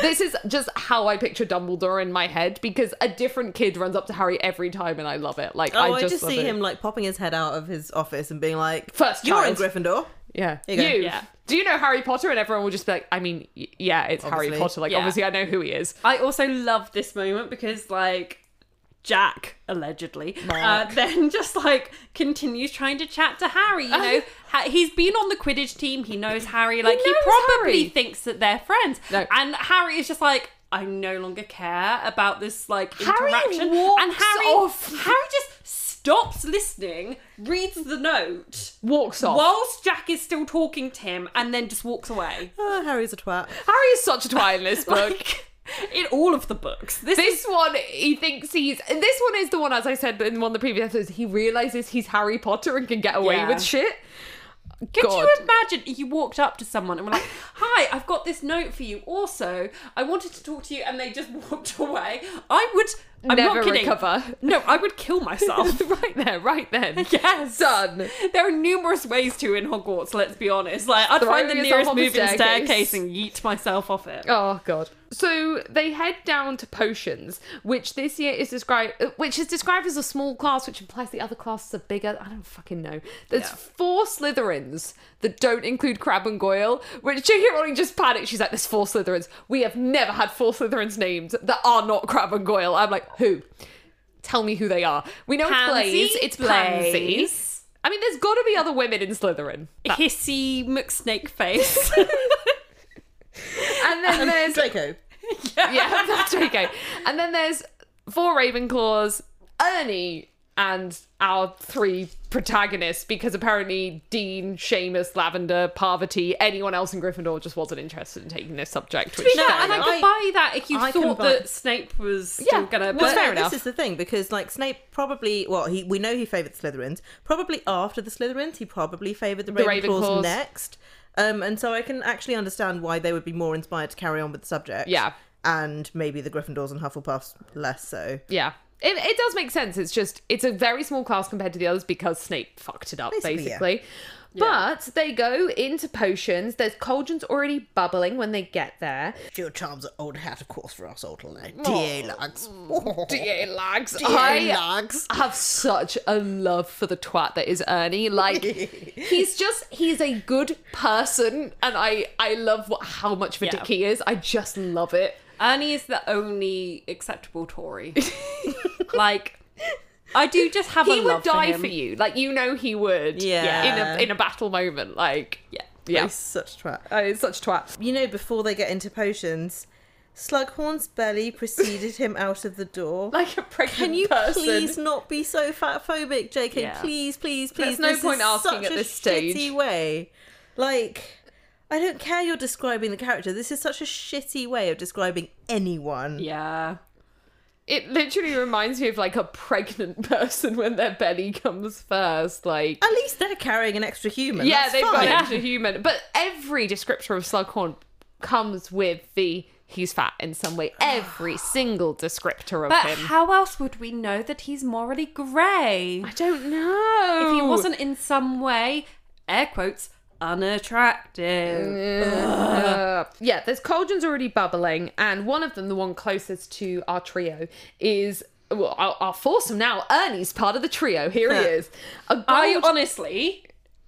Speaker 4: this is just how I picture Dumbledore in my head because a different kid runs up to Harry every time, and I love it. Like
Speaker 3: Oh,
Speaker 4: I just, love
Speaker 3: see
Speaker 4: it.
Speaker 3: him like popping his head out of his office and being like,
Speaker 4: First
Speaker 3: you're in
Speaker 4: child."
Speaker 3: Gryffindor."
Speaker 4: Yeah,
Speaker 3: There you go.
Speaker 2: Yeah.
Speaker 4: Do you know Harry Potter? And everyone will just be like, I mean, y- yeah, it's Harry
Speaker 3: Obviously.
Speaker 4: Potter. Like,
Speaker 2: Yeah.
Speaker 4: obviously, I know who he is.
Speaker 2: I also love this moment because, like, Jack allegedly uh, then just like continues trying to chat to Harry. You know, ha- he's been on the Quidditch team. He knows Harry. Like, he,
Speaker 4: knows
Speaker 2: probably
Speaker 4: Harry.
Speaker 2: thinks that they're friends.
Speaker 4: No.
Speaker 2: And Harry is just like. I no longer care about this like
Speaker 4: Harry
Speaker 2: interaction.
Speaker 4: walks
Speaker 2: and Harry
Speaker 4: off.
Speaker 2: Harry just stops listening, reads the note
Speaker 4: Walks off.
Speaker 2: whilst Jack is still talking to him and then just walks away.
Speaker 3: Oh, Harry's a twat.
Speaker 4: Harry is such a twat in this book.
Speaker 2: Like in all of the books. This, is
Speaker 4: This one, he thinks he's. and This one is the one, as I said in one of the previous episodes, he realizes he's Harry Potter and can get away
Speaker 2: Yeah.
Speaker 4: with shit.
Speaker 2: Could
Speaker 4: God.
Speaker 2: you imagine if you walked up to someone and were like, "Hi, I've got this note for you. Also, I wanted to talk to you," and they just walked away? I would I'm
Speaker 4: never
Speaker 2: not kidding.
Speaker 4: recover.
Speaker 2: No, I would kill myself.
Speaker 4: right there, right then.
Speaker 2: Yes.
Speaker 4: Done.
Speaker 2: There are numerous ways to in Hogwarts, let's be honest. Like, I'd
Speaker 4: Throw
Speaker 2: find the
Speaker 4: yourself
Speaker 2: nearest
Speaker 4: off the
Speaker 2: moving
Speaker 4: staircase.
Speaker 2: staircase and yeet myself off it.
Speaker 4: Oh god. So they head down to potions, which this year is described, uh, which is described as a small class, which implies the other classes are bigger. I don't fucking know. There's
Speaker 2: Yeah.
Speaker 4: four Slytherins that don't include Crab and Goyle, which J.K. Rowling just panicked. She's like, "There's four Slytherins. We have never had four Slytherins named that are not Crab and Goyle." I'm like, who? Tell me who they are. We know
Speaker 2: Pansy,
Speaker 4: it's Blaze. It's Pansy.
Speaker 2: Blaze.
Speaker 4: I mean, there's got to be other women in Slytherin.
Speaker 2: Hissy McSnake face.
Speaker 4: And then there's
Speaker 3: Draco.
Speaker 4: yeah, that's Draco. And then there's four Ravenclaws, Ernie, and our three protagonists, because apparently Dean, Seamus, Lavender, Parvati, anyone else in Gryffindor just wasn't interested in taking this subject. Which
Speaker 2: Yeah,
Speaker 3: fair
Speaker 2: and I
Speaker 3: enough.
Speaker 2: could
Speaker 3: I-
Speaker 2: buy that if you
Speaker 3: I can
Speaker 2: thought
Speaker 3: buy-
Speaker 2: that Snape was still
Speaker 4: Yeah,
Speaker 2: gonna.
Speaker 4: well,
Speaker 2: But,
Speaker 4: fair
Speaker 3: no,
Speaker 4: enough.
Speaker 3: This is the thing because like Snape probably well he we know he favoured the Slytherins. Probably after the Slytherins, he probably favoured the, Ravenclaws,
Speaker 4: Ravenclaws.
Speaker 3: next. Um, and so I can actually understand why they would be more inspired to carry on with the subject.
Speaker 4: Yeah.
Speaker 3: And maybe the Gryffindors and Hufflepuffs less so.
Speaker 4: yeah. It, it does make sense. It's just it's a very small class compared to the others because Snape fucked it up basically.
Speaker 3: Basically, yeah.
Speaker 4: But they go into potions. There's cauldrons already bubbling when they get there.
Speaker 3: Your charms are old hat, of course, for us old lad.
Speaker 4: Oh,
Speaker 3: DA lugs.
Speaker 4: DA lags. I have such a love for the twat that is Ernie. Like he's just he's a good person and I I love what how much of a
Speaker 2: Yeah.
Speaker 4: dick he is. I just love it.
Speaker 2: Ernie is the only acceptable Tory. like, I do just have
Speaker 4: He
Speaker 2: a
Speaker 4: would
Speaker 2: love
Speaker 4: die
Speaker 2: for, him.
Speaker 4: for you. Like you know he would.
Speaker 3: Yeah.
Speaker 4: In a in a battle moment. Like
Speaker 2: Yeah.
Speaker 4: Yeah.
Speaker 3: He's such twat.
Speaker 4: Uh, it's such twat.
Speaker 3: You know, before they get into potions, Slughorn's belly preceded him out of the door.
Speaker 4: Like a pregnant
Speaker 3: Can you
Speaker 4: person.
Speaker 3: please not be so fatphobic, JK?
Speaker 2: Yeah.
Speaker 3: Please, please, please.
Speaker 4: There's no
Speaker 3: This
Speaker 4: point
Speaker 3: is
Speaker 4: asking
Speaker 3: such
Speaker 4: at
Speaker 3: a
Speaker 4: this stage.
Speaker 3: Shitty way, like I don't care. You're describing the character. This is such a shitty way of describing anyone.
Speaker 2: Yeah.
Speaker 4: It literally reminds me of like a pregnant person when their belly comes first. Like
Speaker 3: At least they're carrying an extra human.
Speaker 4: Yeah,
Speaker 3: That's
Speaker 4: they've got
Speaker 3: fine.
Speaker 4: an extra human. But every descriptor of Slughorn comes with the he's fat in some way. Every single descriptor of
Speaker 2: But
Speaker 4: him.
Speaker 2: how else would we know that he's morally grey?
Speaker 4: I don't know.
Speaker 2: If he wasn't in some way, air quotes,
Speaker 4: Mm.
Speaker 2: unattractive.
Speaker 4: Uh, yeah, there's cauldrons already bubbling, and one of them, the one closest to our trio, is. Well, I'll, I'll force him now. Ernie's part of the trio. Here he is. A gold-
Speaker 2: I honestly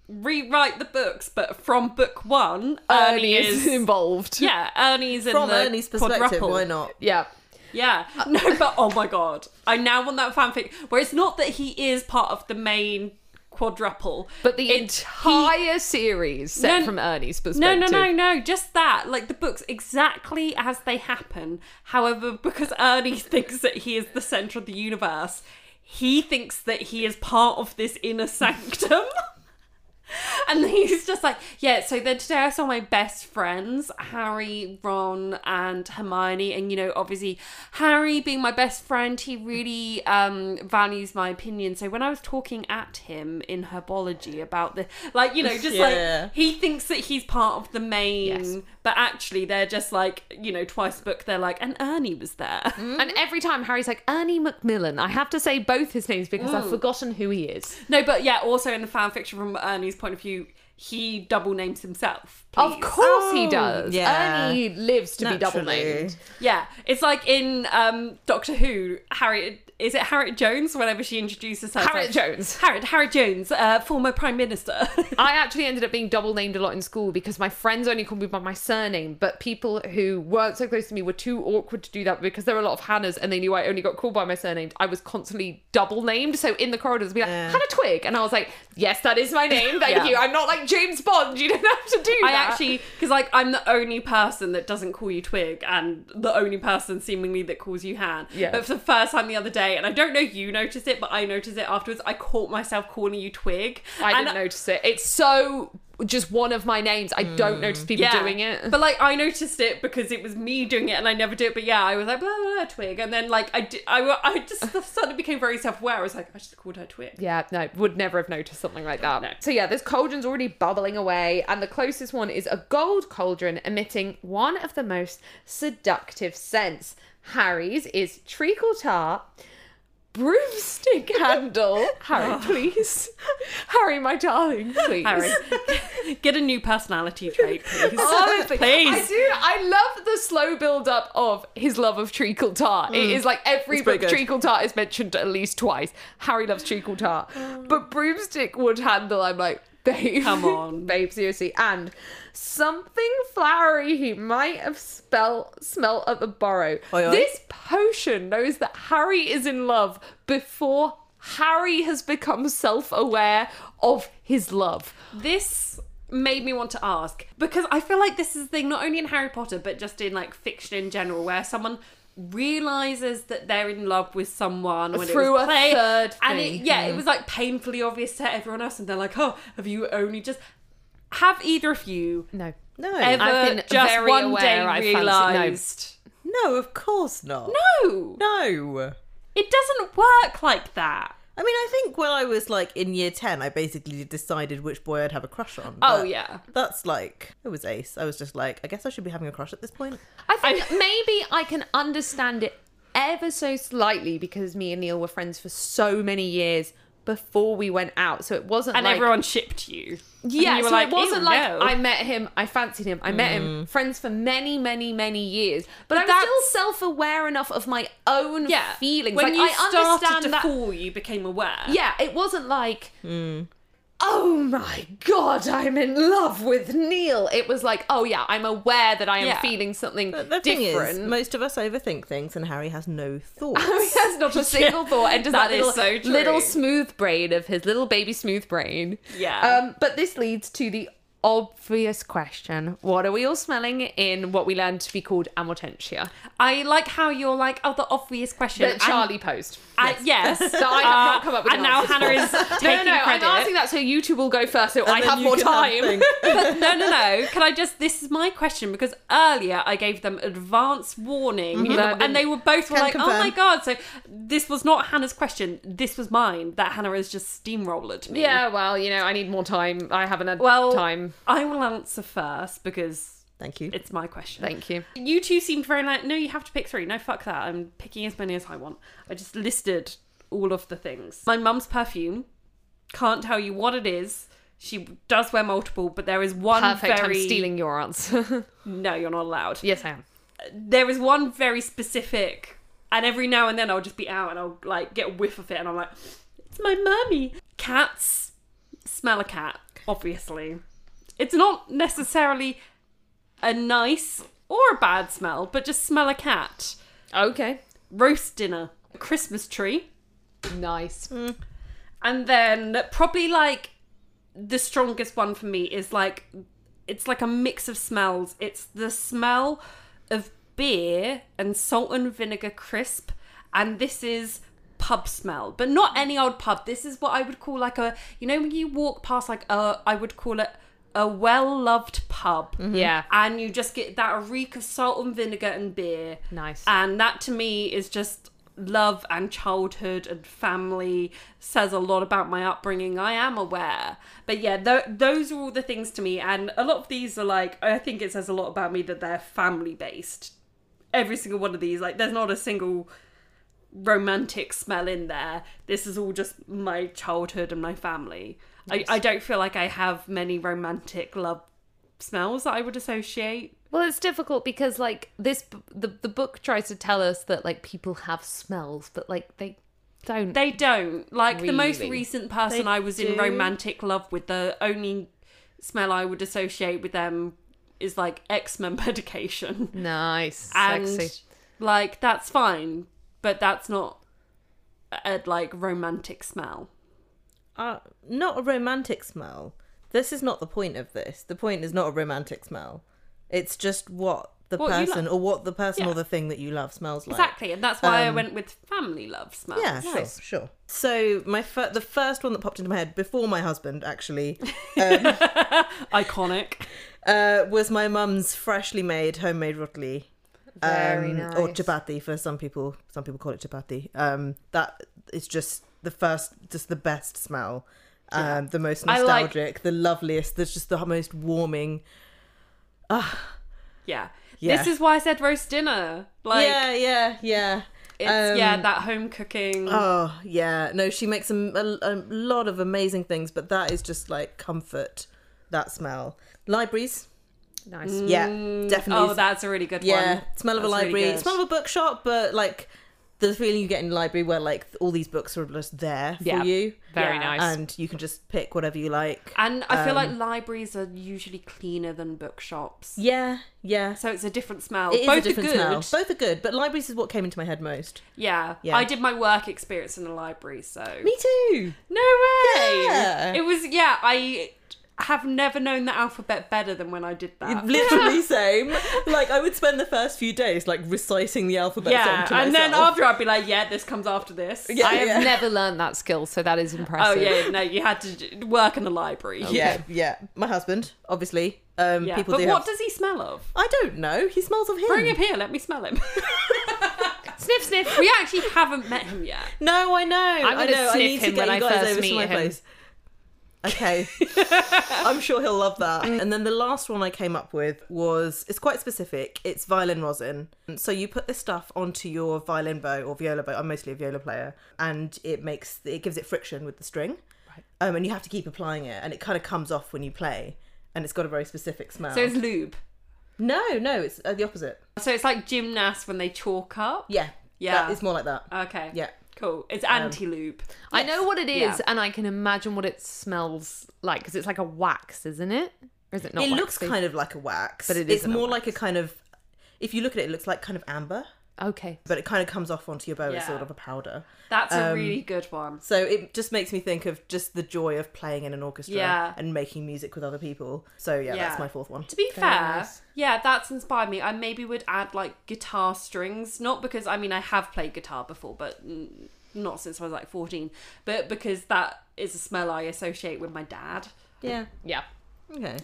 Speaker 2: rewrite the books, but from book one, Ernie,
Speaker 4: Ernie is
Speaker 2: is.
Speaker 4: involved.
Speaker 2: yeah, Ernie's in
Speaker 3: From
Speaker 2: the
Speaker 3: Ernie's perspective,
Speaker 2: quadruple.
Speaker 3: why not?
Speaker 4: Yeah.
Speaker 2: Yeah.
Speaker 4: Uh,
Speaker 2: No, but oh my god. I now want that fanfic where it's not that he is part of the main quadruple.
Speaker 4: But the
Speaker 2: It's he-
Speaker 4: entire series set
Speaker 2: No,
Speaker 4: from Ernie's
Speaker 2: No,
Speaker 4: perspective.
Speaker 2: no, no, no. Just that. Like the books exactly as they happen. However, because Ernie thinks that he is the center of the universe, he thinks that he is part of this inner sanctum. And he's just like, yeah, so then today I saw my best friends, Harry, Ron, and Hermione. And, you know, obviously, Harry being my best friend, he really um, values my opinion. So when I was talking at him in Herbology about the, like, you know, just
Speaker 3: Yeah.
Speaker 2: like, he thinks that he's part of the main,
Speaker 4: Yes.
Speaker 2: but actually they're just like, you know, twice book, they're like, and Ernie was there.
Speaker 4: And every time Harry's like, Ernie Macmillan. I have to say both his names because I've forgotten who he is.
Speaker 2: No, but yeah, also in the fanfiction from Ernie's point of view, he double names himself.
Speaker 4: Of
Speaker 2: please.
Speaker 4: course he does.
Speaker 3: yeah.
Speaker 4: Ernie lives to be double
Speaker 3: Naturally.
Speaker 4: named.
Speaker 2: Yeah, it's like in um, Doctor Who. Harriet is it Harriet Jones? Whenever she introduces herself,
Speaker 4: Harriet Jones.
Speaker 2: Harriet Harriet Jones, uh, former Prime Minister.
Speaker 4: I actually ended up being double named a lot in school because my friends only called me by my surname, but people who weren't so close to me were too awkward to do that because there were a lot of Hannahs and they knew I only got called by my surname. I was constantly double named. So in the corridors, be like,
Speaker 3: Yeah.
Speaker 4: Hannah Twig. And I was like, yes, that is my name. Thank
Speaker 2: Yeah.
Speaker 4: you. I'm not like James Bond. You don't have to do
Speaker 2: I
Speaker 4: that.
Speaker 2: actually because like I'm the only person that doesn't call you Twig, and the only person seemingly that calls you Han.
Speaker 4: Yeah.
Speaker 2: But for the first time the other day, and I don't know if you noticed it, but I noticed it afterwards. I caught myself calling you Twig.
Speaker 4: I
Speaker 2: and
Speaker 4: didn't notice it. It's so just one of my names. I don't notice people doing it.
Speaker 2: Mm. But like I noticed it because it was me doing it and I never do it. But yeah, I was like blah blah, blah twig, and then like I did, I, wa- I just suddenly became very self aware. I was like I should have called her twig.
Speaker 4: yeah, no, would never have noticed something like that. So yeah, this cauldron's already bubbling away, and the closest one is a gold cauldron emitting one of the most seductive scents. Harry's is treacle tart, broomstick handle. Harry, please. Harry, my darling, please.
Speaker 2: Oh. Harry, get a new personality trait, please.
Speaker 4: Honestly, I
Speaker 2: please.
Speaker 4: do. I love the slow build up of his love of treacle tart. It is like every
Speaker 3: It's pretty
Speaker 4: book
Speaker 3: good.
Speaker 4: treacle tart is mentioned at least twice. Harry loves treacle tart, but broomstick would handle. I'm like, babe,
Speaker 2: Come on.
Speaker 4: babe, seriously. And something flowery he might have spell smelt at the burrow.
Speaker 3: Oi, oi.
Speaker 4: This potion knows that Harry is in love before. Harry has become self aware of his love.
Speaker 2: This made me want to ask because I feel like this is the thing not only in Harry Potter but just in like fiction in general where someone realizes that they're in love with someone when it
Speaker 4: Through
Speaker 2: was
Speaker 4: a
Speaker 2: play,
Speaker 4: third
Speaker 2: and
Speaker 4: thing. Hmm.
Speaker 2: It, yeah, it was like painfully obvious to everyone else, and they're like, "Oh, have you only just have either of you
Speaker 4: No.
Speaker 3: No,
Speaker 2: ever
Speaker 4: I've been
Speaker 2: just
Speaker 4: very
Speaker 2: one
Speaker 4: aware
Speaker 2: day
Speaker 4: I fancy- no.
Speaker 2: realized?"
Speaker 3: no, of course not.
Speaker 2: no,
Speaker 3: No.
Speaker 2: it doesn't work like that.
Speaker 3: I mean, I think when I was like in year 10, I basically decided which boy I'd have a crush on.
Speaker 2: Oh,
Speaker 3: but
Speaker 2: yeah.
Speaker 3: That's like, it was ace. I was just like, I guess I should be having a crush at this point.
Speaker 4: I think maybe I can understand it ever so slightly because me and Neil were friends for so many years before we went out, so it wasn't
Speaker 2: and
Speaker 4: like
Speaker 2: everyone shipped you.
Speaker 4: yeah,
Speaker 2: and you
Speaker 4: so it wasn't
Speaker 2: "Ew,
Speaker 4: like
Speaker 2: no." Mm.
Speaker 4: I met him, I fancied him, I met him, friends for many, many, many years, but, I was
Speaker 2: that's-
Speaker 4: still self-aware enough of my own
Speaker 2: yeah
Speaker 4: feelings.
Speaker 2: When
Speaker 4: like
Speaker 2: you
Speaker 4: I
Speaker 2: started
Speaker 4: understand
Speaker 2: to
Speaker 4: that.
Speaker 2: fall, Mm. you became aware.
Speaker 4: Yeah, it wasn't like. Oh my god, I'm in love with Neil. It was like, oh yeah, I'm aware that I am
Speaker 2: Yeah.
Speaker 4: feeling something
Speaker 3: But the thing is,
Speaker 4: different.
Speaker 3: most of us overthink things, and Harry has no thoughts.
Speaker 4: he has not a single thought and just that,
Speaker 2: That is
Speaker 4: little,
Speaker 2: so true.
Speaker 4: little smooth brain of his little baby smooth brain.
Speaker 2: Yeah.
Speaker 4: Um, but this leads to the obvious question: What are we all smelling in what we learned to be called amortentia?
Speaker 2: I like how you're like, oh, the obvious question.
Speaker 4: That Charlie posed.
Speaker 2: And, and- yes.
Speaker 4: So I have not come up with
Speaker 2: And
Speaker 4: an
Speaker 2: now
Speaker 4: answer
Speaker 2: Hannah is
Speaker 4: No,
Speaker 2: taking
Speaker 4: no, no.
Speaker 2: credit.
Speaker 4: I'm asking that so you two will go first, so I
Speaker 3: Then
Speaker 4: have
Speaker 3: you
Speaker 4: more
Speaker 3: can have
Speaker 4: time.
Speaker 3: things.
Speaker 2: but no, no, no. Can I just? This is my question because earlier I gave them advance warning,
Speaker 4: Mm-hmm.
Speaker 2: and, and they were both were
Speaker 3: Can
Speaker 2: like, "Oh
Speaker 3: confirm.
Speaker 2: my god!" So this was not Hannah's question. This was mine. That Hannah has just steamrollered me.
Speaker 4: yeah, well, you know, I need more time. I haven't had
Speaker 2: Well,
Speaker 4: time.
Speaker 2: I will answer first because
Speaker 3: Thank you.
Speaker 2: it's my question.
Speaker 4: Thank you.
Speaker 2: You two seemed very like, no, you have to pick three. No, fuck that. I'm picking as many as I want. I just listed all of the things. My mum's perfume. Can't tell you what it is. She does wear multiple, but there is one
Speaker 4: Perfect.
Speaker 2: very.
Speaker 4: I'm stealing your answer.
Speaker 2: No, you're not allowed.
Speaker 4: yes, I am.
Speaker 2: There is one very specific, and every now and then I'll just be out and I'll like get a whiff of it, and I'm like, it's my mummy. Cats smell a cat, obviously. It's not necessarily a nice or a bad smell, but just smell a cat
Speaker 4: Okay.
Speaker 2: roast dinner, a Christmas tree,
Speaker 4: Nice.
Speaker 2: and then probably like the strongest one for me is like it's like a mix of smells. It's the smell of beer and salt and vinegar crisp, and this is pub smell, but not any old pub. This is what I would call like a you know when you walk past like a I would call it a well loved pub.
Speaker 4: Yeah.
Speaker 2: And you just get that reek of salt and vinegar and beer.
Speaker 4: Nice.
Speaker 2: And that to me is just love and childhood and family says a lot about my upbringing i am aware but yeah th- those are all the things to me and a lot of these are like i think it says a lot about me that they're family based every single one of these like there's not a single romantic smell in there this is all just my childhood and my family I, I don't feel like i have many romantic love smells that i would associate
Speaker 4: Well, it's difficult because like this, b- the the book tries to tell us that like people have smells, but like they don't.
Speaker 2: They don't. Like the most
Speaker 4: Really?
Speaker 2: recent person I was in
Speaker 3: do.
Speaker 2: romantic love with, the only smell I would associate with them is like eczema medication.
Speaker 4: nice,
Speaker 2: And
Speaker 4: sexy.
Speaker 2: like that's fine, but that's not a like romantic smell.
Speaker 3: Uh, not a romantic smell. This is not the point of this. The point is not a romantic smell. It's just what the
Speaker 2: What you
Speaker 3: person or what the person
Speaker 2: Yeah.
Speaker 3: or the thing that you love smells like.
Speaker 2: Exactly, and that's why I
Speaker 3: um,
Speaker 2: went with family love smells.
Speaker 3: Yeah, sure, sure. So my fir- the first one that popped into my head before my husband actually
Speaker 2: Iconic.
Speaker 3: uh, was my mum's freshly made homemade rotli.
Speaker 4: Very
Speaker 3: um,
Speaker 4: nice.
Speaker 3: Or chapati for some people. Some people call it chapati. Um, that is just the first, just the best smell. Um, The most
Speaker 2: I like-
Speaker 3: nostalgic, the loveliest. There's just the most warming.
Speaker 2: Yeah.
Speaker 3: Yeah.
Speaker 2: This is why I said roast dinner. Like,
Speaker 3: yeah, yeah, yeah.
Speaker 2: it's,
Speaker 3: Um,
Speaker 2: yeah, that home cooking.
Speaker 3: Oh yeah, no, she makes a, a, a lot of amazing things, but that is just like comfort. That smell, libraries,
Speaker 4: Nice.
Speaker 3: yeah, definitely.
Speaker 2: oh, that's a really good
Speaker 3: yeah,
Speaker 2: one.
Speaker 3: smell of a
Speaker 2: That's really
Speaker 3: library,
Speaker 2: good.
Speaker 3: smell of a bookshop, but like the feeling you get in a library where like all these books are just there for
Speaker 4: Yeah.
Speaker 3: you,
Speaker 4: Very
Speaker 2: Yeah.
Speaker 4: nice.
Speaker 3: and you can just pick whatever you like.
Speaker 2: And I feel like libraries are usually cleaner than bookshops.
Speaker 3: Um, yeah, yeah.
Speaker 2: So it's a different smell.
Speaker 3: It is
Speaker 2: Both
Speaker 3: a different
Speaker 2: are good.
Speaker 3: smell. Both are good, but libraries is what came into my head most.
Speaker 2: Yeah.
Speaker 3: Yeah.
Speaker 2: I did my work experience in a library, so
Speaker 3: Me too.
Speaker 2: No way.
Speaker 3: Yeah.
Speaker 2: It was yeah, I have never known the alphabet better than when I did that.
Speaker 3: Literally same. Like I would spend the first few days like reciting the alphabet.
Speaker 2: yeah.
Speaker 3: song to
Speaker 2: And then
Speaker 3: myself.
Speaker 2: after I'd be like, yeah, this comes after this.
Speaker 3: Yeah,
Speaker 4: I have
Speaker 3: yeah.
Speaker 4: never learned that skill, so that is
Speaker 2: Oh
Speaker 4: impressive.
Speaker 2: yeah, no, you had to d- work in a library.
Speaker 3: Yeah, yeah. My husband, obviously. Um,
Speaker 2: Yeah.
Speaker 3: people
Speaker 2: But
Speaker 3: do.
Speaker 2: what
Speaker 3: have... Hmm.
Speaker 2: does he smell of?
Speaker 3: I don't know. He smells of him.
Speaker 2: Bring him here, let me smell him. sniff sniff. We actually haven't met him yet.
Speaker 3: No, I know.
Speaker 4: I'm
Speaker 3: I
Speaker 4: gonna
Speaker 3: know. I
Speaker 4: sniff
Speaker 3: need to
Speaker 4: him
Speaker 3: get
Speaker 4: when
Speaker 3: you
Speaker 4: I
Speaker 3: guys
Speaker 4: first
Speaker 3: over
Speaker 4: meet
Speaker 3: to my
Speaker 4: him.
Speaker 3: place. Okay. I'm sure he'll love that.
Speaker 4: Mm.
Speaker 3: And then the last one I came up with was it's quite specific. It's violin rosin. So you put this stuff onto your violin bow or viola bow. I'm mostly a viola player, and it makes it gives it friction with the string. Right. Um, and you have to keep applying it, and it kind of comes off when you play. And it's got a very specific smell.
Speaker 2: So it's lube.
Speaker 3: no, no, it's uh, the opposite.
Speaker 2: So it's like gymnasts when they chalk up.
Speaker 3: Yeah,
Speaker 2: Yeah.
Speaker 3: that- it's more like that.
Speaker 4: Uh,
Speaker 2: Okay.
Speaker 3: Yeah.
Speaker 2: Cool. It's anti lube.
Speaker 4: I know what it is,
Speaker 2: Yeah.
Speaker 4: and I can imagine what it smells like because it's like a wax, isn't it? Or is it not?
Speaker 3: it looks
Speaker 4: waxy?
Speaker 3: kind of like a wax,
Speaker 4: But it
Speaker 3: it's
Speaker 4: isn't a
Speaker 3: more like a kind of. If you look at it, it looks like kind of amber,
Speaker 4: okay.
Speaker 3: but it kind of comes off onto your bow
Speaker 2: Yeah.
Speaker 3: as sort of a powder.
Speaker 2: That's a really good one.
Speaker 3: So it just makes me think of just the joy of playing in an orchestra
Speaker 2: Yeah.
Speaker 3: and making music with other people. So yeah,
Speaker 2: Yeah.
Speaker 3: that's my fourth one.
Speaker 2: To be fair, yeah, that's inspired me. I maybe would add like guitar strings, not because I mean I have played guitar before, but mm, not since I was like fourteen, but because that is a smell I associate with my dad.
Speaker 3: Yeah.
Speaker 4: Yeah.
Speaker 3: Okay.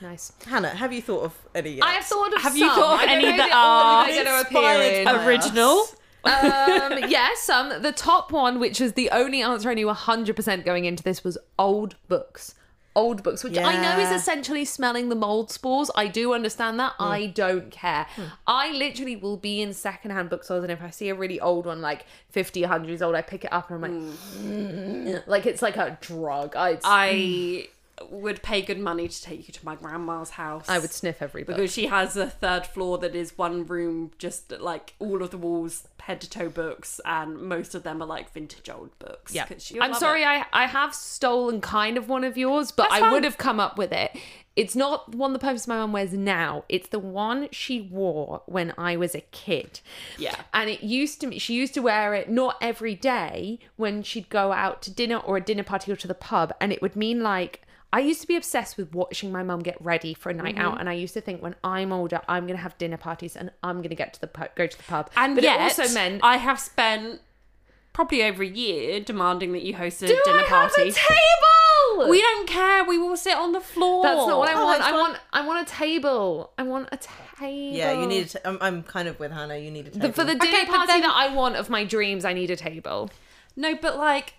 Speaker 4: Nice.
Speaker 3: Hannah, have you thought of any? Yet?
Speaker 4: Mm. I have thought of.
Speaker 2: Have
Speaker 4: some.
Speaker 2: you thought of
Speaker 4: I don't
Speaker 2: any
Speaker 4: know
Speaker 2: that
Speaker 4: the order
Speaker 2: are
Speaker 4: they're gonna
Speaker 3: inspired
Speaker 4: appear in.
Speaker 3: by
Speaker 2: Original?
Speaker 4: Oh
Speaker 3: us.
Speaker 4: um, yes, um, the top one, which is the only answer I knew 100% going into this, was old books. Old books, which I know is
Speaker 3: Yeah.
Speaker 4: essentially smelling the mold spores. I do understand that. I don't care. I literally will be in secondhand bookstores, and if I see a really old one, like 50, 100 years old, I pick it up and I'm like, like it's like a drug. I,
Speaker 2: I would pay good money to take you to my grandma's house.
Speaker 4: I would sniff every book.
Speaker 2: because she has a third floor that is one room, just like all of the walls head to toe books, and most of them are like vintage old books.
Speaker 4: Yeah.
Speaker 2: 'Cause she'll
Speaker 4: I'm
Speaker 2: love
Speaker 4: sorry
Speaker 2: it.
Speaker 4: I, I have stolen kind of one of yours, but I
Speaker 2: fine.
Speaker 4: would have come up with it. It's not the one the purpose my mum wears now. It's the one she wore when I was a kid.
Speaker 2: Yeah.
Speaker 4: And it used to she used to wear it not every day when she'd go out to dinner or a dinner party or to the pub and it would mean like I used to be obsessed with watching my mum get ready for a night
Speaker 2: Mm-hmm.
Speaker 4: out, and I used to think when I'm older, I'm gonna have dinner parties and I'm gonna get to the pub, go to the pub.
Speaker 2: And
Speaker 4: but
Speaker 2: yet,
Speaker 4: it also meant
Speaker 2: I have spent probably over a year demanding that you host a
Speaker 4: do
Speaker 2: dinner
Speaker 4: I have
Speaker 2: party.
Speaker 4: a table?
Speaker 2: we don't care. We will sit on the floor.
Speaker 4: That's not what I
Speaker 3: Oh,
Speaker 4: want.
Speaker 3: it's
Speaker 4: I
Speaker 3: fine.
Speaker 4: want I want a table. I want a table.
Speaker 3: Yeah, you need. A t- I'm, I'm kind of with Hannah. You need a table.
Speaker 4: the, for the dinner
Speaker 2: Okay, but
Speaker 4: party
Speaker 2: then-
Speaker 4: that I want of my dreams. I need a table.
Speaker 2: No, but like,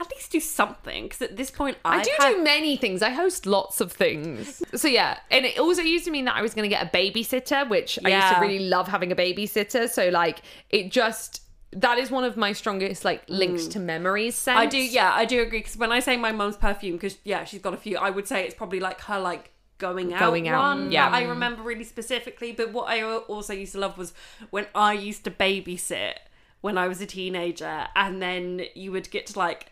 Speaker 2: at least do something. Because at this point, I,
Speaker 4: I do
Speaker 2: had-
Speaker 4: do many things. I host lots of things. So yeah, and it also used to mean that I was going to get a babysitter, which I used
Speaker 2: Yeah.
Speaker 4: to really love having a babysitter. So like, it just that is one of my strongest like links to memories. Sense.
Speaker 2: I do. Yeah, I do agree. Because when I say my mum's perfume, because yeah, she's got a few. I would say it's probably like her like going out
Speaker 4: Going out,
Speaker 2: one
Speaker 4: yeah.
Speaker 2: that I remember really specifically. But what I al- also used to love was when I used to babysit when I was a teenager, and then you would get to like.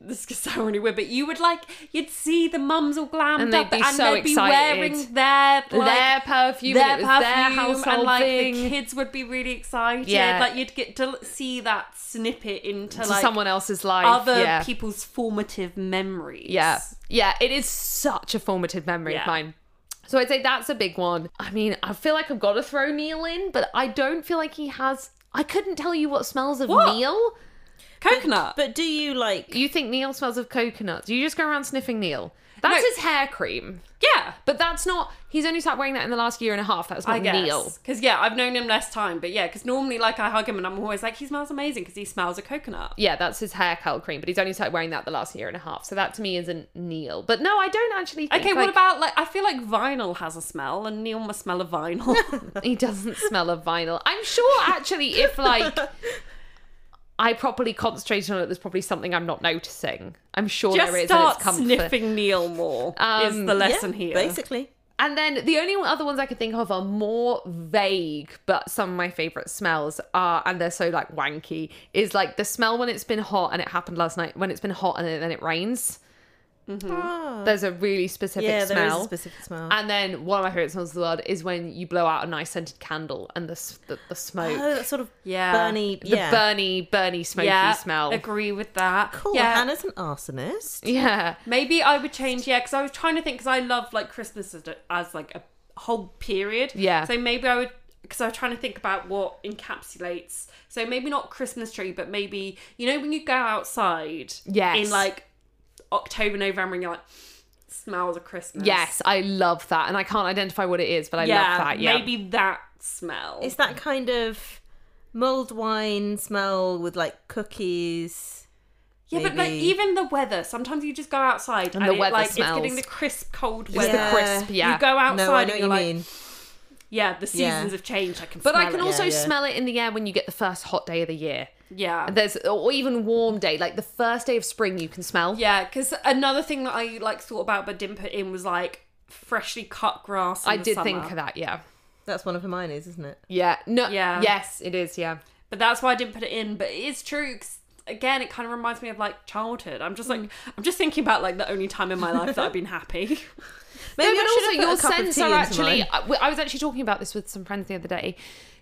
Speaker 2: This could sound really weird, but you would like you'd see the mums all glammed
Speaker 4: And they'd
Speaker 2: up,
Speaker 4: be
Speaker 2: and
Speaker 4: so
Speaker 2: they'd be
Speaker 4: excited.
Speaker 2: wearing their
Speaker 4: their
Speaker 2: like,
Speaker 4: perfume,
Speaker 2: their
Speaker 4: and it was their
Speaker 2: perfume,
Speaker 4: household
Speaker 2: and like
Speaker 4: thing.
Speaker 2: the kids would be really excited.
Speaker 4: Yeah.
Speaker 2: like you'd get to l- see that snippet into
Speaker 4: to
Speaker 2: like
Speaker 4: someone else's life.
Speaker 2: other
Speaker 4: yeah.
Speaker 2: people's formative memories.
Speaker 4: Yeah. Yeah. It is such a formative memory
Speaker 2: Yeah.
Speaker 4: of mine. So I'd say that's a big one. I mean, I feel like I've got to throw Neil in, but I don't feel like he has. I couldn't tell you what smells of
Speaker 2: What?
Speaker 4: Neil.
Speaker 2: Coconut.
Speaker 3: But do you like?
Speaker 4: You think Neil smells of coconuts? You just go around sniffing Neil. That's
Speaker 2: No.
Speaker 4: his hair cream.
Speaker 2: yeah.
Speaker 4: But that's not. He's only started wearing that in the last year and a half. That's not
Speaker 2: I guess.
Speaker 4: Neil.
Speaker 2: Because, yeah, I've known him less time. But, yeah, because normally, like, I hug him and I'm always like, he smells amazing because he smells a coconut.
Speaker 4: Yeah, that's his hair curl cream. But he's only started wearing that the last year and a half. So that to me isn't Neil. But no, I don't actually. Think,
Speaker 2: Okay,
Speaker 4: like,
Speaker 2: what about, like, I feel like vinyl has a smell and Neil must smell of vinyl.
Speaker 4: He doesn't smell of vinyl. I'm sure actually if like I properly concentrated on it, there's probably something I'm not noticing. I'm sure
Speaker 2: Just
Speaker 4: there is and
Speaker 2: start
Speaker 4: it's comfort.
Speaker 2: sniffing Neil more is
Speaker 4: Um,
Speaker 2: the
Speaker 3: Yeah,
Speaker 2: lesson here.
Speaker 3: basically.
Speaker 4: And then the only other ones I can think of are more vague, but some of my favorite smells are, and they're so like wanky, is like the smell when it's been hot and it happened last night, when it's been hot and then it rains.
Speaker 3: Ah.
Speaker 4: There's a really specific
Speaker 3: yeah, there
Speaker 4: smell.
Speaker 3: is a specific smell.
Speaker 4: And then one of my favorite smells of the world is when you blow out a nice scented candle and the, s- the, the smoke.
Speaker 3: oh, that sort of
Speaker 2: Yeah.
Speaker 3: burny.
Speaker 4: the
Speaker 3: yeah.
Speaker 4: burny, burny, smoky
Speaker 2: yeah,
Speaker 4: smell.
Speaker 2: Agree with that.
Speaker 3: Cool.
Speaker 2: Yeah,
Speaker 3: Hannah's an arsonist.
Speaker 4: Yeah.
Speaker 2: maybe I would change. Yeah, because I was trying to think. Because I love like Christmas as, as like a whole period.
Speaker 4: Yeah.
Speaker 2: So maybe I would. Because I was trying to think about what encapsulates. So maybe not Christmas tree, but maybe you know when you go outside.
Speaker 4: Yes.
Speaker 2: In like October, November, and you're like smells of Christmas.
Speaker 4: Yes, I love that. And I can't identify what it is, but I
Speaker 2: Yeah.
Speaker 4: love that. Yeah.
Speaker 2: Maybe that smell.
Speaker 3: It's that kind of mulled wine smell with like cookies.
Speaker 2: yeah, but like
Speaker 3: maybe-
Speaker 2: even the weather. Sometimes you just go outside and,
Speaker 4: the
Speaker 2: it,
Speaker 4: weather
Speaker 2: like
Speaker 4: smells.
Speaker 2: it's getting the crisp cold
Speaker 4: It's
Speaker 2: weather.
Speaker 4: the crisp. Yeah.
Speaker 2: You go outside
Speaker 3: No, I
Speaker 2: and
Speaker 3: know what
Speaker 2: you're
Speaker 3: you
Speaker 2: like,
Speaker 3: mean.
Speaker 2: Yeah, the seasons
Speaker 3: Yeah.
Speaker 2: have changed. I can.
Speaker 4: but
Speaker 2: smell
Speaker 4: I can
Speaker 2: it.
Speaker 4: also
Speaker 3: yeah.
Speaker 4: smell it in the air when you get the first hot day of the year.
Speaker 2: Yeah.
Speaker 4: There's or even warm day, like the first day of spring, you can smell.
Speaker 2: Yeah, because another thing that I like thought about but didn't put in was like freshly cut grass. in
Speaker 4: I
Speaker 2: the
Speaker 4: did
Speaker 2: summer.
Speaker 4: think of that. Yeah.
Speaker 3: That's one of Hermione's, isn't it?
Speaker 4: Yeah. No.
Speaker 2: Yeah.
Speaker 4: Yes, it is. Yeah.
Speaker 2: but that's why I didn't put it in. But it's true. 'cause, again, it kind of reminds me of like childhood. I'm just like
Speaker 4: Mm.
Speaker 2: I'm just thinking about like the only time in my life that I've been happy.
Speaker 3: Maybe I
Speaker 4: no, but
Speaker 3: should
Speaker 4: also
Speaker 3: have
Speaker 4: your
Speaker 3: put a cup of
Speaker 4: scents
Speaker 3: tea
Speaker 4: are
Speaker 3: into
Speaker 4: actually.
Speaker 3: mine.
Speaker 4: I we- I was actually talking about this with some friends the other day.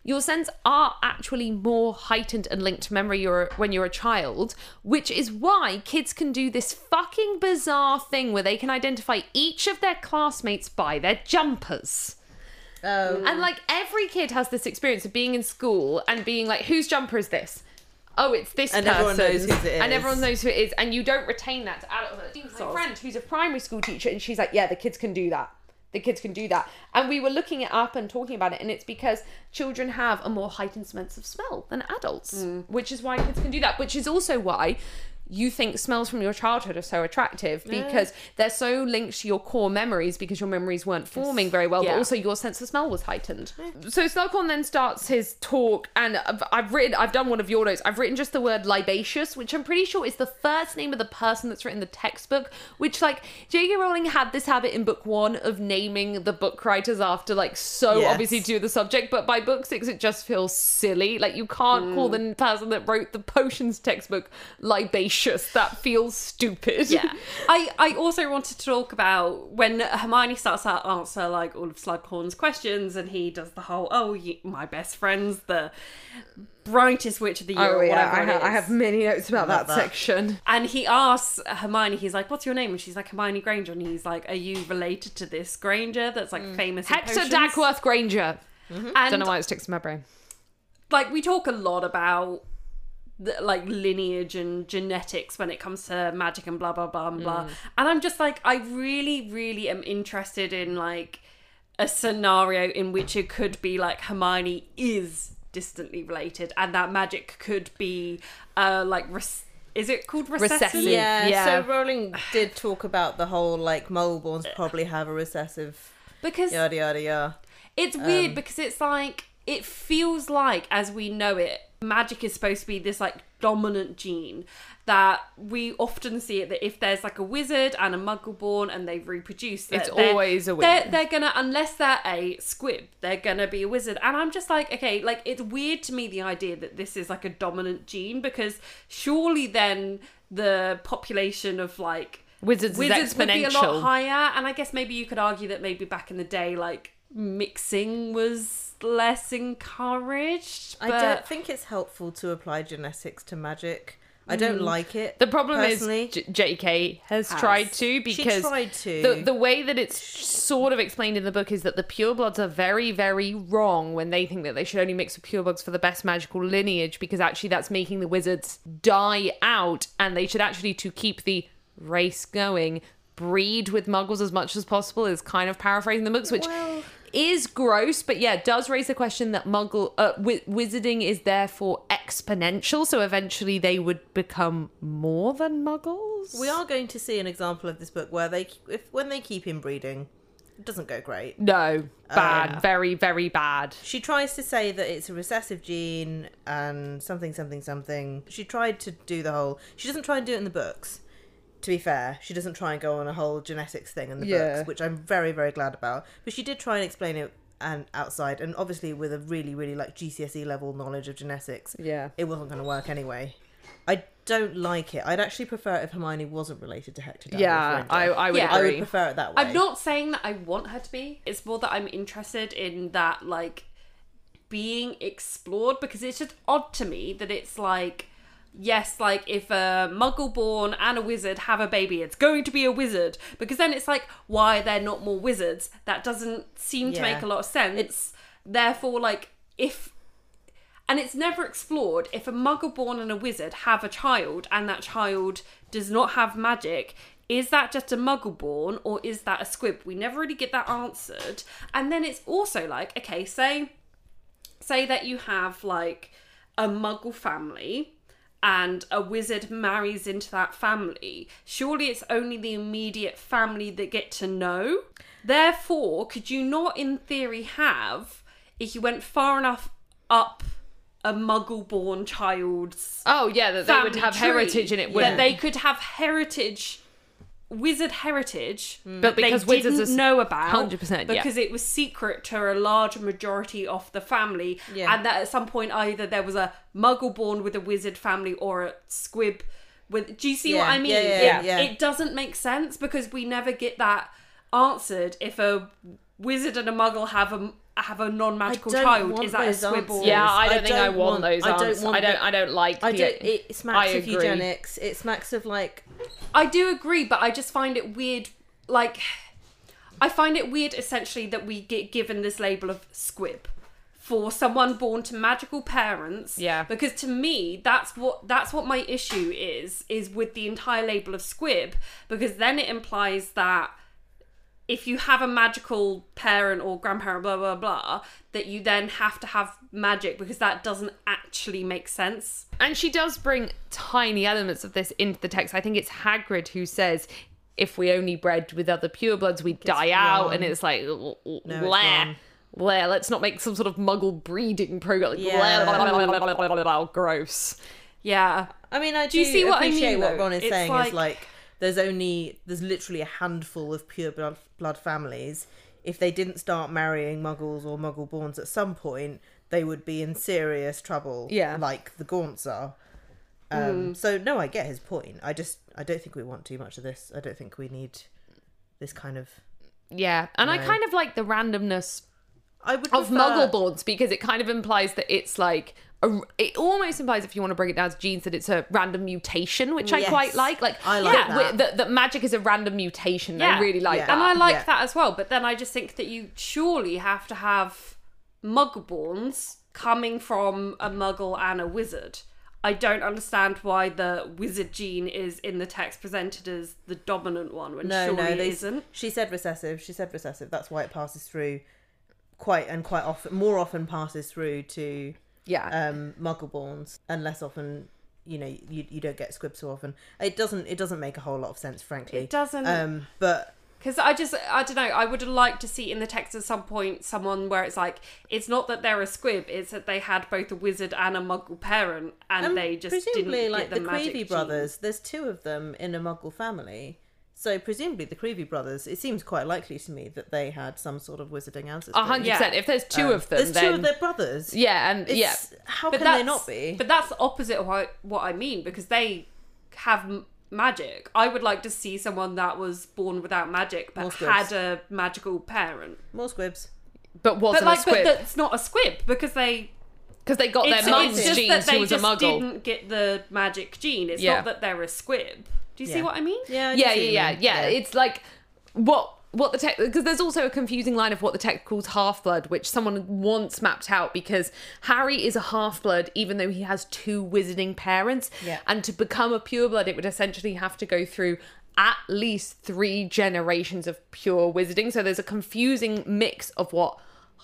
Speaker 4: Your scents are actually more heightened and linked to memory you're, when you're a child, which is why kids can do this fucking bizarre thing where they can identify each of their classmates by their jumpers.
Speaker 3: Oh.
Speaker 4: And like every kid has this experience of being in school and being like, whose jumper is this? Oh, it's this
Speaker 3: And
Speaker 4: person.
Speaker 3: everyone knows whose it
Speaker 4: And
Speaker 3: is.
Speaker 4: everyone knows who it is. And you don't retain that to adulthood. My friend, who's a primary school teacher, and she's like, yeah, the kids can do that. The kids can do that. And we were looking it up and talking about it, and it's because children have a more heightened sense of smell than adults, which is why kids can do that, which is also why you think smells from your childhood are so attractive because they're so linked to your core memories because your memories weren't forming very well, but
Speaker 2: Yeah.
Speaker 4: also your sense of smell was heightened. So Snugcorn then starts his talk, and I've, I've written, I've done one of your notes. I've written just the word libacious, which I'm pretty sure is the first name of the person that's written the textbook. Which, like, J.K. Rowling had this habit in book one of naming the book writers after, like, so
Speaker 3: Yes.
Speaker 4: obviously to do with the subject, but by book six, it just feels silly. Like, you can't call the person that wrote the potions textbook libacious. That feels stupid.
Speaker 2: yeah. I, I also wanted to talk about when Hermione starts to answer like all of Slughorn's questions and he does the whole, oh, you, my best friend's the brightest witch of the year
Speaker 4: Oh
Speaker 2: or
Speaker 4: yeah,
Speaker 2: whatever
Speaker 4: I,
Speaker 2: it
Speaker 4: ha- I
Speaker 2: is.
Speaker 4: have many notes about that,
Speaker 3: that.
Speaker 4: section.
Speaker 2: And he asks Hermione, he's like, "What's your name?" And she's like, "Hermione Granger." And he's like, "Are you related to this Granger that's like famous?" in
Speaker 4: Hector
Speaker 2: potions?"
Speaker 4: Dagworth Granger.
Speaker 2: And
Speaker 4: Don't know why it sticks in my brain.
Speaker 2: like we talk a lot about the, like lineage and genetics when it comes to magic and blah blah blah and blah. And I'm just like, I really, really am interested in like a scenario in which it could be like Hermione is distantly related, and that magic could be uh like res- is it called recessive?
Speaker 4: Recessive.
Speaker 3: Yeah,
Speaker 4: Yeah.
Speaker 3: So Rowling did talk about the whole like Moleborns probably have a recessive
Speaker 2: Because
Speaker 3: yada yada yada.
Speaker 2: It's weird
Speaker 4: Um,
Speaker 2: because it's like it feels like as we know it, magic is supposed to be this like dominant gene that we often see it that if there's like a wizard and a muggle born and they reproduce that
Speaker 4: It's
Speaker 2: they're-
Speaker 4: always a
Speaker 2: they're,
Speaker 4: win.
Speaker 2: they're gonna unless they're a squib they're gonna be a wizard and i'm just like okay like it's weird to me the idea that this is like a dominant gene because surely then the population of like
Speaker 4: Wizards is
Speaker 2: would be a lot
Speaker 4: exponential.
Speaker 2: higher Oh, and i guess maybe you could argue that maybe back in the day like mixing was less encouraged but
Speaker 3: I don't think it's helpful to apply genetics to magic. I don't like it.
Speaker 4: Mm. The problem
Speaker 3: personally.
Speaker 4: is J- JK has, tried to because
Speaker 3: tried to.
Speaker 4: The, the way that it's sort of explained in the book is that the purebloods are very very wrong when they think that they should only mix with purebloods for the best magical lineage because actually that's making the wizards die out and they should actually to keep the race going breed with muggles as much as possible is kind of paraphrasing the books which is gross but yeah does raise the question that muggle uh, wi- wizarding is therefore exponential so eventually they would become more than muggles
Speaker 3: we are going to see an example of this book where they if when they keep inbreeding, it doesn't go great.
Speaker 4: no bad very very bad
Speaker 3: She tries to say that it's a recessive gene and something something something. She tried to do the whole. She doesn't try and do it in the books. To be fair, she doesn't try and go on a whole genetics thing in the
Speaker 4: Yeah.
Speaker 3: books, which I'm very very glad about. But she did try and explain it and outside and obviously with a really really like GCSE E level knowledge of genetics.
Speaker 4: Yeah.
Speaker 3: It wasn't going to work anyway. I don't like it. I'd actually prefer it if Hermione wasn't related to Hector. Dudley
Speaker 4: Yeah,
Speaker 3: Thornton.
Speaker 4: I, I would
Speaker 2: Yeah.
Speaker 3: I would
Speaker 4: agree.
Speaker 3: prefer it that way.
Speaker 2: I'm not saying that I want her to be. It's more that I'm interested in that, like, being explored because it's just odd to me that it's like, yes, like if a muggle born and a wizard have a baby, it's going to be a wizard because then it's like, why are there not more wizards? That doesn't seem to
Speaker 3: Yeah.
Speaker 2: make a lot of sense. Therefore, like, if and it's never explored if a muggle born and a wizard have a child and that child does not have magic is that just a muggle born or is that a squib we never really get that answered and then it's also like okay say say that you have like a muggle family and a wizard marries into that family surely it's only the immediate family that get to know therefore could you not in theory have if you went far enough up a muggle born child's
Speaker 4: Oh yeah, that they would
Speaker 2: family
Speaker 4: have
Speaker 2: tree,
Speaker 4: heritage and it would.
Speaker 2: that they could have heritage wizard heritage
Speaker 4: Hmm. But
Speaker 2: that they
Speaker 4: because wizards
Speaker 2: didn't
Speaker 4: are-
Speaker 2: know about
Speaker 4: 100%, yeah.
Speaker 2: because it was secret to a large majority of the family
Speaker 3: Yeah.
Speaker 2: and that at some point either there was a muggle born with a wizard family or a squib with do you see what
Speaker 3: Yeah,
Speaker 2: i mean
Speaker 3: yeah, yeah,
Speaker 2: It-
Speaker 3: yeah.
Speaker 2: it doesn't make sense because we never get that answered if a wizard and a muggle have a have a non-magical
Speaker 3: don't
Speaker 2: child
Speaker 3: want
Speaker 2: is that a
Speaker 3: those
Speaker 2: squib or
Speaker 3: answers.
Speaker 4: yeah, I
Speaker 3: I
Speaker 4: don't think I
Speaker 3: don't
Speaker 4: want,
Speaker 3: want-
Speaker 4: those.
Speaker 3: I don't
Speaker 4: answers.
Speaker 3: want
Speaker 4: I don't.
Speaker 3: the-
Speaker 4: I don't like.
Speaker 3: I
Speaker 4: the,
Speaker 3: don't. It smacks
Speaker 4: I
Speaker 3: of
Speaker 4: agree.
Speaker 3: eugenics. It smacks of like
Speaker 2: I do agree, but I just find it weird. Like, I find it weird essentially that we get given this label of squib for someone born to magical parents.
Speaker 4: Yeah.
Speaker 2: Because to me, that's what that's what my issue is is with the entire label of squib because then it implies that if you have a magical parent or grandparent, blah blah blah, that you then have to have magic because that doesn't actually make sense.
Speaker 4: And she does bring tiny elements of this into the text. I think it's Hagrid who says, "If we only bred with other purebloods, we die out." And it's like, l- l-
Speaker 3: it's
Speaker 4: bleh,
Speaker 3: wrong.
Speaker 4: bleh. Let's not make some sort of Muggle breeding program. Like,
Speaker 3: Yeah.
Speaker 4: bleh, blah, blah, blah, blah, blah, blah, blah, gross.
Speaker 2: Yeah.
Speaker 3: I mean, I do,
Speaker 2: you see what I
Speaker 3: appreciate
Speaker 2: mean,
Speaker 3: what
Speaker 2: though?
Speaker 3: Ron is
Speaker 2: It's
Speaker 3: saying
Speaker 2: like-
Speaker 3: is like there's only there's literally a handful of pure blood, blood families. If they didn't start marrying muggles or muggle borns at some point, they would be in serious trouble.
Speaker 4: Yeah.
Speaker 3: like the Gaunts are. Um,
Speaker 2: Mm.
Speaker 3: So no, I get his point. I just I don't think we want too much of this. I don't think we need this kind of.
Speaker 4: Yeah, and I kind of like the randomness
Speaker 3: I would
Speaker 4: of
Speaker 3: prefer-
Speaker 4: muggle boards because it kind of implies that it's like a, it almost implies if you want to break it down to genes that it's a random mutation which i
Speaker 3: Yes.
Speaker 4: quite like like
Speaker 3: I like
Speaker 4: that,
Speaker 3: that.
Speaker 4: that, that magic is a random mutation i really like
Speaker 3: Yeah.
Speaker 4: that
Speaker 2: And I like
Speaker 3: Yeah.
Speaker 2: that as well. But then I just think that you surely have to have muggleborns coming from a muggle and a wizard. I don't understand why the wizard gene is in the text presented as the dominant one when
Speaker 3: No,
Speaker 2: surely
Speaker 3: no,
Speaker 2: it
Speaker 3: they,
Speaker 2: isn't.
Speaker 3: She said recessive. She said recessive. That's why it passes through quite and quite often, more often passes through to
Speaker 4: yeah
Speaker 3: um, muggleborns, and less often, you know, you, you don't get squibs so often. It doesn't it doesn't make a whole lot of sense, frankly.
Speaker 2: It doesn't.
Speaker 3: Um, but
Speaker 2: Because I just, I don't know, I would have liked to see in the text at some point someone where it's like, it's not that they're a squib, it's that they had both a wizard and a muggle parent and,
Speaker 3: and
Speaker 2: they just didn't
Speaker 3: presumably,
Speaker 2: get
Speaker 3: like
Speaker 2: the,
Speaker 3: the,
Speaker 2: magic
Speaker 3: Creevy
Speaker 2: gene.
Speaker 3: brothers, there's two of them in a muggle family. So presumably the Creevy brothers, it seems quite likely to me that they had some sort of wizarding ancestry.
Speaker 4: a hundred
Speaker 2: yeah.
Speaker 4: percent if there's two of them
Speaker 3: Um, There's
Speaker 4: then
Speaker 3: two of their brothers.
Speaker 4: yeah and yeah
Speaker 3: It's- How can they not be?
Speaker 2: But that's the opposite of what, what I mean because they have m- magic. I would like to see someone that was born without magic but
Speaker 3: More
Speaker 2: had
Speaker 3: squibs.
Speaker 2: a magical parent.
Speaker 3: More squibs.
Speaker 4: but wasn't
Speaker 2: But like,
Speaker 4: a squib
Speaker 2: but that's not a squib because they
Speaker 4: because they got
Speaker 2: It's,
Speaker 4: their mum's
Speaker 2: it's just
Speaker 4: genes
Speaker 2: that
Speaker 4: who
Speaker 2: they
Speaker 4: was a
Speaker 2: just
Speaker 4: muggle.
Speaker 2: didn't get the magic gene. It's
Speaker 4: Yeah.
Speaker 2: not that they're a squib. Do you see
Speaker 3: Yeah.
Speaker 2: what I mean?
Speaker 3: Yeah, I do
Speaker 4: yeah,
Speaker 3: see what you
Speaker 4: yeah, yeah,
Speaker 3: mean.
Speaker 4: yeah. It's like what what the tech because there's also a confusing line of what the tech calls half blood, which someone once mapped out because Harry is a half blood, even though he has two wizarding parents.
Speaker 3: Yeah.
Speaker 4: And to become a pure blood, it would essentially have to go through at least three generations of pure wizarding. So there's a confusing mix of what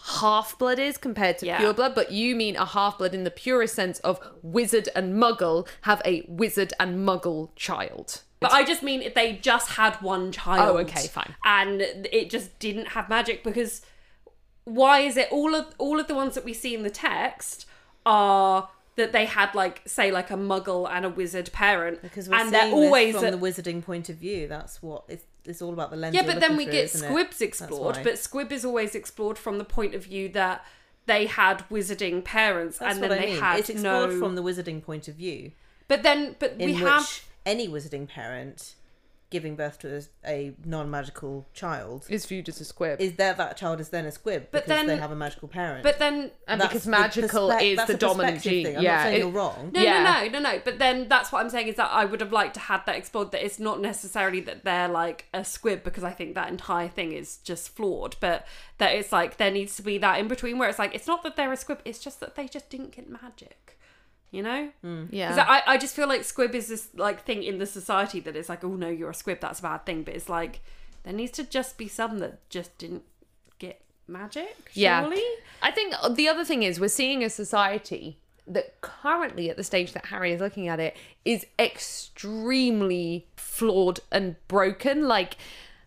Speaker 4: half blood is compared to
Speaker 2: Yeah.
Speaker 4: pure blood but you mean a half blood in the purest sense of wizard and muggle have a wizard and muggle child
Speaker 2: But I just mean if they just had one child.
Speaker 4: Oh, okay, fine.
Speaker 2: And it just didn't have magic because why is it all of all of the ones that we see in the text are that they had like say like a muggle and a wizard parent
Speaker 3: Because we're
Speaker 2: and they're always
Speaker 3: from the wizarding point of view. That's what it's, it's all about the lens.
Speaker 2: yeah,
Speaker 3: you're
Speaker 2: but then
Speaker 3: looking
Speaker 2: we
Speaker 3: through,
Speaker 2: get
Speaker 3: isn't it?
Speaker 2: squibs
Speaker 3: That's
Speaker 2: explored,
Speaker 3: why.
Speaker 2: but squib is always explored from the point of view that they had wizarding parents
Speaker 3: That's
Speaker 2: and then
Speaker 3: what I
Speaker 2: they
Speaker 3: mean.
Speaker 2: had
Speaker 3: it's explored
Speaker 2: no
Speaker 3: from the wizarding point of view,
Speaker 2: But then but
Speaker 3: in
Speaker 2: we
Speaker 3: which
Speaker 2: have
Speaker 3: any wizarding parent giving birth to a, a non-magical child
Speaker 4: is viewed as a squib
Speaker 3: is there that child is then a squib
Speaker 2: But
Speaker 3: because
Speaker 2: then-
Speaker 3: they have a magical parent.
Speaker 2: but then
Speaker 4: and
Speaker 3: That's
Speaker 4: because
Speaker 3: the
Speaker 4: magical
Speaker 3: perspe-
Speaker 4: is
Speaker 3: that's
Speaker 4: the
Speaker 3: a
Speaker 4: dominant
Speaker 3: perspective
Speaker 4: gene.
Speaker 3: thing. I'm not
Speaker 4: yeah,
Speaker 3: saying
Speaker 4: it-
Speaker 3: you're wrong.
Speaker 2: No,
Speaker 4: Yeah.
Speaker 2: no, no, no, no. But then that's what I'm saying is that I would have liked to had that explored. That it's not necessarily that they're like a squib because I think that entire thing is just flawed. But that it's like there needs to be that in between where it's like it's not that they're a squib. It's just that they just didn't get magic. You know,
Speaker 4: Yeah.
Speaker 2: Because I, I just feel like squib is this like thing in the society that it's like oh no you're a squib that's a bad thing. But it's like there needs to just be some that just didn't get magic.
Speaker 4: Yeah.
Speaker 2: Surely?
Speaker 4: I think the other thing is we're seeing a society that currently at the stage that Harry is looking at it is extremely flawed and broken. Like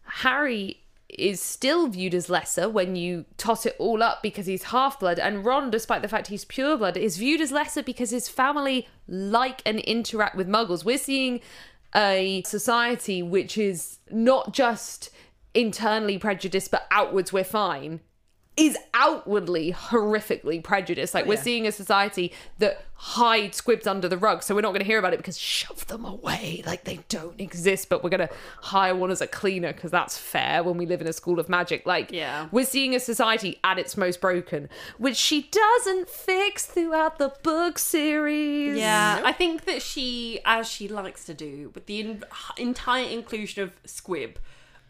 Speaker 4: Harry is still viewed as lesser when you toss it all up because he's half blood and Ron despite the fact he's pure blood is viewed as lesser because his family like and interact with muggles. We're seeing a society which is not just internally prejudiced but outwards we're fine is outwardly horrifically prejudiced. Like we're seeing a society that hides squibs under the rug, so we're not going to hear about it because shove them away, like they don't exist. But we're going to hire one as a cleaner because that's fair when we live in a school of magic. Like
Speaker 2: Yeah.
Speaker 4: we're seeing a society at its most broken, which she doesn't fix throughout the book series.
Speaker 2: Yeah, I think that she, as she likes to do, with the in- entire inclusion of Squib,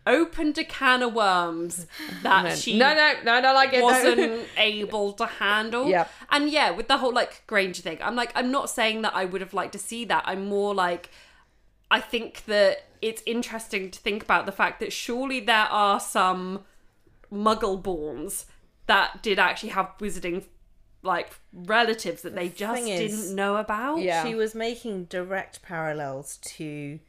Speaker 2: opened a can of worms that she
Speaker 4: no, no, no, no, like it. no.
Speaker 2: wasn't able to handle.
Speaker 4: Yep.
Speaker 2: And yeah, with the whole like Granger thing, I'm like, I'm not saying that I would have liked to see that. I'm more like, I think that it's interesting to think about the fact that surely there are some muggle borns that did actually have wizarding like relatives that they just
Speaker 3: thing is-
Speaker 2: didn't know about.
Speaker 4: Yeah.
Speaker 3: She was making direct parallels to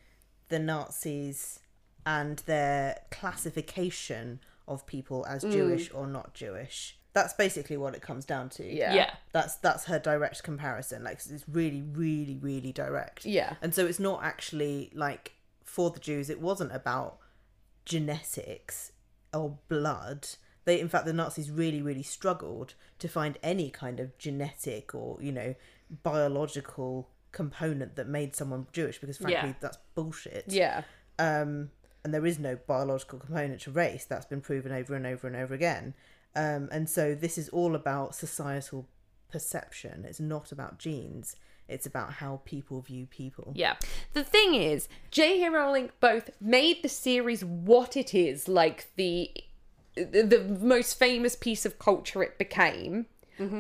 Speaker 3: the Nazis and their classification of people
Speaker 4: Mm.
Speaker 3: as Jewish or not Jewish. That's basically what it comes down to.
Speaker 4: Yeah.
Speaker 2: Yeah.
Speaker 3: That's that's her direct comparison. Like it's really, really, really direct.
Speaker 4: Yeah.
Speaker 3: And so it's not actually like for the Jews. It wasn't about genetics or blood. They, in fact, the Nazis really, really struggled to find any kind of genetic or you know biological component that made someone Jewish because frankly
Speaker 2: Yeah.
Speaker 3: that's bullshit.
Speaker 4: Yeah.
Speaker 3: Um, and there is no biological component to race. That's been proven over and over and over again. Um, and so this is all about societal perception. It's not about genes. It's about how people view people.
Speaker 4: Yeah. The thing is, J.K. Rowling both made the series what it is, like the the, the most famous piece of culture it became.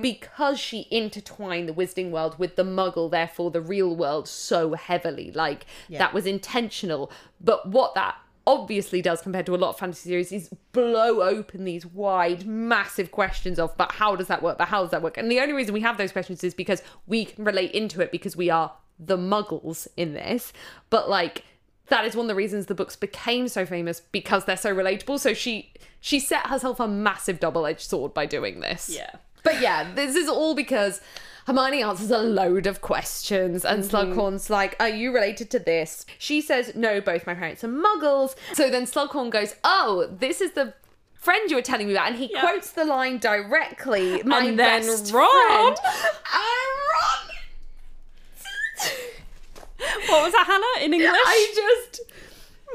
Speaker 4: Because she intertwined the wizarding world with the muggle, therefore the real world, so heavily. Like, that was intentional. But what that obviously does compared to a lot of fantasy series is blow open these wide, massive questions of, but how does that work? But how does that work? And the only reason we have those questions is because we can relate into it because we are the muggles in this. But like, that is one of the reasons the books became so famous because they're so relatable. So she she set herself a massive double-edged sword by doing this.
Speaker 2: Yeah.
Speaker 4: But yeah, this is all because Hermione answers a load of questions, and
Speaker 2: Mm-hmm.
Speaker 4: Slughorn's like, Are you related to this? She says, No, both my parents are muggles. So then Slughorn goes, Oh, this is the friend you were telling me about. And he quotes the line directly, My
Speaker 2: And then
Speaker 4: best
Speaker 2: Ron-
Speaker 4: friend. And Ron.
Speaker 2: What was that, Hannah, in English?
Speaker 4: I just.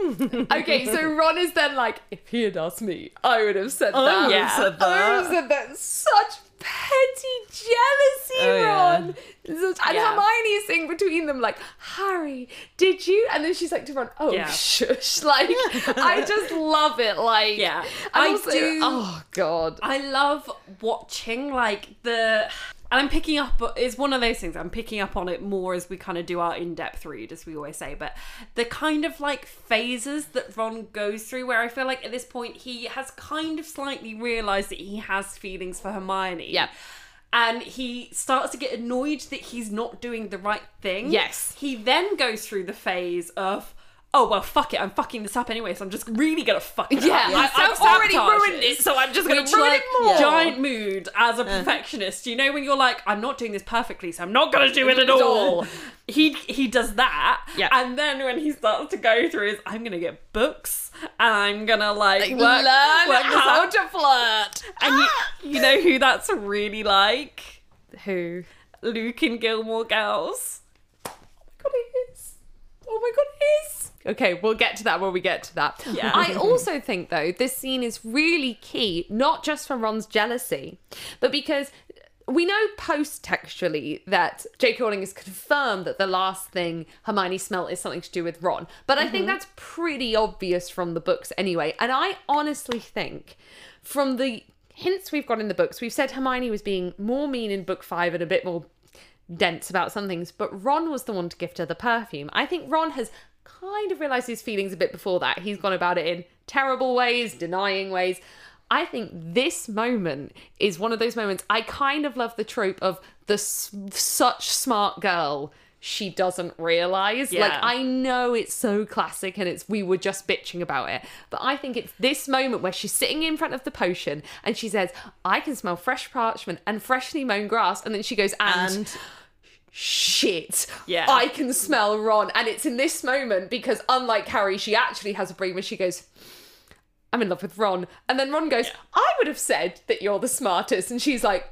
Speaker 4: okay, so Ron
Speaker 2: Oh,
Speaker 4: is then like, if he had asked me, I would have said that.
Speaker 2: would have Oh,
Speaker 4: I would have said that. Such
Speaker 1: petty jealousy,
Speaker 3: Oh, yeah.
Speaker 1: Ron. And Hermione's sitting between them, like, Harry, did you? And then she's like to Ron, oh,
Speaker 2: Yeah.
Speaker 1: shush. Like, I just love it. Like,
Speaker 2: Yeah.
Speaker 1: I
Speaker 2: I
Speaker 1: also,
Speaker 2: do-
Speaker 1: Oh, God.
Speaker 2: I love watching like the and I'm picking up it's one of those things I'm picking up on it more as we kind of do our in-depth read as we always say but the kind of like phases that Ron goes through where I feel like at this point he has kind of slightly realized that he has feelings for Hermione.
Speaker 4: Yep.
Speaker 2: And he starts to get annoyed that he's not doing the right thing.
Speaker 4: Yes.
Speaker 2: He then goes through the phase of Oh well, fuck it! I'm fucking this up anyway, so I'm just really gonna fuck it up.
Speaker 4: Yeah,
Speaker 2: Like,
Speaker 4: I've
Speaker 2: I'll
Speaker 4: already
Speaker 2: sabotage
Speaker 4: ruined it, so I'm just gonna
Speaker 2: Which,
Speaker 4: ruin
Speaker 2: like,
Speaker 4: it more.
Speaker 2: Giant mood as a perfectionist. You know when you're like, I'm not doing this perfectly, so I'm not gonna do it at all. He he does that,
Speaker 4: Yeah.
Speaker 2: and then when he starts to go through his, I'm gonna get books, and I'm gonna like work,
Speaker 4: Learn
Speaker 2: work this
Speaker 4: how
Speaker 2: out."
Speaker 4: to flirt.
Speaker 2: And
Speaker 1: Ah!
Speaker 2: you, you know who that's really like?
Speaker 4: Who?
Speaker 2: Luke and Gilmore Girls. Oh my god, it is. Oh my god, it is.
Speaker 4: Okay, we'll get to that when we get to that.
Speaker 2: Yeah.
Speaker 4: I also think though this scene is really key, not just for Ron's jealousy, but because we know post-textually that J.K. Rowling has confirmed that the last thing Hermione smelt is something to do with Ron. But I
Speaker 2: Mm-hmm.
Speaker 4: think that's pretty obvious from the books anyway. And I honestly think from the hints we've got in the books, we've said Hermione was being more mean in book five and a bit more dense about some things, but Ron was the one to gift her the perfume. I think Ron has kind of realized his feelings a bit before that. He's gone about it in terrible ways, denying ways. I think this moment is one of those moments I kind of love the trope of the s- such smart girl she doesn't realize. Like
Speaker 2: Yeah.
Speaker 4: I know it's so classic and it's we were just bitching about it, but I think it's this moment where she's sitting in front of the potion and she says, "I can smell fresh parchment and freshly mown grass," and then she goes, "And
Speaker 3: And
Speaker 4: shit.
Speaker 2: Yeah.
Speaker 4: I can smell Ron. And it's in this moment because unlike Harry, she actually has a brain where she goes, I'm in love with Ron. And then Ron goes, I would have said that you're the smartest. And she's like,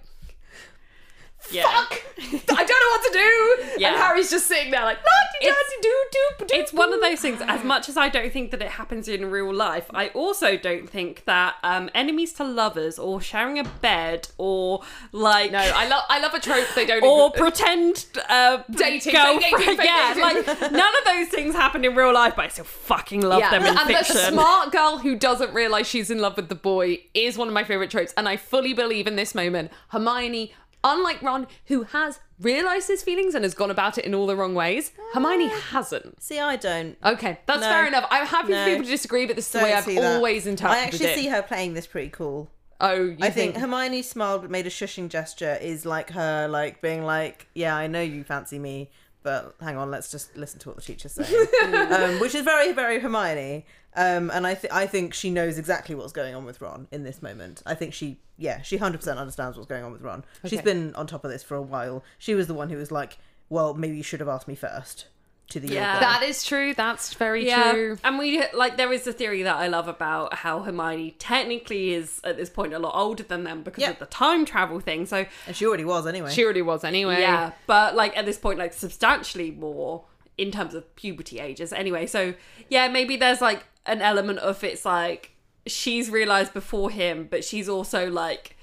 Speaker 2: Yeah.
Speaker 4: fuck, I don't know what to do.
Speaker 2: Yeah.
Speaker 4: And Harry's just sitting there like, "La-di-da, di-do, do, do,
Speaker 2: it's one of those things as much as i don't think that it happens in real life i also don't think that um, enemies to lovers or sharing a bed or like
Speaker 4: No, I love I love a trope they don't
Speaker 2: or
Speaker 4: even-
Speaker 2: pretend uh,
Speaker 4: Dating,
Speaker 2: girlfriend.
Speaker 4: dating, dating,
Speaker 2: yeah,
Speaker 4: dating.
Speaker 2: like none of those things happen in real life, but I still fucking love them in
Speaker 4: and
Speaker 2: fiction.
Speaker 4: the smart girl who doesn't realize she's in love with the boy is one of my favorite tropes, and I fully believe in this moment. Hermione, unlike Ron, who has realized his feelings and has gone about it in all the wrong ways, Hermione hasn't.
Speaker 3: see, I don't.
Speaker 4: Okay, that's
Speaker 3: Ah. No.
Speaker 4: fair enough. I'm happy
Speaker 3: No.
Speaker 4: for people to disagree, but this is the
Speaker 3: don't
Speaker 4: way I've
Speaker 3: see that.
Speaker 4: always interpreted
Speaker 3: I actually
Speaker 4: it.
Speaker 3: see her playing this pretty cool.
Speaker 4: oh, you
Speaker 3: I think, Hermione smiled but made a shushing gesture is like her like being like, Yeah, I know you fancy me, but hang on, let's just listen to what the teacher's saying. um, which is very, very Hermione. Um, and I th- I think she knows exactly what's going on with Ron in this moment. I think she yeah, she hundred percent understands what's going on with Ron. She's
Speaker 4: Okay.
Speaker 3: been on top of this for a while. She was the one who was like, Well, maybe you should have asked me first to the
Speaker 2: Yeah.
Speaker 3: yoga.
Speaker 4: that is true. That's very
Speaker 2: yeah.
Speaker 4: true.
Speaker 2: And we like there is a theory that I love about how Hermione technically is at this point a lot older than them because
Speaker 3: Yeah.
Speaker 2: of the time travel thing. So
Speaker 3: and she already was anyway.
Speaker 4: She already was anyway.
Speaker 2: Yeah, but like at this point, like substantially more in terms of puberty ages. Anyway, so yeah, maybe there's like an element of it's like she's realized before him, but she's also like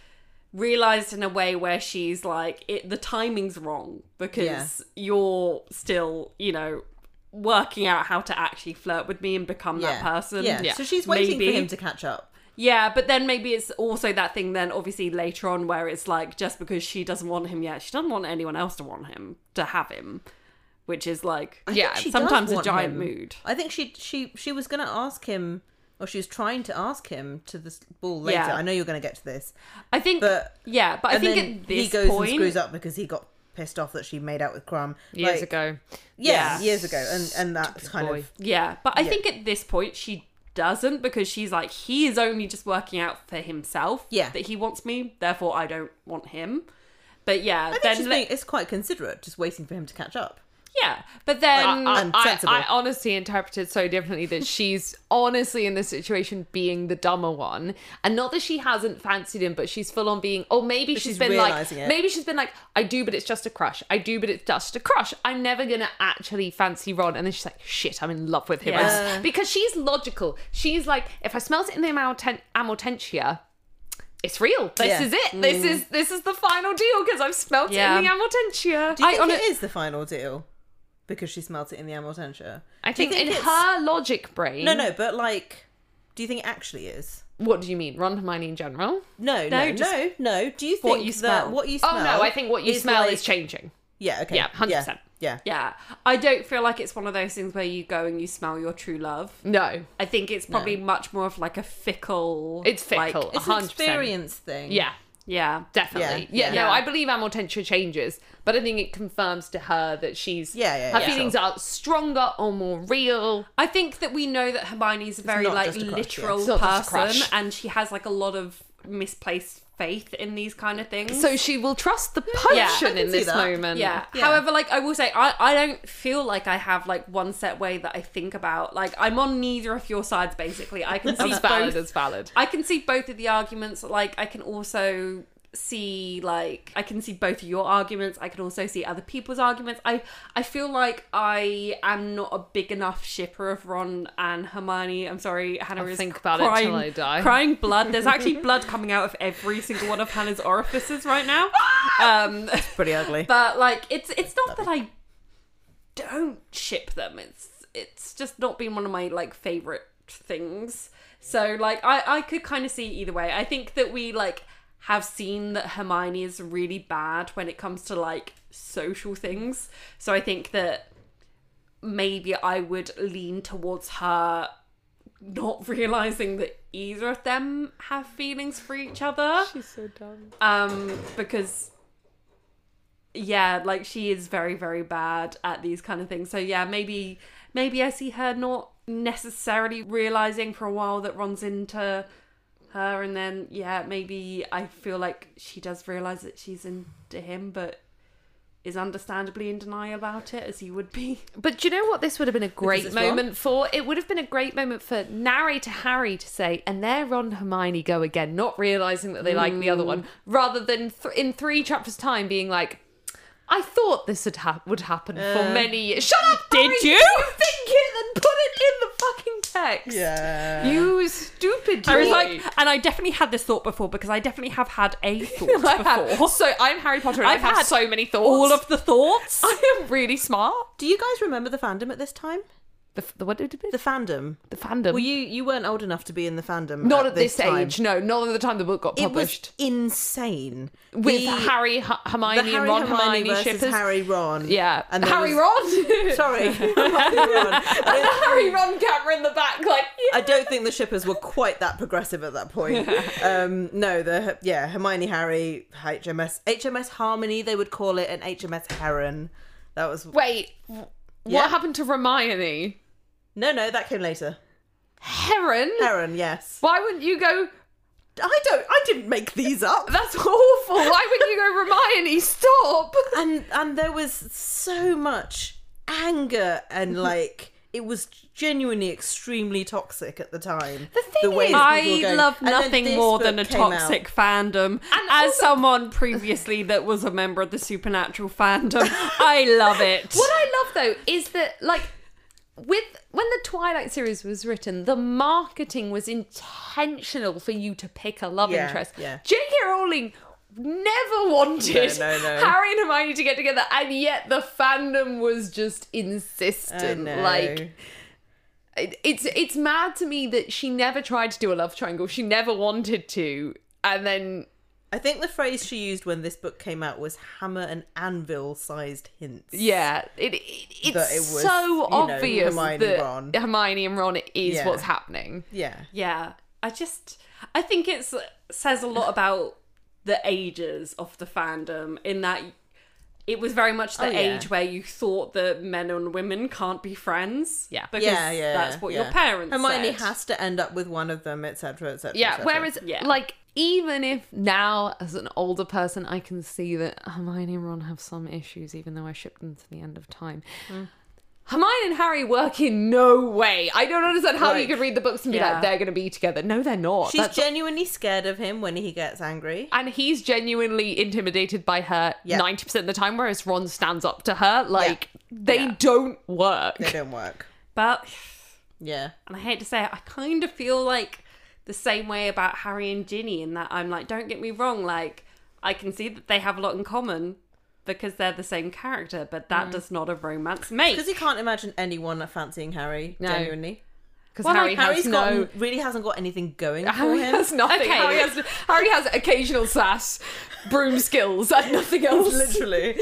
Speaker 2: realized in a way where she's like it the timing's wrong because you're still you know working out how to actually flirt with me and become that person
Speaker 3: Yeah. So she's waiting
Speaker 2: Maybe.
Speaker 3: for him to catch up.
Speaker 2: yeah, but then maybe it's also that thing then obviously later on where it's like just because she doesn't want him yet, she doesn't want anyone else to want him to have him. Which is like
Speaker 4: Yeah,
Speaker 3: she does
Speaker 2: sometimes a
Speaker 3: want
Speaker 2: giant
Speaker 3: him.
Speaker 2: mood.
Speaker 3: I think she she she was going to ask him, or she was trying to ask him to this ball later.
Speaker 2: Yeah.
Speaker 3: I know you're going to get to this,
Speaker 2: I think
Speaker 3: but
Speaker 2: yeah, but I
Speaker 3: and
Speaker 2: think
Speaker 3: then
Speaker 2: at this
Speaker 3: he goes
Speaker 2: point
Speaker 3: and screws up because he got pissed off that she made out with Crumb
Speaker 4: Years
Speaker 3: Like,
Speaker 4: ago.
Speaker 3: Yeah,
Speaker 2: Yeah.
Speaker 3: years ago, and and that's kind
Speaker 4: boy.
Speaker 3: of
Speaker 2: Yeah, but I think at this point she doesn't because she's like he is only just working out for himself
Speaker 3: Yeah.
Speaker 2: that he wants me, therefore I don't want him. But yeah,
Speaker 3: I think
Speaker 2: then
Speaker 3: she's
Speaker 2: le-
Speaker 3: being, it's quite considerate, just waiting for him to catch up.
Speaker 2: yeah, but then
Speaker 4: I,
Speaker 3: and
Speaker 4: I,
Speaker 3: sensible.
Speaker 4: I honestly interpreted so differently that she's honestly in this situation being the dumber one, and not that she hasn't fancied him, but she's full on being. Or maybe she's
Speaker 3: she's
Speaker 4: been like,
Speaker 3: realising it.
Speaker 4: maybe she's been like, I do, but it's just a crush. I do, but it's just a crush. I'm never gonna actually fancy Ron, and then she's like, shit, I'm in love with him
Speaker 2: Yeah.
Speaker 4: because she's logical. She's like, if I smelt it in the amorten- amortentia, it's real. This
Speaker 3: Yeah. Mm.
Speaker 4: is it. This is this is the final deal because I've smelt
Speaker 2: Yeah.
Speaker 4: it in the Amortentia.
Speaker 3: Do you
Speaker 2: I
Speaker 3: think
Speaker 2: hon-
Speaker 3: it is the final deal? Because she smelt it in the Amortentia.
Speaker 4: I
Speaker 3: Do you
Speaker 4: think, in
Speaker 3: it's-
Speaker 4: her logic brain.
Speaker 3: No, no, but like, do you think it actually is?
Speaker 4: What do you mean, Ron Hermione in general?
Speaker 3: No,
Speaker 2: No,
Speaker 3: no,
Speaker 2: just
Speaker 3: no, no. Do you think
Speaker 2: what you smell.
Speaker 3: that what you smell?
Speaker 4: oh no, I think what you smell is
Speaker 3: like-
Speaker 4: changing.
Speaker 3: Yeah. Okay.
Speaker 4: Yeah, 100%.
Speaker 3: Yeah. yeah.
Speaker 2: Yeah, I don't feel like it's one of those things where you go and you smell your true love.
Speaker 4: No,
Speaker 2: I think it's probably much more of like a fickle.
Speaker 4: It's
Speaker 2: like-
Speaker 4: fickle.
Speaker 3: It's an
Speaker 4: 100%.
Speaker 3: experience thing.
Speaker 4: yeah,
Speaker 2: yeah,
Speaker 4: definitely.
Speaker 3: Yeah,
Speaker 4: Yeah, no,
Speaker 2: yeah.
Speaker 4: I believe Amortentia changes, but I think it confirms to her that she's
Speaker 3: Yeah, yeah,
Speaker 4: her
Speaker 3: yeah.
Speaker 4: feelings are stronger or more real.
Speaker 2: I think that we know that Hermione's a very
Speaker 3: not
Speaker 2: like
Speaker 3: just a crush,
Speaker 2: literal
Speaker 3: yeah.
Speaker 4: It's not just a
Speaker 2: person,
Speaker 4: crush.
Speaker 2: and she has like a lot of misplaced faith in these kind of things.
Speaker 4: So um, she will trust the
Speaker 2: Yeah. I
Speaker 4: potion
Speaker 2: can
Speaker 4: in
Speaker 3: see
Speaker 4: this
Speaker 3: that.
Speaker 4: moment.
Speaker 2: yeah. However, like I will say, I, I don't feel like I have like one set way that I think about. Like I'm on neither of your sides basically. I can see
Speaker 4: It's valid,
Speaker 2: both
Speaker 4: it's valid.
Speaker 2: I can see both of the arguments. Like, I can also see like I can see both of your arguments. I can also see other people's arguments. I I feel like I am not a big enough shipper of Ron and Hermione. I'm sorry, Hannah
Speaker 4: I'll
Speaker 2: is
Speaker 4: think about it till
Speaker 2: crying,
Speaker 4: I die.
Speaker 2: crying blood. There's actually blood coming out of every single one of Hannah's orifices right now. Um,
Speaker 3: Pretty ugly.
Speaker 2: but like it's it's not that I don't ship them. It's it's just not been one of my like favorite things. So like I I could kind of see either way. I think that we like have seen that Hermione is really bad when it comes to like social things. So I think that maybe I would lean towards her not realizing that either of them have feelings for each other
Speaker 4: She's so dumb.
Speaker 2: um because yeah like she is very very bad at these kind of things so yeah maybe maybe i see her not necessarily realizing for a while that ron's into her and then yeah maybe i feel like she does realize that she's into him but is understandably in denial about it as you would be
Speaker 4: But do you know what this would have been a great
Speaker 3: it's Ron?
Speaker 4: moment for? It would have been a great moment for narrator Harry to say, and there Ron and Hermione go again, not realizing that they like the other one,
Speaker 2: Mm.
Speaker 4: rather than th- in three chapters' time being like, I thought this would, hap would happen for many years. Shut up!
Speaker 2: Uh, Did
Speaker 4: Harry!
Speaker 2: you?
Speaker 4: think it, then put it in the fucking text.
Speaker 3: yeah.
Speaker 4: You stupid.
Speaker 2: i was
Speaker 4: boy.
Speaker 2: like and i definitely had this thought before because i definitely have had a thought
Speaker 4: I have-
Speaker 2: before
Speaker 4: So I'm Harry Potter. And
Speaker 2: I've
Speaker 4: I've, had,
Speaker 2: had
Speaker 4: so many thoughts.
Speaker 2: all of the thoughts
Speaker 4: I am really smart.
Speaker 3: Do you guys remember the fandom at this time?
Speaker 4: The, the what did it be?
Speaker 3: The fandom.
Speaker 4: The fandom.
Speaker 3: Well, you you weren't old enough to be in the fandom.
Speaker 4: not at this,
Speaker 3: time.
Speaker 4: age. No, not at the time the book got
Speaker 3: It
Speaker 4: published.
Speaker 3: was insane.
Speaker 4: With
Speaker 3: The-
Speaker 4: Harry, H- Hermione,
Speaker 3: the
Speaker 4: and
Speaker 3: Harry
Speaker 4: Ron
Speaker 3: Hermione
Speaker 4: Hermione,
Speaker 3: versus
Speaker 4: shippers.
Speaker 3: Harry Ron.
Speaker 4: yeah, and
Speaker 3: there
Speaker 4: Harry
Speaker 3: was-
Speaker 4: Ron.
Speaker 3: Sorry, Hermione Ron.
Speaker 4: and the Harry Ron camera in the back, like
Speaker 3: I don't think the shippers were quite that progressive at that point. Um, no, the yeah Hermione Harry HMS HMS Harmony they would call it an HMS Heron. That was
Speaker 4: wait. What
Speaker 3: Yeah.
Speaker 4: happened to Hermione?
Speaker 3: no no that came later.
Speaker 4: Heron.
Speaker 3: Heron yes.
Speaker 4: Why wouldn't you go?
Speaker 3: I don't I didn't make these up.
Speaker 4: That's awful. Why wouldn't you go, Hermione? Stop.
Speaker 3: and and there was so much anger and like it was genuinely extremely toxic at the time. The
Speaker 4: thing
Speaker 3: that
Speaker 4: is-
Speaker 3: people
Speaker 2: I
Speaker 3: were going.
Speaker 2: love
Speaker 3: And then
Speaker 2: nothing
Speaker 3: this
Speaker 2: more
Speaker 3: book
Speaker 2: than a
Speaker 3: came out.
Speaker 2: toxic fandom.
Speaker 4: And
Speaker 2: As
Speaker 4: also-
Speaker 2: someone previously that was a member of the supernatural fandom, I love it.
Speaker 4: What I love though is that like with when the Twilight series was written, the marketing was intentional for you to pick a love
Speaker 3: Yeah,
Speaker 4: interest.
Speaker 3: yeah.
Speaker 4: J.K. Rowling never wanted
Speaker 3: No, no, no.
Speaker 4: Harry and Hermione to get together, and yet the fandom was just
Speaker 3: I
Speaker 4: insistent.
Speaker 3: know.
Speaker 4: Like it- it's it's mad to me that she never tried to do a love triangle. She never wanted to, and then
Speaker 3: I think the phrase she used when this book came out was hammer and anvil sized hints.
Speaker 4: Yeah, it, it it's
Speaker 3: That it was,
Speaker 4: so
Speaker 3: you know,
Speaker 4: obvious
Speaker 3: Hermione,
Speaker 4: that
Speaker 3: Ron.
Speaker 4: Hermione and Ron is
Speaker 3: Yeah.
Speaker 4: what's happening.
Speaker 3: Yeah.
Speaker 2: yeah, I just I think it's says a lot about the ages of the fandom in that it was very much the
Speaker 3: Oh, yeah.
Speaker 2: age where you thought that men and women can't be friends.
Speaker 4: Yeah.
Speaker 2: because
Speaker 3: Yeah, yeah.
Speaker 2: that's what your
Speaker 3: yeah.
Speaker 2: parents.
Speaker 3: Hermione
Speaker 2: said.
Speaker 3: has to end up with one of them, etc., etc.
Speaker 4: Yeah, whereas
Speaker 2: Yeah.
Speaker 4: like even if now as an older person I can see that Hermione and Ron have some issues, even though I shipped them to the end of time.
Speaker 3: Mm.
Speaker 4: Hermione and Harry work in no way. I don't understand how you
Speaker 3: Like-
Speaker 4: could read the books and be
Speaker 2: Yeah.
Speaker 4: like they're going to be together. No, they're not.
Speaker 3: she's
Speaker 4: That's-
Speaker 3: genuinely scared of him when he gets angry.
Speaker 4: and he's genuinely intimidated by her
Speaker 3: Yeah.
Speaker 4: ninety percent of the time, whereas Ron stands up to her. Like they don't work.
Speaker 3: They don't work.
Speaker 2: But
Speaker 3: Yeah.
Speaker 2: and I hate to say it, I kind of feel like the same way about Harry and Ginny in that I'm like, don't get me wrong, like I can see that they have a lot in common because they're the same character, but
Speaker 4: Mm.
Speaker 2: that does not a romance make.
Speaker 3: Because you can't imagine anyone fancying Harry,
Speaker 4: No.
Speaker 3: genuinely.
Speaker 4: because
Speaker 2: Well,
Speaker 4: Harry
Speaker 2: like,
Speaker 4: has
Speaker 3: Harry's
Speaker 4: no.
Speaker 3: got, really hasn't got anything going for
Speaker 4: Harry
Speaker 3: him.
Speaker 4: has nothing.
Speaker 2: Okay.
Speaker 4: Harry, has, Harry has occasional sass, broom skills, and nothing else.
Speaker 3: Literally.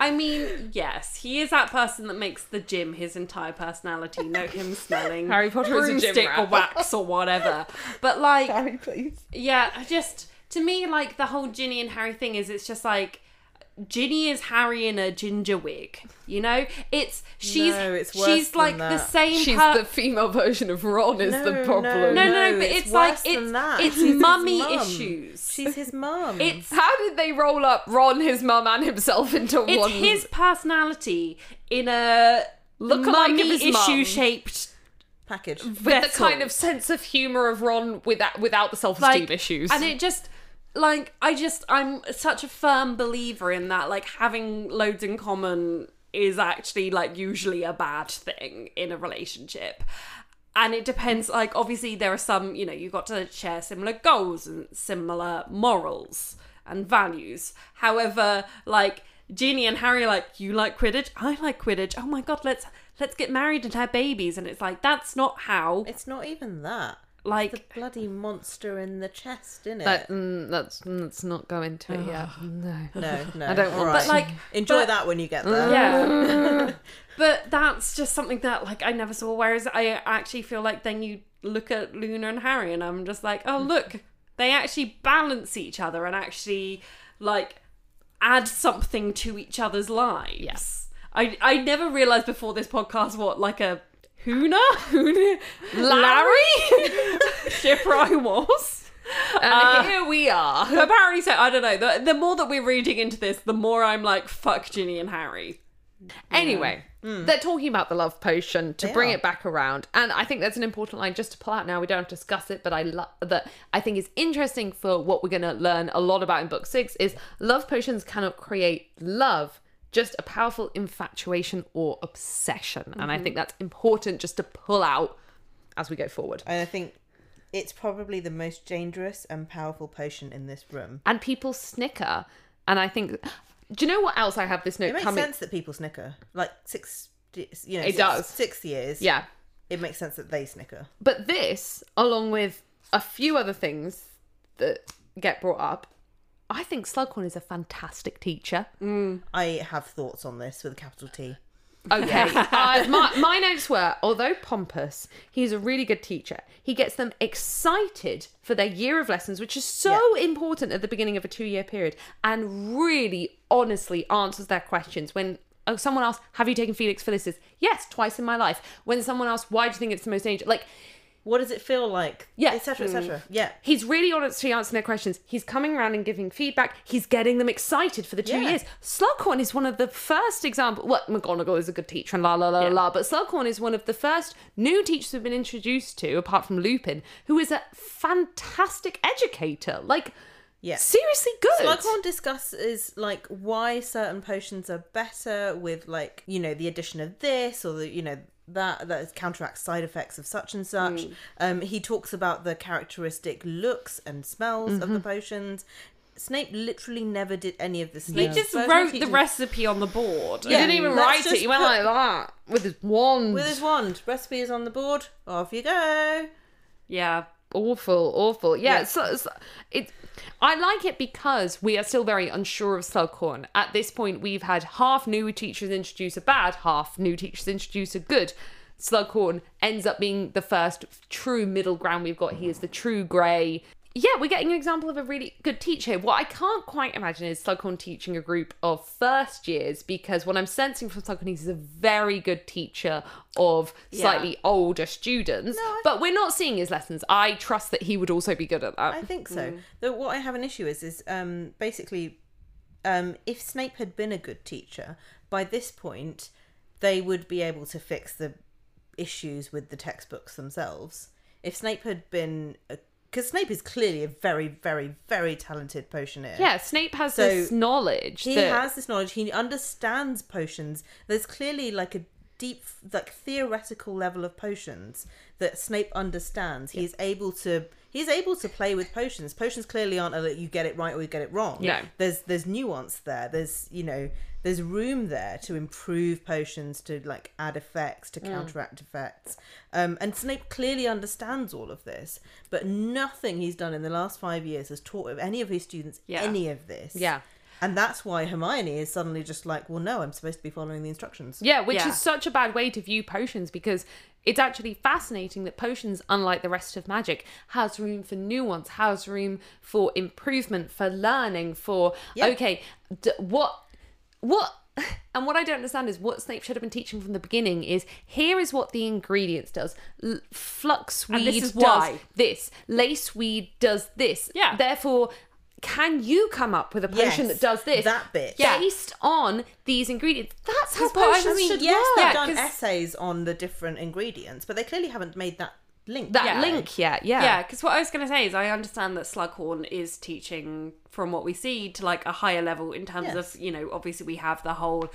Speaker 2: I mean, yes, he is that person that makes the gym his entire personality. Note him smelling
Speaker 4: Harry Potter is a gym
Speaker 2: broomstick
Speaker 4: rat.
Speaker 2: or wax or whatever. But like,
Speaker 4: Harry, please.
Speaker 2: yeah, I just to me, like the whole Ginny and Harry thing is, it's just like. Ginny is Harry in a ginger wig, you know. It's she's
Speaker 3: No, it's worse
Speaker 2: she's
Speaker 3: than
Speaker 2: like the
Speaker 3: that.
Speaker 2: same.
Speaker 4: She's
Speaker 2: per-
Speaker 4: the female version of Ron. Is the problem?
Speaker 2: no, no,
Speaker 3: no,
Speaker 2: but
Speaker 3: it's
Speaker 2: it's, like
Speaker 3: worse than
Speaker 2: it's
Speaker 3: that.
Speaker 2: it's
Speaker 3: She's his
Speaker 2: mummy
Speaker 3: mum.
Speaker 2: issues.
Speaker 3: She's his mum.
Speaker 2: it's
Speaker 4: How did they roll up Ron, his mum, and himself into
Speaker 2: it's
Speaker 4: one?
Speaker 2: his personality in a
Speaker 4: Look-alike of
Speaker 2: mummy
Speaker 4: his mum.
Speaker 2: issue shaped
Speaker 3: package.
Speaker 4: with the
Speaker 2: vessel.
Speaker 4: kind of sense of humor of Ron without without the self esteem
Speaker 2: like
Speaker 4: issues.
Speaker 2: and it just like i just i'm such a firm believer in that like having loads in common is actually like usually a bad thing in a relationship and it depends like obviously there are some you know you got to share similar goals and similar morals and values however like Ginny and Harry are like you like Quidditch, I like Quidditch. Oh my god, let's let's get married and have babies. And it's like that's not how.
Speaker 3: It's not even that.
Speaker 2: Like
Speaker 3: The bloody monster in the chest, innit?
Speaker 4: That- mm, that's mm, let's not go into it yet. No.
Speaker 3: no, no.
Speaker 4: I don't want-
Speaker 3: all
Speaker 2: but like
Speaker 3: enjoy
Speaker 2: but-
Speaker 3: that when you get there.
Speaker 2: yeah but that's just something that like i never saw whereas i actually feel like then you look at luna and harry and i'm just like oh look they actually balance each other and actually like add something to each other's lives yes i i never realized before this podcast what like a Hoona? Hoona? Larry? Shipper I was.
Speaker 4: And
Speaker 2: Uh,
Speaker 4: here we are.
Speaker 2: Apparently so. I don't know. The, the more that we're reading into this, the more I'm like, fuck Ginny and Harry.
Speaker 4: Anyway, they're talking about the love potion to
Speaker 3: Mm. They
Speaker 4: bring
Speaker 3: are.
Speaker 4: it back around, and I think that's an important line just to pull out now. We don't have to discuss it, but I love that. I think is interesting for what we're going to learn a lot about in book six is love potions cannot create love. Just a powerful infatuation or obsession. And
Speaker 3: Mm-hmm.
Speaker 4: I think that's important just to pull out as we go forward.
Speaker 3: And I think it's probably the most dangerous and powerful potion in this room.
Speaker 4: and people snicker. And I think, do you know what else I have this
Speaker 3: It
Speaker 4: note
Speaker 3: makes
Speaker 4: coming?
Speaker 3: sense that people snicker. Like six, you know,
Speaker 4: e-
Speaker 3: six,
Speaker 4: It does.
Speaker 3: six years.
Speaker 4: Yeah,
Speaker 3: it makes sense that they snicker.
Speaker 4: but this, along with a few other things that get brought up, I think Slughorn is a fantastic teacher.
Speaker 3: I have thoughts on this with a capital T.
Speaker 4: Okay. uh, my, my notes were although pompous, he's a really good teacher. He gets them excited for their year of lessons, which is so important at the beginning of a two year period, and really honestly answers their questions. When uh, someone asks, Have you taken Felix Felicis? Yes, twice in my life. When someone asks, Why do you think it's the most dangerous? Like,
Speaker 3: What does it feel like?
Speaker 4: Yeah. Mm.
Speaker 3: etc. etc. Yeah,
Speaker 4: He's really honestly answering their questions. He's coming around and giving feedback. He's getting them excited for the two
Speaker 3: Yeah.
Speaker 4: years. Slughorn is one of the first example. Well, McGonagall is a good teacher and la la la la la, but Slughorn is one of the first new teachers we've been introduced to, apart from Lupin, who is a fantastic educator. Like,
Speaker 3: Yeah.
Speaker 4: seriously good.
Speaker 3: Slughorn discusses like why certain potions are better with like you know the addition of this or the you know that that counteracts side effects of such and such.
Speaker 2: Mm.
Speaker 3: Um, he talks about the characteristic looks and smells of
Speaker 2: Mm-hmm.
Speaker 3: the potions. Snape literally never did any of this.
Speaker 2: He
Speaker 3: Snape's
Speaker 2: just
Speaker 3: version
Speaker 2: wrote
Speaker 3: of
Speaker 2: the
Speaker 3: teaching-
Speaker 2: recipe on the board.
Speaker 4: He didn't even
Speaker 3: Let's
Speaker 4: write it.
Speaker 3: just
Speaker 4: He went
Speaker 3: put-
Speaker 4: like that with his wand.
Speaker 3: with his wand. Recipe is on the board. Off you go.
Speaker 2: Yeah.
Speaker 4: awful, awful. Yeah,
Speaker 3: Yeah.
Speaker 4: So, so it. I like it because we are still very unsure of Slughorn. At this point, we've had half new teachers introduce a bad, half new teachers introduce a good. Slughorn ends up being the first true middle ground we've got. He is the true grey. Yeah, we're getting an example of a really good teacher. here. What I can't quite imagine is Slughorn teaching a group of first years because what I'm sensing from Slughorn is he's a very good teacher of slightly older students. but we're not seeing his lessons. I trust that he would also be good at that.
Speaker 3: I think so. Though what I have an issue is is um, basically um, if Snape had been a good teacher, by this point they would be able to fix the issues with the textbooks themselves. If Snape had been, because Snape is clearly a very, very, very talented potioner.
Speaker 4: yeah, Snape has
Speaker 3: So,
Speaker 4: this knowledge.
Speaker 3: he
Speaker 4: that,
Speaker 3: has this knowledge. He understands potions. There's clearly like a deep, like theoretical level of potions that Snape understands. He is able to. He's able to play with potions. Potions clearly aren't a, like, you get it right or you get it wrong.
Speaker 4: No.
Speaker 3: There's there's nuance there. There's you know there's room there to improve potions to like add effects
Speaker 4: Mm.
Speaker 3: to counteract effects. Um, and Snape clearly understands all of this, but nothing he's done in the last five years has taught any of his students
Speaker 2: Yeah.
Speaker 3: any of this.
Speaker 4: Yeah.
Speaker 3: And that's why Hermione is suddenly just like, well, no, I'm supposed to be following the instructions.
Speaker 4: Yeah, which
Speaker 2: Yeah.
Speaker 4: is such a bad way to view potions because it's actually fascinating that potions, unlike the rest of magic, has room for nuance, has room for improvement, for learning, for
Speaker 3: Yeah.
Speaker 4: okay, d- what, what. And what I don't understand is what Snape should have been teaching from the beginning is here is what the ingredients does. L- fluxweed
Speaker 2: And this is
Speaker 4: does
Speaker 2: why.
Speaker 4: this. Laceweed does this.
Speaker 2: Yeah.
Speaker 4: Therefore, can you come up with a potion
Speaker 3: Yes,
Speaker 4: that does this?
Speaker 3: that bitch.
Speaker 2: Yeah.
Speaker 4: Based on these ingredients. That's how
Speaker 2: That's what I
Speaker 4: potions
Speaker 2: mean,
Speaker 4: should
Speaker 3: Yes,
Speaker 4: work.
Speaker 3: they've done
Speaker 2: 'cause-
Speaker 3: essays on the different ingredients, but they clearly haven't made that link.
Speaker 4: that
Speaker 2: Yeah.
Speaker 4: link yet. Yeah.
Speaker 2: Yeah, because what I was going to say is I understand that Slughorn is teaching from what we see to like a higher level in terms
Speaker 3: Yes.
Speaker 2: of, you know, obviously we have the whole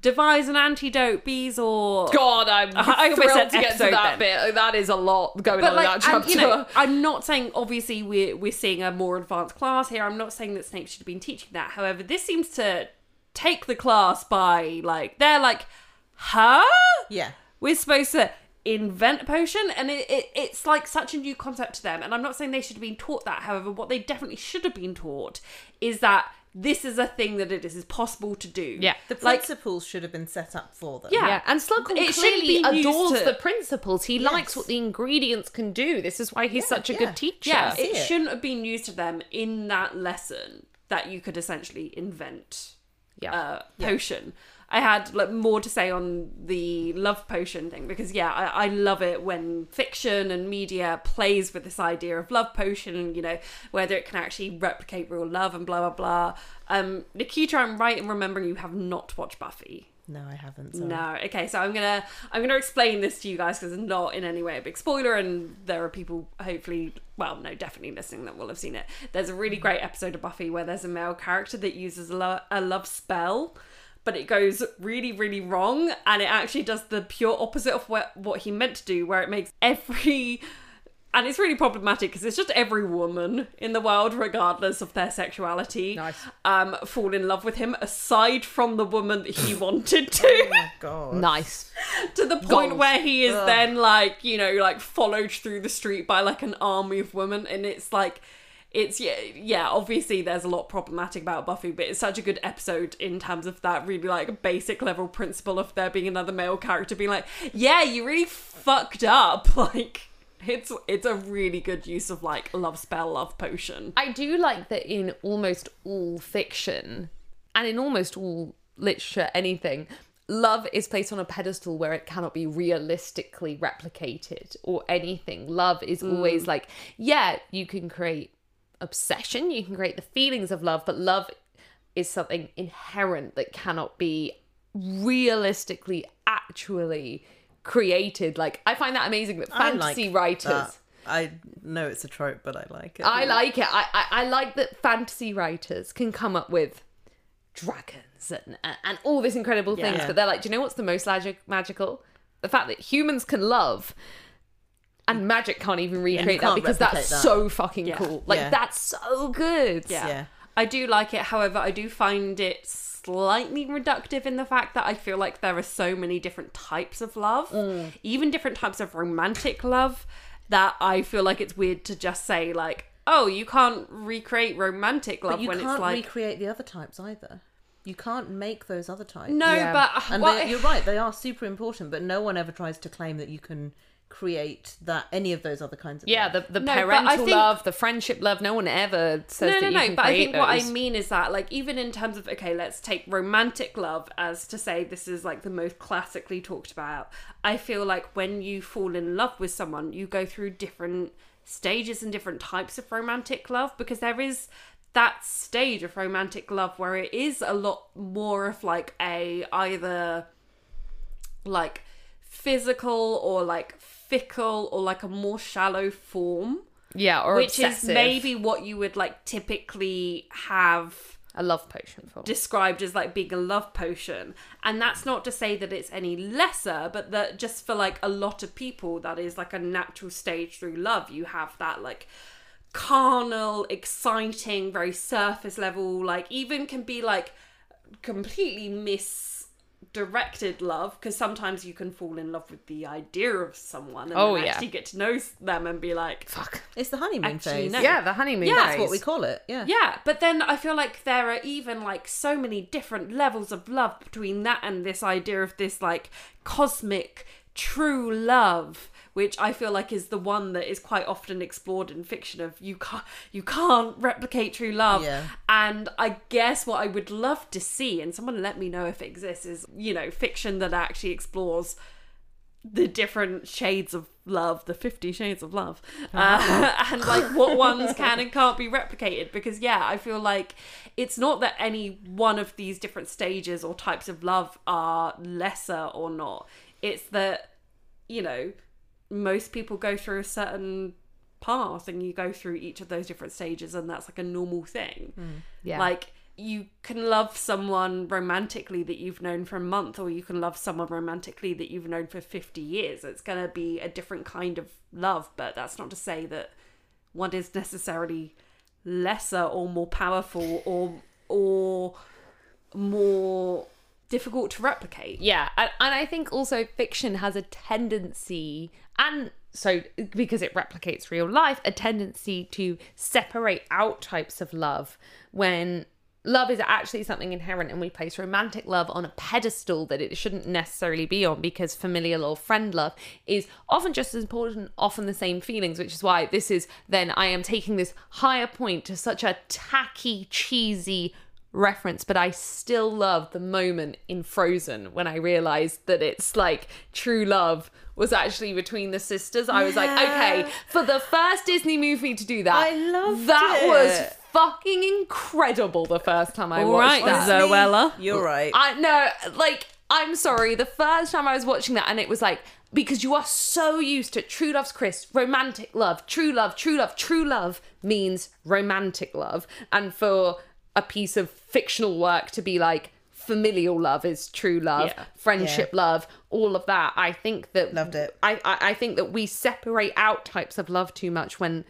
Speaker 2: devise an antidote, bees or.
Speaker 4: God, I'm
Speaker 2: Uh-huh, I almost said
Speaker 4: thrilled to get to
Speaker 2: episode
Speaker 4: that bit. That is a lot going on in that
Speaker 2: and,
Speaker 4: chapter.
Speaker 2: you know, I'm not saying obviously we're we're seeing a more advanced class here. I'm not saying that Snape should have been teaching that. However, this seems to take the class by like they're like, huh?
Speaker 3: Yeah.
Speaker 2: We're supposed to invent a potion, and it, it it's like such a new concept to them. And I'm not saying they should have been taught that. However, what they definitely should have been taught is that this is a thing that it is, is possible to do.
Speaker 4: Yeah.
Speaker 3: The
Speaker 2: like
Speaker 3: principles should have been set up for them.
Speaker 2: Yeah.
Speaker 4: yeah, and Slughorn
Speaker 2: It should
Speaker 4: clearly
Speaker 2: be used
Speaker 4: adores
Speaker 2: to-
Speaker 4: the principles. He likes what the ingredients can do. This is why he's such a
Speaker 3: yeah.
Speaker 4: good teacher.
Speaker 2: yeah,
Speaker 3: see
Speaker 2: it
Speaker 3: it.
Speaker 2: shouldn't have been used to them in that lesson that you could essentially invent
Speaker 4: Yeah.
Speaker 2: uh, potion. I had like more to say on the love potion thing because yeah, I, I love it when fiction and media plays with this idea of love potion. You know whether it can actually replicate real love and blah blah blah. Um, Nikita, I'm right in remembering you have not watched Buffy.
Speaker 3: No, I haven't. Sorry.
Speaker 2: No. Okay, so I'm gonna I'm gonna explain this to you guys because it's not in any way a big spoiler, and there are people hopefully, well, no, definitely listening that will have seen it. There's a really great episode of Buffy where there's a male character that uses a, lo- a love spell. But it goes really, really wrong, and it actually does the pure opposite of what, what he meant to do, where it makes every and it's really problematic because it's just every woman in the world, regardless of their sexuality,
Speaker 4: Nice.
Speaker 2: um, fall in love with him, aside from the woman that he wanted to,
Speaker 3: God.
Speaker 4: Nice.
Speaker 2: to the point
Speaker 4: Goals.
Speaker 2: where he is then like, you know, like followed through the street by like an army of women, and it's like. It's yeah, yeah. Obviously, there's a lot problematic about Buffy, but it's such a good episode in terms of that really like basic level principle of there being another male character being like, yeah, you really fucked up. Like, it's it's a really good use of like love spell, love potion.
Speaker 4: I do like that in almost all fiction and in almost all literature, anything, love is placed on a pedestal where it cannot be realistically replicated or anything. Love is
Speaker 3: Mm.
Speaker 4: always like, yeah, you can create obsession, you can create the feelings of love, but love is something inherent that cannot be realistically, actually created. Like, I find that amazing that
Speaker 3: I
Speaker 4: fantasy
Speaker 3: like
Speaker 4: writers.
Speaker 3: that. I know it's a trope, but I like it.
Speaker 4: I like it. I, I, I like that fantasy writers can come up with dragons and and, and all this incredible things,
Speaker 3: Yeah.
Speaker 4: but they're like, do you know what's the most magic, magical? The fact that humans can love and magic can't even recreate that
Speaker 3: can't
Speaker 4: because
Speaker 3: replicate
Speaker 4: that's
Speaker 3: that.
Speaker 4: so fucking cool. Like
Speaker 3: Yeah.
Speaker 4: that's so good.
Speaker 2: Yeah.
Speaker 3: Yeah.
Speaker 2: I do like it. However, I do find it slightly reductive in the fact that I feel like there are so many different types of love,
Speaker 3: Mm.
Speaker 2: even different types of romantic love, that I feel like it's weird to just say, like, oh, you can't recreate romantic love
Speaker 3: But you
Speaker 2: when
Speaker 3: can't
Speaker 2: it's like.
Speaker 3: recreate the other types either. You can't make those other types.
Speaker 2: no,
Speaker 4: Yeah.
Speaker 2: but.
Speaker 3: And
Speaker 2: what-
Speaker 3: they- you're right; they are super important, but no one ever tries to claim that you can create that any of those other kinds of
Speaker 4: Yeah,
Speaker 3: love.
Speaker 4: the, the
Speaker 2: No, but I
Speaker 4: parental
Speaker 2: think-
Speaker 4: love, the friendship love, no one ever says
Speaker 2: no,
Speaker 4: that
Speaker 2: no, no.
Speaker 4: you can
Speaker 2: but I
Speaker 4: create
Speaker 2: think what I
Speaker 4: those.
Speaker 2: mean is that, like, even in terms of okay, let's take romantic love as to say this is like the most classically talked about. I feel like when you fall in love with someone, you go through different stages and different types of romantic love because there is that stage of romantic love where it is a lot more of like a either like physical or like fickle or like a more shallow form
Speaker 4: yeah, or
Speaker 2: which
Speaker 4: obsessive.
Speaker 2: is maybe what you would like typically have
Speaker 4: A love potion for.
Speaker 2: described as like being a love potion and that's not to say that it's any lesser but that just for like a lot of people that is like a natural stage through love you have that like carnal exciting very surface level like even can be like completely misdirected love because sometimes you can fall in love with the idea of someone and
Speaker 4: Oh,
Speaker 2: then
Speaker 4: yeah.
Speaker 2: actually get to know them and be like
Speaker 4: Fuck.
Speaker 3: It's the honeymoon
Speaker 2: Actually,
Speaker 3: phase.
Speaker 2: no.
Speaker 4: Yeah, the honeymoon.
Speaker 2: Yeah,
Speaker 4: phase.
Speaker 3: That's what we call it. Yeah.
Speaker 2: Yeah, but then I feel like there are even like so many different levels of love between that and this idea of this like cosmic true love, which I feel like is the one that is quite often explored in fiction of you can't you can't replicate true love.
Speaker 3: Yeah.
Speaker 2: And I guess what I would love to see, and someone let me know if it exists, is you know fiction that actually explores the different shades of love, the 50 shades of love, uh, and like what ones can and can't be replicated. Because, yeah, I feel like it's not that any one of these different stages or types of love are lesser or not. It's that, you know, most people go through a certain path and you go through each of those different stages, and that's like a normal thing.
Speaker 4: Yeah.
Speaker 2: Like you can love someone romantically that you've known for a month, or you can love someone romantically that you've known for 50 years. It's going to be a different kind of love, but that's not to say that one is necessarily lesser or more powerful or or more difficult to replicate.
Speaker 4: Yeah, and, and I think also fiction has a tendency, and so because it replicates real life, a tendency to separate out types of love when love is actually something inherent and we place romantic love on a pedestal that it shouldn't necessarily be on because familial or friend love is often just as important often the same feelings which is why this is then i am taking this higher point to such a tacky cheesy reference, but I still love the moment in Frozen when I realized that it's like true love was actually between the sisters. I was like, okay, for the first Disney movie to do that,
Speaker 3: I loved
Speaker 4: that
Speaker 3: it.
Speaker 4: was fucking incredible the first time I
Speaker 2: All
Speaker 4: watched
Speaker 2: right,
Speaker 4: that.
Speaker 2: Zoe. Zoella.
Speaker 3: You're right.
Speaker 4: I no, like I'm sorry. The first time I was watching that, and it was like because you are so used to true love's Chris, romantic love, true love, true love, true love means romantic love, and for a piece of fictional work to be like familial love is true love,
Speaker 2: Yeah.
Speaker 4: friendship love, all of that. I think that
Speaker 3: Loved it.
Speaker 4: I, I I think that we separate out types of love too much when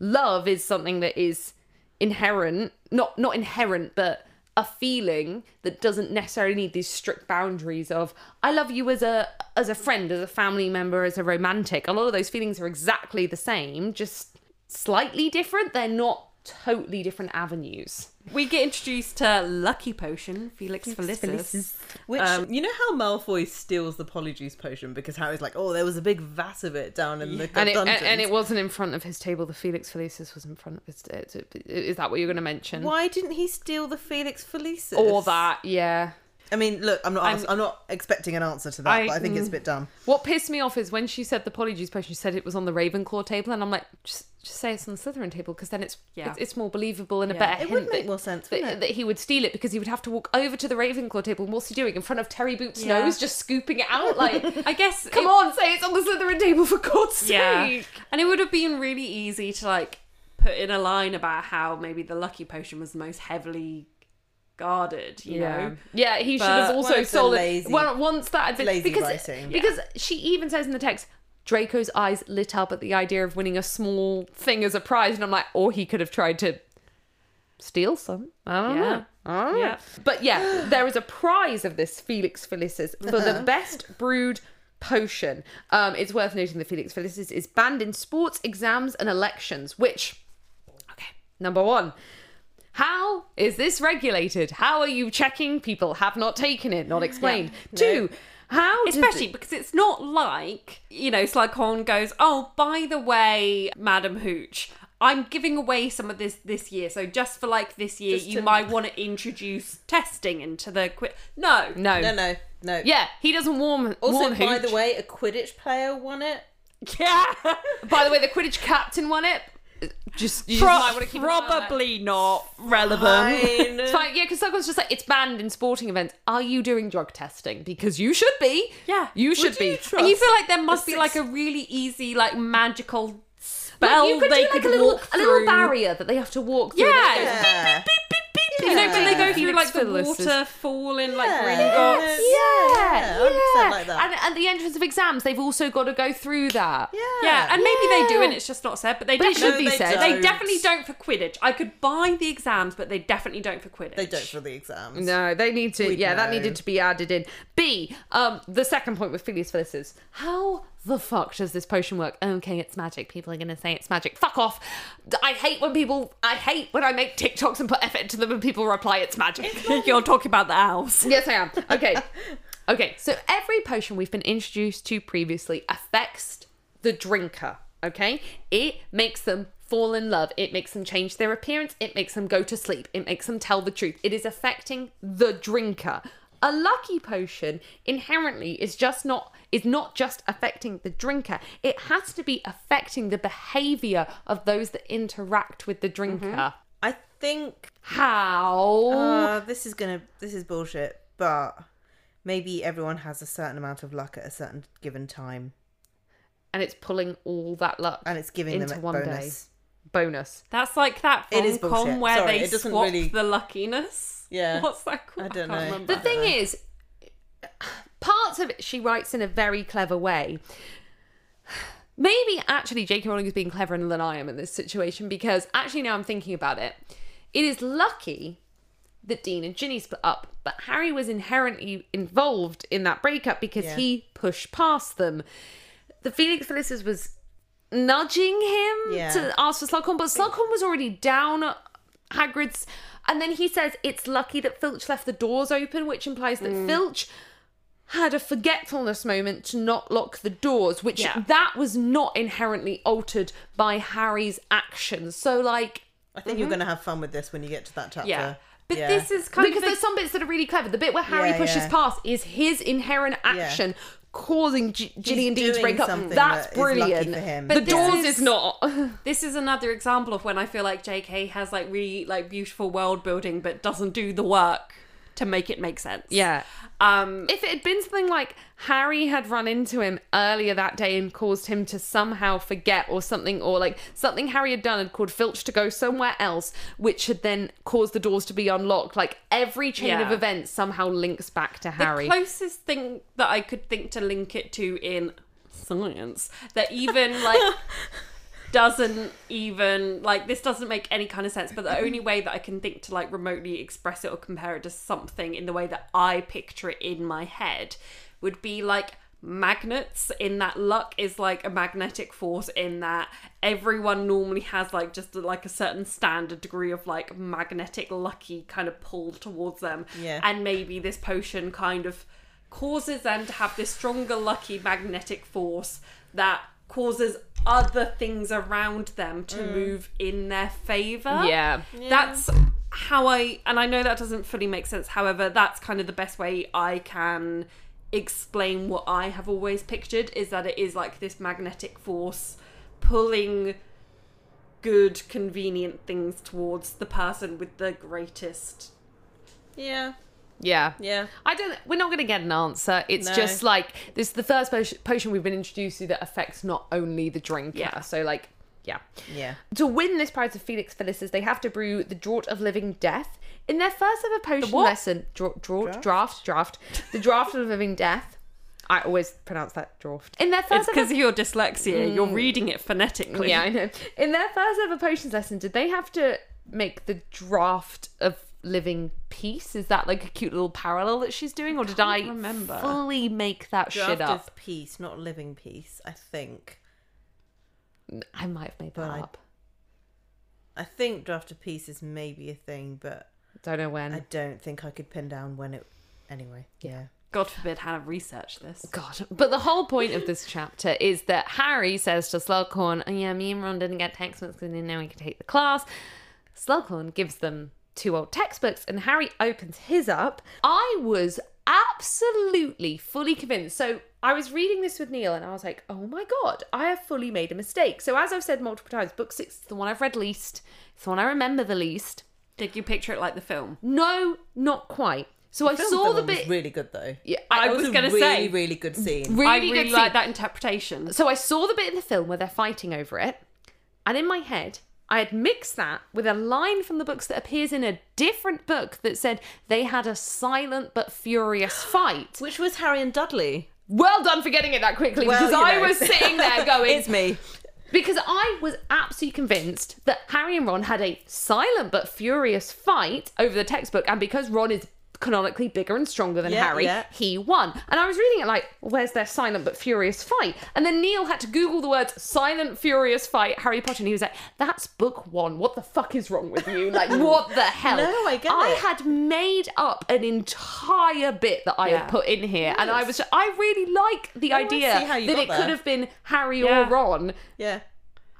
Speaker 4: love is something that is inherent not not inherent but a feeling that doesn't necessarily need these strict boundaries of i love you as a as a friend as a family member as a romantic a lot of those feelings are exactly the same just slightly different they're not totally different avenues
Speaker 2: We get introduced to Lucky Potion, Felix, Felicis.
Speaker 3: Which
Speaker 4: Um,
Speaker 3: you know how Malfoy steals the Polyjuice potion because Harry's like, oh, there was a big vat of it down in the
Speaker 4: and it, and,
Speaker 3: dungeons.
Speaker 4: and it wasn't in front of his table the felix felicis was in front of his t- t- is that what you're going to mention
Speaker 3: Why didn't he steal the Felix Felicis?
Speaker 4: or that yeah
Speaker 3: I mean, look, I'm not. ask- I'm, not expecting an answer to that,
Speaker 4: I-
Speaker 3: but I think it's a bit dumb.
Speaker 4: What pissed me off is when she said the Polyjuice potion, she said it was on the Ravenclaw table, and I'm like, just, just say it's on the Slytherin table because then it's,
Speaker 2: Yeah.
Speaker 4: it's it's more believable and a
Speaker 2: Yeah.
Speaker 4: better
Speaker 3: It
Speaker 4: hint
Speaker 3: would make
Speaker 4: that,
Speaker 3: more sense,
Speaker 4: that,
Speaker 3: wouldn't it?
Speaker 4: that he would steal it because he would have to walk over to the Ravenclaw table. And what's he doing in front of Terry Boop's
Speaker 2: Yeah.
Speaker 4: nose, just scooping it out? Like,
Speaker 2: I guess
Speaker 4: come
Speaker 2: it-
Speaker 4: on, say it's on the Slytherin table for God's sake.
Speaker 2: And it would have been really easy to like put in a line about how maybe the lucky potion was the most heavily guarded, you
Speaker 4: Yeah,
Speaker 2: know.
Speaker 4: yeah. He should
Speaker 2: But-
Speaker 4: have also
Speaker 3: Well, it's a
Speaker 4: sold it.
Speaker 3: lazy-
Speaker 4: Well, once that had been
Speaker 3: lazy
Speaker 4: because
Speaker 3: writing.
Speaker 4: because she even says in the text, Draco's eyes lit up at the idea of winning a small thing as a prize, and I'm like, or he could have tried to steal some. I don't
Speaker 2: Yeah.
Speaker 4: know. I don't know.
Speaker 2: Yeah.
Speaker 4: But yeah, there is a prize of this Felix Felicis for
Speaker 2: Uh-huh.
Speaker 4: the best brewed potion. Um, it's worth noting that Felix Felicis is banned in sports, exams, and elections, which, okay, number one. How is this regulated? How are you checking people have not taken it, not explained? Two, how does-
Speaker 2: Especially because it's not like, you know, Slughorn goes, Oh, by the way, Madam Hooch, I'm giving away some of this this year. So just for like this year,
Speaker 3: Just
Speaker 2: you
Speaker 3: to-
Speaker 2: might want to introduce testing into the quiz. No.
Speaker 4: no.
Speaker 3: No, no, no.
Speaker 4: Yeah, he doesn't warm.
Speaker 3: Also,
Speaker 4: warm
Speaker 3: by
Speaker 4: Hooch.
Speaker 3: the way, a Quidditch player won it.
Speaker 2: Yeah.
Speaker 4: by the way, the Quidditch captain won it. Just, you just might want to keep an eye on that.
Speaker 2: probably not relevant.
Speaker 4: It's fine. Yeah, because Slughorn's just like it's banned in sporting events. Are you doing drug testing? Because you should be.
Speaker 2: Yeah.
Speaker 4: you should
Speaker 3: you
Speaker 4: be.
Speaker 3: trust-
Speaker 2: And you feel like there must
Speaker 3: The
Speaker 2: be
Speaker 3: six-
Speaker 2: like a really easy, like magical spell
Speaker 4: Well, you could
Speaker 2: they
Speaker 4: do like
Speaker 2: could
Speaker 4: a little
Speaker 2: walk
Speaker 4: a little
Speaker 2: through.
Speaker 4: barrier that they have to walk through. and then it
Speaker 2: Yeah.
Speaker 4: goes
Speaker 3: Yeah.
Speaker 4: beep, beep, beep, They
Speaker 2: No, but they
Speaker 4: take
Speaker 2: go
Speaker 4: the
Speaker 2: through
Speaker 4: Phoenix
Speaker 2: like the
Speaker 4: Phyllis's-
Speaker 2: waterfall and like
Speaker 3: Yeah.
Speaker 2: really
Speaker 3: Yeah.
Speaker 2: got-
Speaker 3: Yeah, 100% like that.
Speaker 4: And at the entrance of exams, they've also got to go through that. Yeah.
Speaker 2: Yeah, and maybe they do,
Speaker 4: Yeah.
Speaker 2: and it's just not said. But they
Speaker 4: But it
Speaker 2: definitely,
Speaker 4: should be
Speaker 3: they
Speaker 4: said.
Speaker 3: don't.
Speaker 2: they definitely don't for Quidditch. I could buy the exams, but they definitely don't for Quidditch.
Speaker 3: They don't for the exams.
Speaker 4: No, they need to. yeah, that
Speaker 3: know.
Speaker 4: needed to be added in. B. Um, the second point with Phileas Felicis. How the fuck does this potion work? Okay, it's magic. People are gonna say it's magic. Fuck off. D- I hate when people. I hate when I make TikToks and put effort into them and people reply it's magic.
Speaker 2: You're talking about the owls.
Speaker 4: yes, I am. Okay. Okay. So every potion we've been introduced to previously affects the drinker. Okay, it makes them. Fall in love. It makes them change their appearance. It makes them go to sleep. It makes them tell the truth. It is affecting the drinker. A lucky potion inherently is just not is not just affecting the drinker. It has to be affecting the behavior of those that interact with the drinker.
Speaker 3: I think
Speaker 4: How?
Speaker 3: uh, this is gonna this is bullshit, but maybe everyone has a certain amount of luck at a certain given time,
Speaker 4: and it's pulling all that luck
Speaker 3: and it's giving
Speaker 4: into
Speaker 3: them a
Speaker 4: one
Speaker 3: bonus.
Speaker 4: day bonus.
Speaker 2: That's like that
Speaker 3: It is
Speaker 2: rom-com
Speaker 3: bullshit.
Speaker 2: where
Speaker 3: Sorry,
Speaker 2: they
Speaker 3: it doesn't
Speaker 2: swap
Speaker 3: really-
Speaker 2: the luckiness.
Speaker 3: Yeah.
Speaker 2: what's that called?
Speaker 3: I don't
Speaker 2: can't
Speaker 3: know.
Speaker 2: remember.
Speaker 4: The thing is, parts of it she writes in a very clever way. Maybe actually J.K. Rowling is being cleverer than I am in this situation because actually now I'm thinking about it, it is lucky that Dean and Ginny split up, but Harry was inherently involved in that breakup because
Speaker 3: Yeah.
Speaker 4: he pushed past them. The Felix Felicis was nudging him
Speaker 3: Yeah.
Speaker 4: to ask for Slughorn, but Slughorn was already down Hagrid's. And then he says it's lucky that Filch left the doors open, which implies that
Speaker 3: Mm.
Speaker 4: Filch had a forgetfulness moment to not lock the doors, which
Speaker 2: Yeah.
Speaker 4: that was not inherently altered by Harry's actions. So like
Speaker 3: I think
Speaker 4: Mm-hmm.
Speaker 3: you're gonna have fun with this when you get to that chapter.
Speaker 2: yeah, but this is kind
Speaker 4: because
Speaker 2: of
Speaker 4: there's some bits that are really clever. The bit where Harry
Speaker 3: Yeah,
Speaker 4: pushes
Speaker 3: yeah.
Speaker 4: past is his inherent action causing G- Ginny and Dean to
Speaker 3: doing
Speaker 4: break up.
Speaker 3: something
Speaker 4: That's
Speaker 3: that is lucky
Speaker 4: brilliant.
Speaker 3: for him.
Speaker 4: The
Speaker 3: But
Speaker 2: this
Speaker 4: doors
Speaker 2: is-
Speaker 4: is not.
Speaker 2: this is another example of when I feel like J.K. has like really like beautiful world building, but doesn't do the work to make it make sense.
Speaker 4: yeah.
Speaker 2: Um.
Speaker 4: If it had been something like Harry had run into him earlier that day and caused him to somehow forget or something, or like something Harry had done had called Filch to go somewhere else, which had then caused the doors to be unlocked, like every chain of
Speaker 2: Yeah.
Speaker 4: events somehow links back to Harry.
Speaker 2: The closest thing that I could think to link it to in science that even like doesn't even like this doesn't make any kind of sense but the only way that I can think to like remotely express it or compare it to something in the way that I picture it in my head would be like magnets in that luck is like a magnetic force in that everyone normally has like just like a certain standard degree of like magnetic lucky kind of pull towards them
Speaker 3: Yeah.
Speaker 2: and maybe this potion kind of causes them to have this stronger lucky magnetic force that causes other things around them to move in their favor
Speaker 4: Yeah.
Speaker 2: that's how i and i know that doesn't fully make sense however that's kind of the best way i can explain what i have always pictured is that it is like this magnetic force pulling good convenient things towards the person with the greatest
Speaker 3: yeah,
Speaker 4: yeah.
Speaker 3: yeah.
Speaker 4: I don't. We're not going to get an answer. It's
Speaker 3: No.
Speaker 4: just like this is the first po- potion we've been introduced to that affects not only the drinker.
Speaker 2: Yeah.
Speaker 4: So like, yeah.
Speaker 3: Yeah.
Speaker 4: To win this prize of Felix Felicis, they have to brew the draught of living death. In their first ever potion
Speaker 2: what?
Speaker 4: lesson, dra- draught, draft, draft, the draft of living death. I always pronounce that draft. In their
Speaker 2: It's
Speaker 4: first ever
Speaker 2: because of your dyslexia. You're reading it phonetically.
Speaker 4: yeah, I know. In their first ever potions lesson, did they have to make the draft of living peace? Is that like a cute little parallel that she's doing, or did I
Speaker 2: remember.
Speaker 4: fully make that shit
Speaker 3: Draft
Speaker 4: up?
Speaker 3: of peace, not living peace. I think.
Speaker 4: I might have made that
Speaker 3: I-
Speaker 4: up.
Speaker 3: I think draft of peace is maybe a thing, but
Speaker 4: Don't know when.
Speaker 3: I don't think I could pin down when it. Anyway, yeah.
Speaker 2: God forbid Hannah researched this.
Speaker 4: God. But the whole point of this chapter is that Harry says to Slughorn, oh, yeah, me and Ron didn't get textbooks because we didn't know we could take the class. Slughorn gives them two old textbooks and Harry opens his up. I was absolutely fully convinced. So I was reading this with Neil and I was like, oh my God, I have fully made a mistake. So as I've said multiple times, book six is the one I've read least, it's the one I remember the least.
Speaker 2: Did you picture it like the film?
Speaker 4: No, not quite. So I
Speaker 3: Film
Speaker 4: saw the
Speaker 3: villain was
Speaker 4: bit.
Speaker 3: really good though.
Speaker 4: Yeah,
Speaker 2: I
Speaker 4: I
Speaker 2: was
Speaker 3: a
Speaker 2: gonna
Speaker 3: really,
Speaker 2: say-
Speaker 3: really good scene.
Speaker 4: really,
Speaker 2: I really
Speaker 4: good scene.
Speaker 2: like that interpretation.
Speaker 4: So I saw the bit in the film where they're fighting over it, and in my head, I had mixed that with a line from the books that appears in a different book that said they had a silent but furious fight.
Speaker 3: Which was Harry and Dudley.
Speaker 4: Well done for getting it that quickly
Speaker 3: Well,
Speaker 4: because
Speaker 3: you
Speaker 4: I
Speaker 3: know.
Speaker 4: was sitting there going,
Speaker 3: It's me.
Speaker 4: because I was absolutely convinced that Harry and Ron had a silent but furious fight over the textbook, and because Ron is canonically bigger and stronger than
Speaker 3: Yeah,
Speaker 4: Harry,
Speaker 3: yeah.
Speaker 4: he won. And I was reading it like, where's their silent but furious fight? And then Neil had to Google the words silent furious fight Harry Potter, and he was like, that's book one. What the fuck is wrong with you? Like, what the hell?
Speaker 3: No, I get
Speaker 4: I
Speaker 3: it.
Speaker 4: had made up an entire bit that I
Speaker 2: Yeah.
Speaker 4: had put in here, and I was, I really like the idea
Speaker 3: see how
Speaker 4: that
Speaker 3: you
Speaker 4: it
Speaker 3: got there.
Speaker 4: could have been Harry
Speaker 2: Yeah.
Speaker 4: or Ron
Speaker 3: Yeah.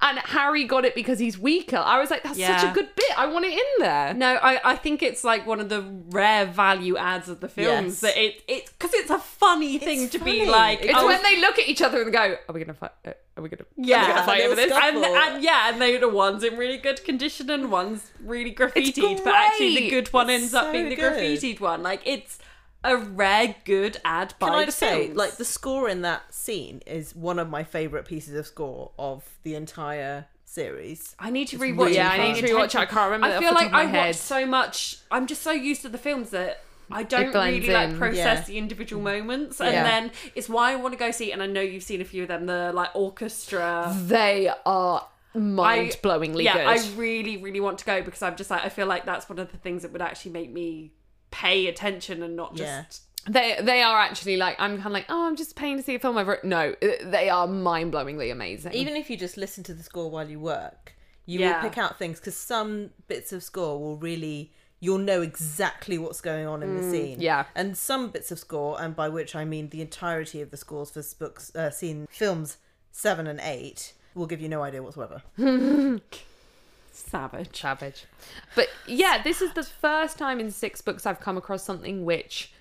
Speaker 4: and Harry got it because he's weaker. I was like, that's such
Speaker 2: Yeah.
Speaker 4: a good bit. I want it in there.
Speaker 2: No, I, I think it's like one of the rare value adds of the films
Speaker 3: Yes.
Speaker 2: that it it because it's a funny thing to be
Speaker 3: funny.
Speaker 2: like.
Speaker 4: it's
Speaker 2: oh,
Speaker 4: when they look at each other and go, "Are we gonna fight? uh, Are we gonna? are we
Speaker 2: yeah,
Speaker 4: gonna fight
Speaker 3: little
Speaker 4: over this."
Speaker 3: scuffle.
Speaker 2: and, and yeah, and they the ones in really good condition and ones really graffitied, but actually the
Speaker 4: great.
Speaker 2: good one ends up
Speaker 3: so
Speaker 2: being the
Speaker 3: good.
Speaker 2: graffitied one. Like it's a rare good ad by
Speaker 3: Can I
Speaker 2: the
Speaker 3: just say,
Speaker 2: films.
Speaker 3: like, the score in that scene is one of my favourite pieces of score of the entire series.
Speaker 2: I need to rewatch.
Speaker 3: really
Speaker 2: it.
Speaker 3: Yeah, I
Speaker 2: paying
Speaker 3: need
Speaker 4: to rewatch it. I
Speaker 2: attention.
Speaker 4: can't remember it
Speaker 2: I
Speaker 4: off
Speaker 2: feel
Speaker 4: the
Speaker 2: like
Speaker 4: top of my
Speaker 2: I
Speaker 4: head.
Speaker 2: watch so much. I'm just so used to the films that I don't
Speaker 4: blends
Speaker 2: really like
Speaker 4: in.
Speaker 2: process
Speaker 3: Yeah.
Speaker 2: the individual moments, and
Speaker 4: Yeah.
Speaker 2: then it's why I want to go see. And I know you've seen a few of them, the like orchestra.
Speaker 4: They are mind-blowingly
Speaker 2: yeah,
Speaker 4: good.
Speaker 2: I really, really want to go because I'm just like I feel like that's one of the things that would actually make me pay attention and not just.
Speaker 3: Yeah.
Speaker 4: they they are actually like, I'm kind of like, oh, I'm just paying to see a film over it. No, uh, they are mind-blowingly amazing.
Speaker 3: Even if you just listen to the score while you work, you
Speaker 2: Yeah.
Speaker 3: will pick out things because some bits of score will really. You'll know exactly what's going on in the scene.
Speaker 4: yeah.
Speaker 3: And some bits of score, and by which I mean the entirety of the scores for s- books, uh, scene films seven and eight, will give you no idea whatsoever.
Speaker 2: Savage.
Speaker 4: Savage. But yeah, this is the first time in six books I've come across something which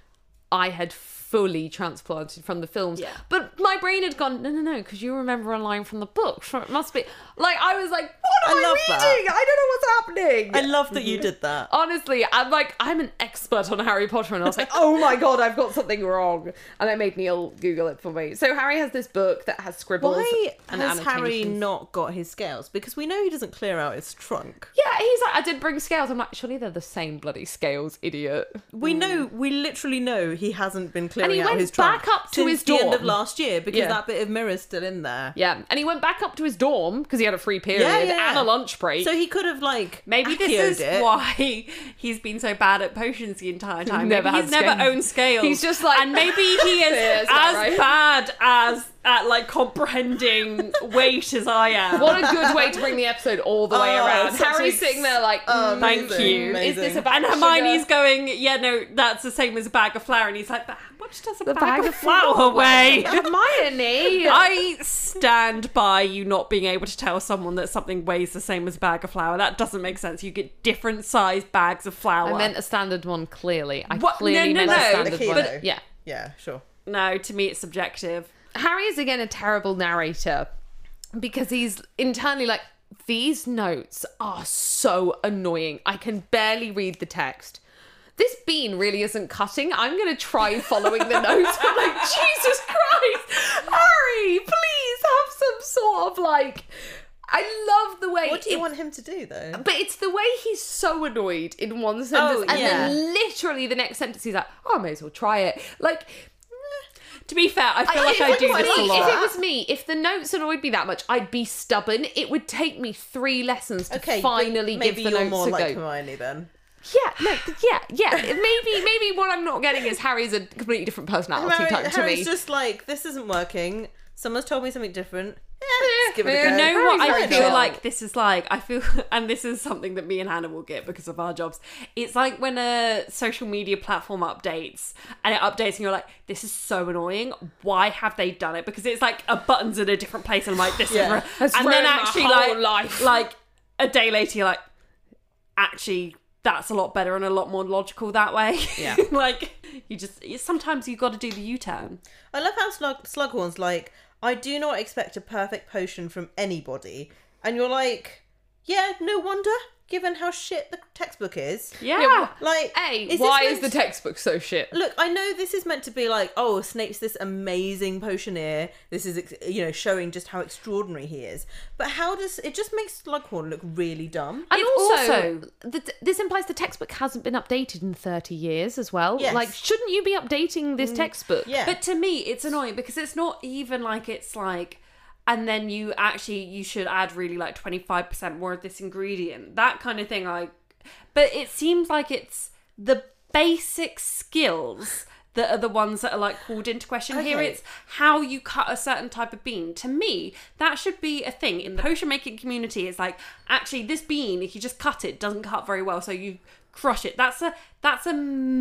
Speaker 4: I had fully transplanted from the films.
Speaker 2: Yeah.
Speaker 4: But my brain had gone, no, no, no, because you remember a line from the book. So it must be. Like, I was like, what am
Speaker 3: I
Speaker 4: I,
Speaker 3: love that.
Speaker 4: reading? I don't know what's happening.
Speaker 3: I love that you did that.
Speaker 4: Honestly, I'm like, I'm an expert on Harry Potter, and I was like, oh my god, I've got something wrong. And I made Neil Google it for me. So Harry has this book that has scribbles.
Speaker 3: Why
Speaker 4: and
Speaker 3: has Harry
Speaker 4: annotations.
Speaker 3: not got his scales? Because we know he doesn't clear out his trunk.
Speaker 4: Yeah, he's like, I did bring scales. I'm like, surely they're the same bloody scales, idiot.
Speaker 3: We know, we literally know Mm. he hasn't been clearing
Speaker 4: he
Speaker 3: out
Speaker 4: went
Speaker 3: his trunk
Speaker 4: back up to
Speaker 3: since
Speaker 4: his
Speaker 3: the end of
Speaker 4: dorm.
Speaker 3: last year because
Speaker 4: Yeah.
Speaker 3: that bit of mirror's still in there.
Speaker 4: Yeah, and he went back up to his dorm because he had a free period
Speaker 3: Yeah, yeah.
Speaker 4: and a lunch break.
Speaker 3: So he could have like
Speaker 2: Maybe
Speaker 3: Accio-ed
Speaker 2: this is
Speaker 3: it.
Speaker 2: why he's been so bad at potions the entire time.
Speaker 4: Never
Speaker 2: maybe
Speaker 4: had
Speaker 2: he's never
Speaker 4: scales.
Speaker 2: owned scales.
Speaker 4: He's just like-
Speaker 2: and maybe he
Speaker 4: Yeah,
Speaker 2: is
Speaker 4: is
Speaker 2: as
Speaker 4: that right?
Speaker 2: bad as at like comprehending weight as I am.
Speaker 4: what a good way to bring the episode all the way
Speaker 3: Oh,
Speaker 4: around.
Speaker 3: such
Speaker 4: Harry's
Speaker 3: a-
Speaker 4: sitting there like,
Speaker 3: Oh,
Speaker 4: "Mm,
Speaker 2: Thank
Speaker 3: amazing,
Speaker 2: you.
Speaker 4: Is this
Speaker 3: amazing.
Speaker 4: about
Speaker 2: and
Speaker 4: sugar?"
Speaker 2: Hermione's going, yeah, no, that's the same as a bag of flour. And he's like, but how much does a
Speaker 4: the
Speaker 2: bag, of flour weigh?
Speaker 4: Hermione.
Speaker 2: I stand by you not being able to tell someone that something weighs the same as a bag of flour. That doesn't make sense. You get different sized bags of flour.
Speaker 4: I meant a standard one. Clearly, I
Speaker 2: What? No,
Speaker 4: clearly
Speaker 2: no,
Speaker 4: meant
Speaker 2: no.
Speaker 4: a standard
Speaker 3: The
Speaker 4: one.
Speaker 3: kilo.
Speaker 4: yeah,
Speaker 3: Yeah, sure.
Speaker 2: no, to me, it's subjective.
Speaker 4: Harry is again a terrible narrator because he's internally like, these notes are so annoying. I can barely read the text. This bean really isn't cutting. I'm going to try following the notes. I'm like, Jesus Christ, Harry, please have some sort of like. I love the way.
Speaker 3: What do you
Speaker 4: it-
Speaker 3: want him to do though?
Speaker 4: but it's the way he's so annoyed in one sentence,
Speaker 3: Oh,
Speaker 4: and then literally the next sentence he's like, "Oh, I may as well try it." Like
Speaker 2: To be fair, I feel like
Speaker 4: if
Speaker 2: I
Speaker 4: it
Speaker 2: do
Speaker 4: was
Speaker 2: this a
Speaker 4: me-
Speaker 2: lot.
Speaker 4: If it was me, if the notes annoyed me that much, I'd be stubborn. It would take me three lessons to
Speaker 3: Okay,
Speaker 4: finally
Speaker 3: then maybe
Speaker 4: give the
Speaker 3: you're
Speaker 4: notes
Speaker 3: more
Speaker 4: a
Speaker 3: like
Speaker 4: go.
Speaker 3: Hermione then.
Speaker 4: Yeah, no, yeah, yeah. Maybe, maybe what I'm not getting is Harry's a completely different personality
Speaker 3: Harry,
Speaker 4: type to
Speaker 3: Harry's
Speaker 4: me.
Speaker 3: just like this isn't working. Someone's told me something different. Yeah,
Speaker 4: Eh,
Speaker 3: let's give it a
Speaker 4: yeah,
Speaker 3: go.
Speaker 4: no,
Speaker 2: You know what
Speaker 4: Harry's
Speaker 2: I
Speaker 4: very
Speaker 2: feel
Speaker 4: chill.
Speaker 2: like this is like I feel and this is something that me and Hannah will get because of our jobs. It's like when a social media platform updates and it updates and you're like, this is so annoying. Why have they done it? Because it's like a button's in a different place and I'm like, this
Speaker 3: Yeah.
Speaker 2: is ri-
Speaker 4: That's
Speaker 2: and then
Speaker 4: ruined my
Speaker 2: actually
Speaker 4: whole
Speaker 2: like
Speaker 4: life.
Speaker 2: like a day later you're like, actually that's a lot better and a lot more logical that way.
Speaker 4: Yeah.
Speaker 2: like you just sometimes you got to do the U-turn.
Speaker 3: I love how Slug- Slughorn's like, I do not expect a perfect potion from anybody. And you're like, Yeah, no wonder, given how shit the textbook is.
Speaker 2: Yeah.
Speaker 3: Like,
Speaker 4: A,
Speaker 3: is this
Speaker 4: why
Speaker 3: meant
Speaker 4: is the
Speaker 3: to-
Speaker 4: textbook so shit?
Speaker 3: Look, I know this is meant to be like, oh, Snape's this amazing potioneer. This is, ex- you know, showing just how extraordinary he is. But how does it just makes Slughorn look really dumb?
Speaker 4: And
Speaker 2: It
Speaker 4: also,
Speaker 2: also-
Speaker 4: the, this implies the textbook hasn't been updated in 30 years as well.
Speaker 3: Yes. Mm.
Speaker 4: Like, shouldn't you be updating this textbook?
Speaker 3: Yeah,
Speaker 2: But to me, it's annoying because it's not even like it's like, and then you actually you should add really like twenty five percent more of this ingredient, that kind of thing. Like, but it seems like it's the basic skills that are the ones that are like called into question here.
Speaker 3: Okay.
Speaker 2: It's how you cut a certain type of bean. To me, that should be a thing in the potion making community. It's like actually this bean, if you just cut it, doesn't cut very well, so you crush it. That's a that's a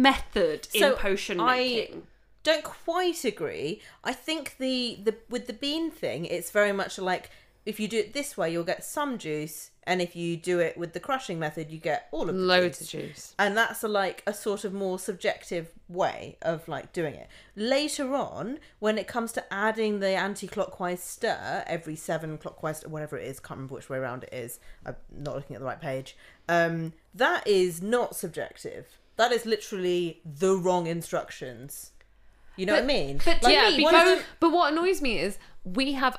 Speaker 2: method
Speaker 3: So
Speaker 2: in potion
Speaker 3: I-
Speaker 2: making.
Speaker 3: don't quite agree. I think the the with the bean thing, it's very much like if you do it this way, you'll get some juice, and if you do it with the crushing method, you get all of the
Speaker 4: Loads
Speaker 3: juice.
Speaker 4: of juice.
Speaker 3: and that's a, like a sort of more subjective way of like doing it later on when it comes to adding the anti-clockwise stir every seven clockwise whatever it is can't remember which way around it is i'm not looking at the right page um that is not subjective that is literally the wrong instructions you know what i mean
Speaker 2: but
Speaker 3: Like,
Speaker 4: yeah,
Speaker 3: one of
Speaker 4: because,
Speaker 3: them-
Speaker 4: but what annoys me is we have,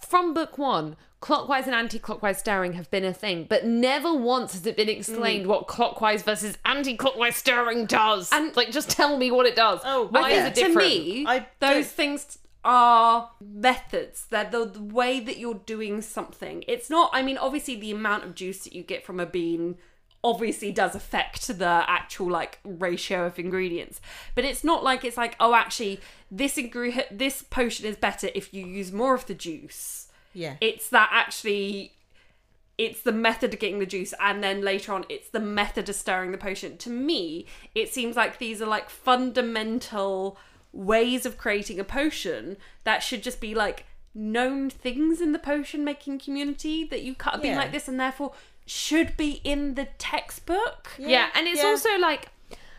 Speaker 4: from book one, clockwise and anti clockwise staring have been a thing, but never once has it been
Speaker 3: Mm.
Speaker 4: explained what clockwise versus anti clockwise staring does. And, like, just tell me what it does.
Speaker 3: Oh, I
Speaker 4: why is
Speaker 3: think
Speaker 4: it different?
Speaker 2: To me,
Speaker 3: I don't-
Speaker 2: those things are methods. They're the, the way that you're doing something. It's not, I mean, obviously, the amount of juice that you get from a bean obviously does affect the actual like ratio of ingredients but it's not like it's like oh actually this ingre- this potion is better if you use more of the juice
Speaker 3: yeah
Speaker 2: it's that actually it's the method of getting the juice and then later on it's the method of stirring the potion to me it seems like these are like fundamental ways of creating a potion that should just be like known things in the potion making community that you cut a bean
Speaker 3: Yeah.
Speaker 2: like this and therefore should be in the textbook
Speaker 4: Yeah, and it's
Speaker 3: yeah.
Speaker 4: also like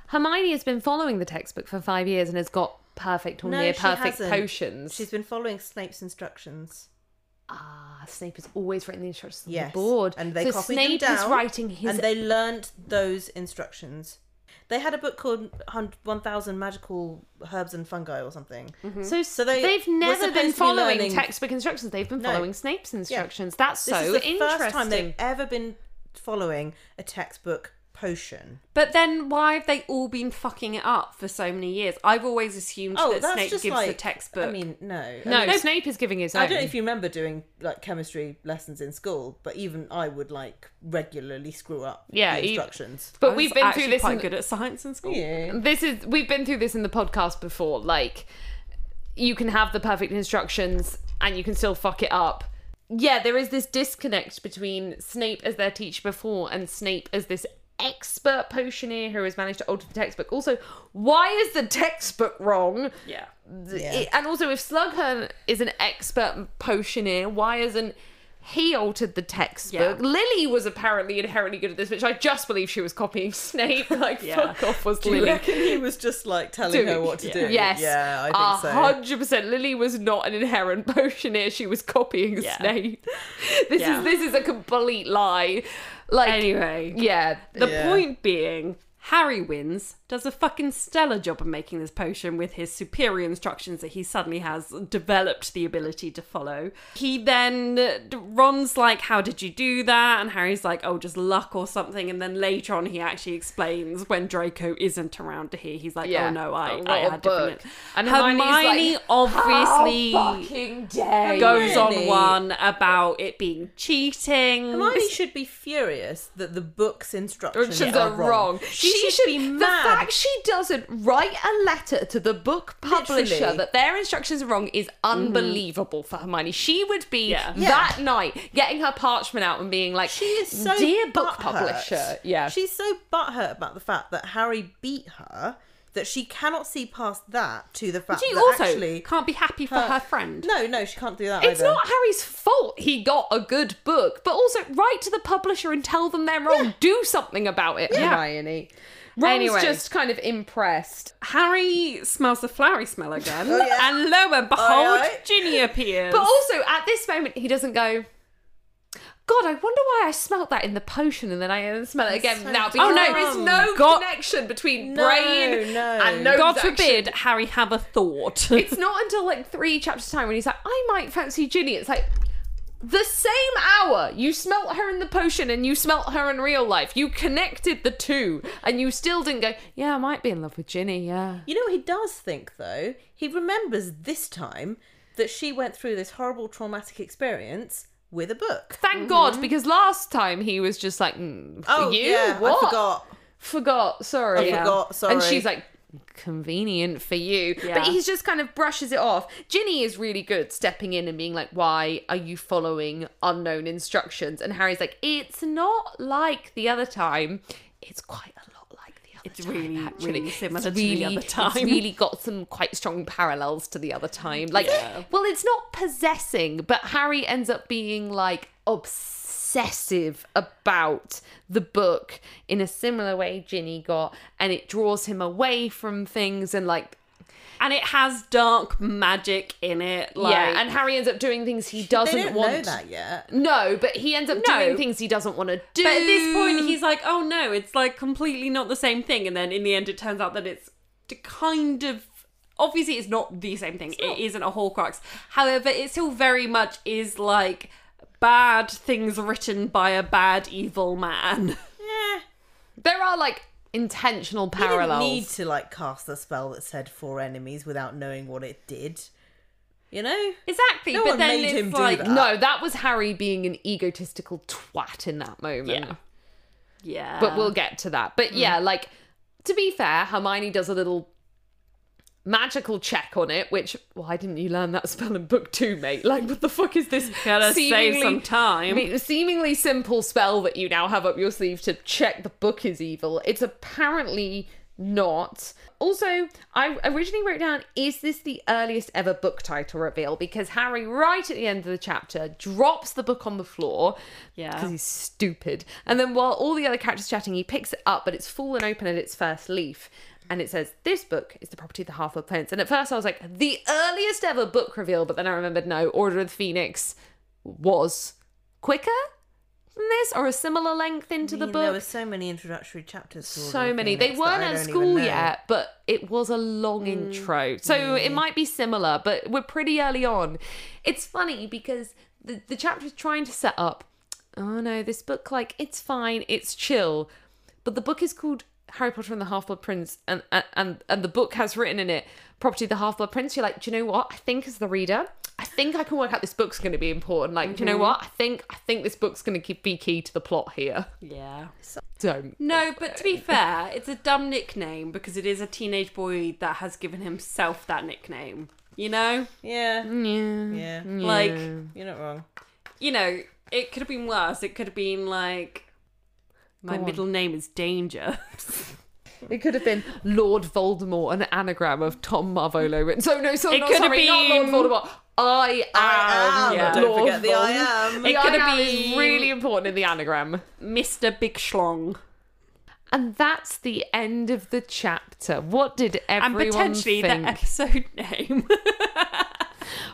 Speaker 4: Hermione has been following the textbook for five years and has got perfect or
Speaker 3: No,
Speaker 4: near
Speaker 3: she
Speaker 4: perfect
Speaker 3: hasn't.
Speaker 4: potions.
Speaker 3: she's been following snape's instructions
Speaker 4: Ah, Snape has always written the instructions on
Speaker 3: yes.
Speaker 4: the board,
Speaker 3: And they
Speaker 4: so
Speaker 3: copied
Speaker 4: Snape
Speaker 3: them down,
Speaker 4: is writing his.
Speaker 3: and they learnt those instructions. They had a book called Hun- 1000 Magical Herbs and Fungi or something.
Speaker 4: so
Speaker 3: so they
Speaker 4: have
Speaker 3: were
Speaker 4: never
Speaker 3: supposed
Speaker 4: been
Speaker 3: to be
Speaker 4: following
Speaker 3: learning-
Speaker 4: textbook instructions. They've been
Speaker 3: No.
Speaker 4: following Snape's instructions. That's
Speaker 3: This
Speaker 4: so
Speaker 3: is the
Speaker 4: interesting.
Speaker 3: first time they've ever been following a textbook potion.
Speaker 2: but then why have they all been fucking it up for so many years i've always assumed
Speaker 3: Oh,
Speaker 2: that
Speaker 3: that's
Speaker 2: snape
Speaker 3: just
Speaker 2: gives
Speaker 3: like
Speaker 2: the textbook
Speaker 3: I mean, no, I
Speaker 4: no,
Speaker 3: mean,
Speaker 4: Snape is giving his own.
Speaker 3: I don't know if you remember doing like chemistry lessons in school, but even I would like regularly screw up
Speaker 4: Yeah,
Speaker 3: the
Speaker 4: e-
Speaker 3: instructions.
Speaker 2: I
Speaker 4: but
Speaker 2: was
Speaker 4: we've been
Speaker 2: actually
Speaker 4: through this.
Speaker 2: quite
Speaker 4: in-
Speaker 2: good at science in school
Speaker 3: yeah.
Speaker 4: this is we've been through this in the podcast before like you can have the perfect instructions and you can still fuck it up yeah there is this disconnect between snape as their teacher before and snape as this expert potioneer who has managed to alter the textbook also why is the textbook wrong
Speaker 2: yeah
Speaker 4: It- and also if slughorn is an expert potioneer why isn't he altered the textbook.
Speaker 2: Yeah.
Speaker 4: Lily was apparently inherently good at this, which I just believe she was copying Snape. Like,
Speaker 2: Yeah.
Speaker 4: fuck off, was
Speaker 3: Do you
Speaker 4: Lily.
Speaker 3: reckon he was just like telling her what to do?
Speaker 4: Yes.
Speaker 3: Yeah, I think so.
Speaker 4: hundred percent. Lily was not an inherent potioneer. She was copying
Speaker 2: Yeah.
Speaker 4: Snape. This
Speaker 2: Yeah.
Speaker 4: is this is a complete lie. Like
Speaker 2: anyway
Speaker 4: yeah.
Speaker 2: The
Speaker 3: Yeah.
Speaker 2: point being, Harry wins, does a fucking stellar job of making this potion with his superior instructions that he suddenly has developed the ability to follow. He then, Ron's like, How did you do that? And Harry's like, Oh, just luck or something. And then later on, he actually explains when Draco isn't around to hear, he's like,
Speaker 4: yeah.
Speaker 2: Oh no, I,
Speaker 4: Oh,
Speaker 2: I
Speaker 4: what a
Speaker 2: had different.
Speaker 4: book. And
Speaker 2: Hermione
Speaker 4: Hermione's like,
Speaker 2: obviously
Speaker 4: "How fucking dare
Speaker 2: goes
Speaker 4: you."
Speaker 2: on
Speaker 3: Really?
Speaker 2: one about it being cheating.
Speaker 3: Hermione should be furious that the book's instructions
Speaker 4: Instructions
Speaker 3: are, wrong.
Speaker 4: She, should be mad. The fact she doesn't write a letter to the book publisher
Speaker 3: Literally. Mm-hmm.
Speaker 4: that their instructions are wrong is unbelievable for Hermione. She would be
Speaker 2: Yeah.
Speaker 3: Yeah.
Speaker 4: that night getting her parchment out and being like,
Speaker 3: she is so
Speaker 4: dear book
Speaker 3: butthurt.
Speaker 4: publisher." Yeah,
Speaker 3: she's so butthurt about the fact that Harry beat her that she cannot see past that to the fact
Speaker 2: she
Speaker 3: that
Speaker 2: also
Speaker 3: actually
Speaker 2: can't be happy for her friend.
Speaker 3: No, no, she can't do that.
Speaker 4: It's
Speaker 3: either.
Speaker 4: not Harry's fault he got a good book, but also write to the publisher and tell them they're wrong. Do something about it, Hermione. Ron's
Speaker 2: Anyway.
Speaker 4: just kind of impressed.
Speaker 2: Harry smells the flowery smell again,
Speaker 3: yeah.
Speaker 2: and lo and behold,
Speaker 3: Aye, aye.
Speaker 2: Ginny appears.
Speaker 4: But also, at this moment, he doesn't go, God, I wonder why I smelt that in the potion and then I didn't smell it again now because
Speaker 2: Oh, no.
Speaker 4: there is no
Speaker 2: God-
Speaker 4: connection between
Speaker 3: No,
Speaker 4: brain
Speaker 3: no.
Speaker 4: and nose
Speaker 2: God
Speaker 4: action.
Speaker 2: forbid Harry have a thought.
Speaker 4: It's not until like three chapters time when he's like, I might fancy Ginny. It's like the same hour you smelt her in the potion and you smelt her in real life. You connected the two and you still didn't go, Yeah, I might be in love with Ginny, yeah.
Speaker 3: You know what he does think though? He remembers this time that she went through this horrible traumatic experience with a book.
Speaker 4: Thank God, because last time he was just like, mm,
Speaker 3: Mm-hmm. Oh,
Speaker 4: you?
Speaker 3: yeah,
Speaker 4: what?
Speaker 3: I forgot.
Speaker 4: Forgot, sorry.
Speaker 3: I forgot, sorry.
Speaker 4: And she's like, convenient for you.
Speaker 2: Yeah.
Speaker 4: But he's just kind of brushes it off. Ginny is really good stepping in and being like, why are you following unknown instructions? And Harry's like, it's not like the other time. It's quite a lot like the other
Speaker 2: It's
Speaker 4: time,
Speaker 2: really,
Speaker 4: actually.
Speaker 2: really similar
Speaker 4: It's
Speaker 2: to the other
Speaker 4: It's
Speaker 2: time.
Speaker 4: really got some quite strong parallels to the other time. Like, well, it's not possessing, but Harry ends up being like obsessive about the book in a similar way Ginny got, and it draws him away from things and like.
Speaker 2: and it has dark magic in it. Like,
Speaker 4: yeah, and Harry ends up doing things he doesn't
Speaker 3: They don't
Speaker 4: want.
Speaker 3: know that yet.
Speaker 4: No, but he ends up
Speaker 2: No.
Speaker 4: doing things he doesn't want to do.
Speaker 2: but at this point, he's like, "Oh no, it's like completely not the same thing." And then in the end, it turns out that it's d- kind of obviously it's not the same thing. It isn't a Horcrux. However, it still very much is like bad things written by a bad evil man.
Speaker 4: there are like intentional
Speaker 3: He didn't
Speaker 4: parallels.
Speaker 3: need to like cast the spell that said four enemies without knowing what it did. You know?
Speaker 2: Exactly,
Speaker 3: No
Speaker 2: but
Speaker 3: one
Speaker 2: then
Speaker 3: made
Speaker 2: it's
Speaker 3: him do
Speaker 2: like
Speaker 3: that.
Speaker 4: No, that was Harry being an egotistical twat in that moment.
Speaker 2: Yeah. yeah, Mm.
Speaker 4: But we'll get to that. But yeah, like to be fair, Hermione does a little magical check on it, which why didn't you learn that spell in book two, mate? Like what the fuck is this?
Speaker 2: Gotta save
Speaker 4: seemingly-
Speaker 2: some time.
Speaker 4: me- Seemingly simple spell that you now have up your sleeve to check the book is evil. It's apparently not. Also, I originally wrote down is this the earliest ever book title reveal? Because Harry, right at the end of the chapter, drops the book on the floor.
Speaker 2: Yeah.
Speaker 4: Because he's stupid. And then while all the other characters chatting, he picks it up, but it's fallen open at its first leaf. And it says, This book is the property of the Half Blood Prince. And at first I was like, The earliest ever book reveal. But then I remembered, no, Order of the Phoenix was quicker than this or a similar length into
Speaker 3: I
Speaker 4: the
Speaker 3: mean,
Speaker 4: book.
Speaker 3: There were so many introductory chapters. to Order
Speaker 4: so
Speaker 3: of
Speaker 4: many.
Speaker 3: Phoenix
Speaker 4: They weren't
Speaker 3: that I
Speaker 4: at
Speaker 3: don't
Speaker 4: school
Speaker 3: even know. Mm.
Speaker 4: yet, but it was a long intro. So it might be similar, but we're pretty early on. It's funny because the, the chapter's trying to set up, oh no, this book, like, it's fine, it's chill. But the book is called Harry Potter and the Half Blood Prince, and, and, and, and the book has written in it Property of the Half Blood Prince. You're like, do you know what? I think as the reader, I think I can work out this book's going to be important. Like, do you know
Speaker 3: Mm-hmm.
Speaker 4: what? I think I think this book's going to be key to the plot here.
Speaker 2: yeah.
Speaker 4: Don't.
Speaker 2: No, but to be fair, it's a dumb nickname because it is a teenage boy that has given himself that nickname. You know?
Speaker 3: Yeah.
Speaker 4: Yeah.
Speaker 3: Yeah.
Speaker 2: Like,
Speaker 3: You're not wrong.
Speaker 2: you know, it could have been worse. It could have been like my middle name is Danger.
Speaker 4: It could have been Lord Voldemort, an anagram of Tom Marvolo. written- So no, so
Speaker 2: It
Speaker 4: no,
Speaker 2: could have
Speaker 4: sorry, not
Speaker 2: been-
Speaker 4: Lord Voldemort. I am.
Speaker 3: I am.
Speaker 2: yeah.
Speaker 3: Don't
Speaker 4: Lord
Speaker 3: forget the I
Speaker 4: Voldemort.
Speaker 3: am.
Speaker 4: The
Speaker 2: It
Speaker 4: I
Speaker 2: could have
Speaker 4: am is
Speaker 2: been-
Speaker 4: really important in the anagram.
Speaker 2: Mr. Big Schlong.
Speaker 4: And that's the end of the chapter. What did
Speaker 2: And
Speaker 4: everyone
Speaker 2: potentially
Speaker 4: think?
Speaker 2: the episode name.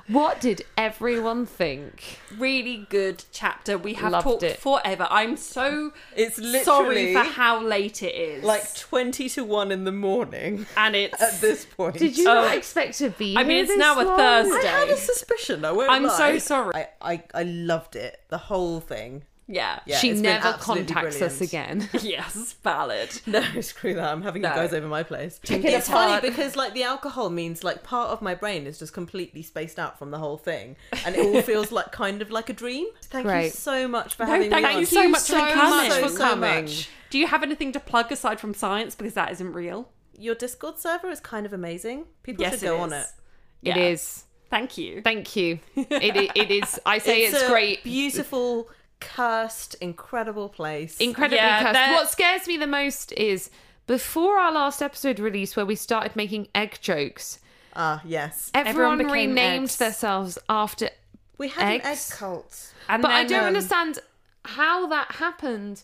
Speaker 4: What did everyone think?
Speaker 2: really good chapter. We have
Speaker 4: Loved
Speaker 2: talked
Speaker 4: it.
Speaker 2: forever. I'm so
Speaker 3: It's
Speaker 2: sorry
Speaker 3: literally
Speaker 2: for how late it is.
Speaker 3: like 20 to 1 in the morning
Speaker 2: and it's
Speaker 3: at this point.
Speaker 4: Did you
Speaker 2: Oh.
Speaker 4: not expect to be?
Speaker 2: I mean,
Speaker 4: here
Speaker 2: it's
Speaker 4: this
Speaker 2: now a
Speaker 4: long?
Speaker 3: I
Speaker 2: Thursday.
Speaker 3: had a suspicion. I won't
Speaker 2: I'm
Speaker 3: lie.
Speaker 2: so sorry.
Speaker 3: I, I, I loved it. The whole thing.
Speaker 2: yeah.
Speaker 3: Yeah,
Speaker 4: she
Speaker 3: it's been
Speaker 4: never
Speaker 3: absolutely
Speaker 4: contacts us
Speaker 3: brilliant.
Speaker 4: again.
Speaker 2: Yes, valid.
Speaker 3: No, screw that. I'm having
Speaker 2: No.
Speaker 3: you guys over my place.
Speaker 4: it
Speaker 3: it's
Speaker 4: apart.
Speaker 3: funny because like the alcohol means like part of my brain is just completely spaced out from the whole thing, and it all feels like kind of like a dream. Thank you
Speaker 4: Great.
Speaker 3: so much for
Speaker 2: No,
Speaker 3: having
Speaker 2: thank
Speaker 3: me. on.
Speaker 2: you so much
Speaker 4: so
Speaker 2: for coming.
Speaker 4: much for
Speaker 3: So, so
Speaker 4: coming.
Speaker 3: much.
Speaker 2: Do you have anything to plug aside from science because that isn't real?
Speaker 3: Your Discord server is kind of amazing. People should
Speaker 2: it
Speaker 3: go on
Speaker 2: is.
Speaker 3: it.
Speaker 2: Yeah.
Speaker 4: It is.
Speaker 2: Thank you.
Speaker 4: Thank you. It, i- it is. I say it's,
Speaker 3: a
Speaker 4: great.
Speaker 3: beautiful, cursed, incredible place.
Speaker 4: incredibly
Speaker 2: Yeah,
Speaker 4: cursed.
Speaker 2: that-
Speaker 4: What scares me the most is before our last episode release, where we started making egg jokes,
Speaker 3: ah, yes.
Speaker 2: Everyone
Speaker 4: everyone,
Speaker 2: became
Speaker 4: renamed
Speaker 2: eggs.
Speaker 4: themselves after.
Speaker 3: We had
Speaker 4: Eggs.
Speaker 3: an egg cult.
Speaker 2: And
Speaker 4: But I
Speaker 2: then,
Speaker 4: don't
Speaker 2: um,
Speaker 4: understand how that happened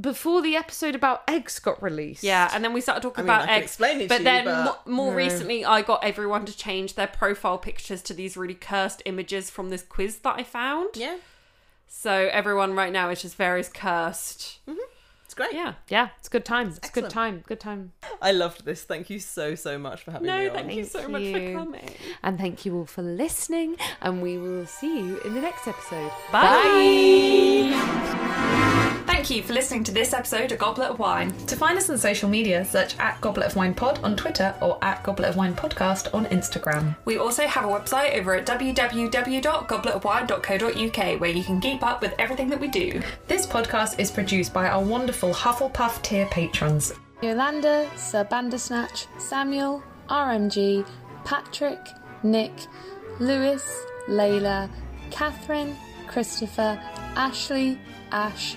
Speaker 4: before the episode about eggs got released.
Speaker 2: Yeah, and then we started talking
Speaker 3: I mean,
Speaker 2: about
Speaker 3: I can
Speaker 2: eggs.
Speaker 3: explain it
Speaker 2: but
Speaker 3: to you,
Speaker 2: then
Speaker 3: but-
Speaker 2: mo- more recently, I got everyone to change their profile pictures to these really cursed images from this quiz that I found.
Speaker 3: Yeah.
Speaker 6: So everyone right now is just Varys cursed.
Speaker 3: It's great.
Speaker 6: Yeah.
Speaker 4: Yeah, it's good time. It's good
Speaker 3: excellent.
Speaker 4: time. Good time.
Speaker 3: I loved this. Thank you so so much for having me.
Speaker 6: No,
Speaker 3: on.
Speaker 6: thank you
Speaker 4: Thank
Speaker 6: so much for
Speaker 4: you.
Speaker 6: coming.
Speaker 4: And thank you all for listening. And we will see you in the next episode.
Speaker 2: Thank you for listening to this episode of Goblet of Wine. To find us on social media, search at Goblet of Wine Pod on Twitter or at Goblet of Wine Podcast on Instagram. We also have a website over at www.gobletofwine.co.uk where you can keep up with everything that we do. This podcast is produced by our wonderful Hufflepuff tier patrons.
Speaker 1: Yolanda, Sir Bandersnatch, Samuel, RMG, Patrick, Nick, Lewis, Layla, Catherine, Christopher, Ashley, Ash,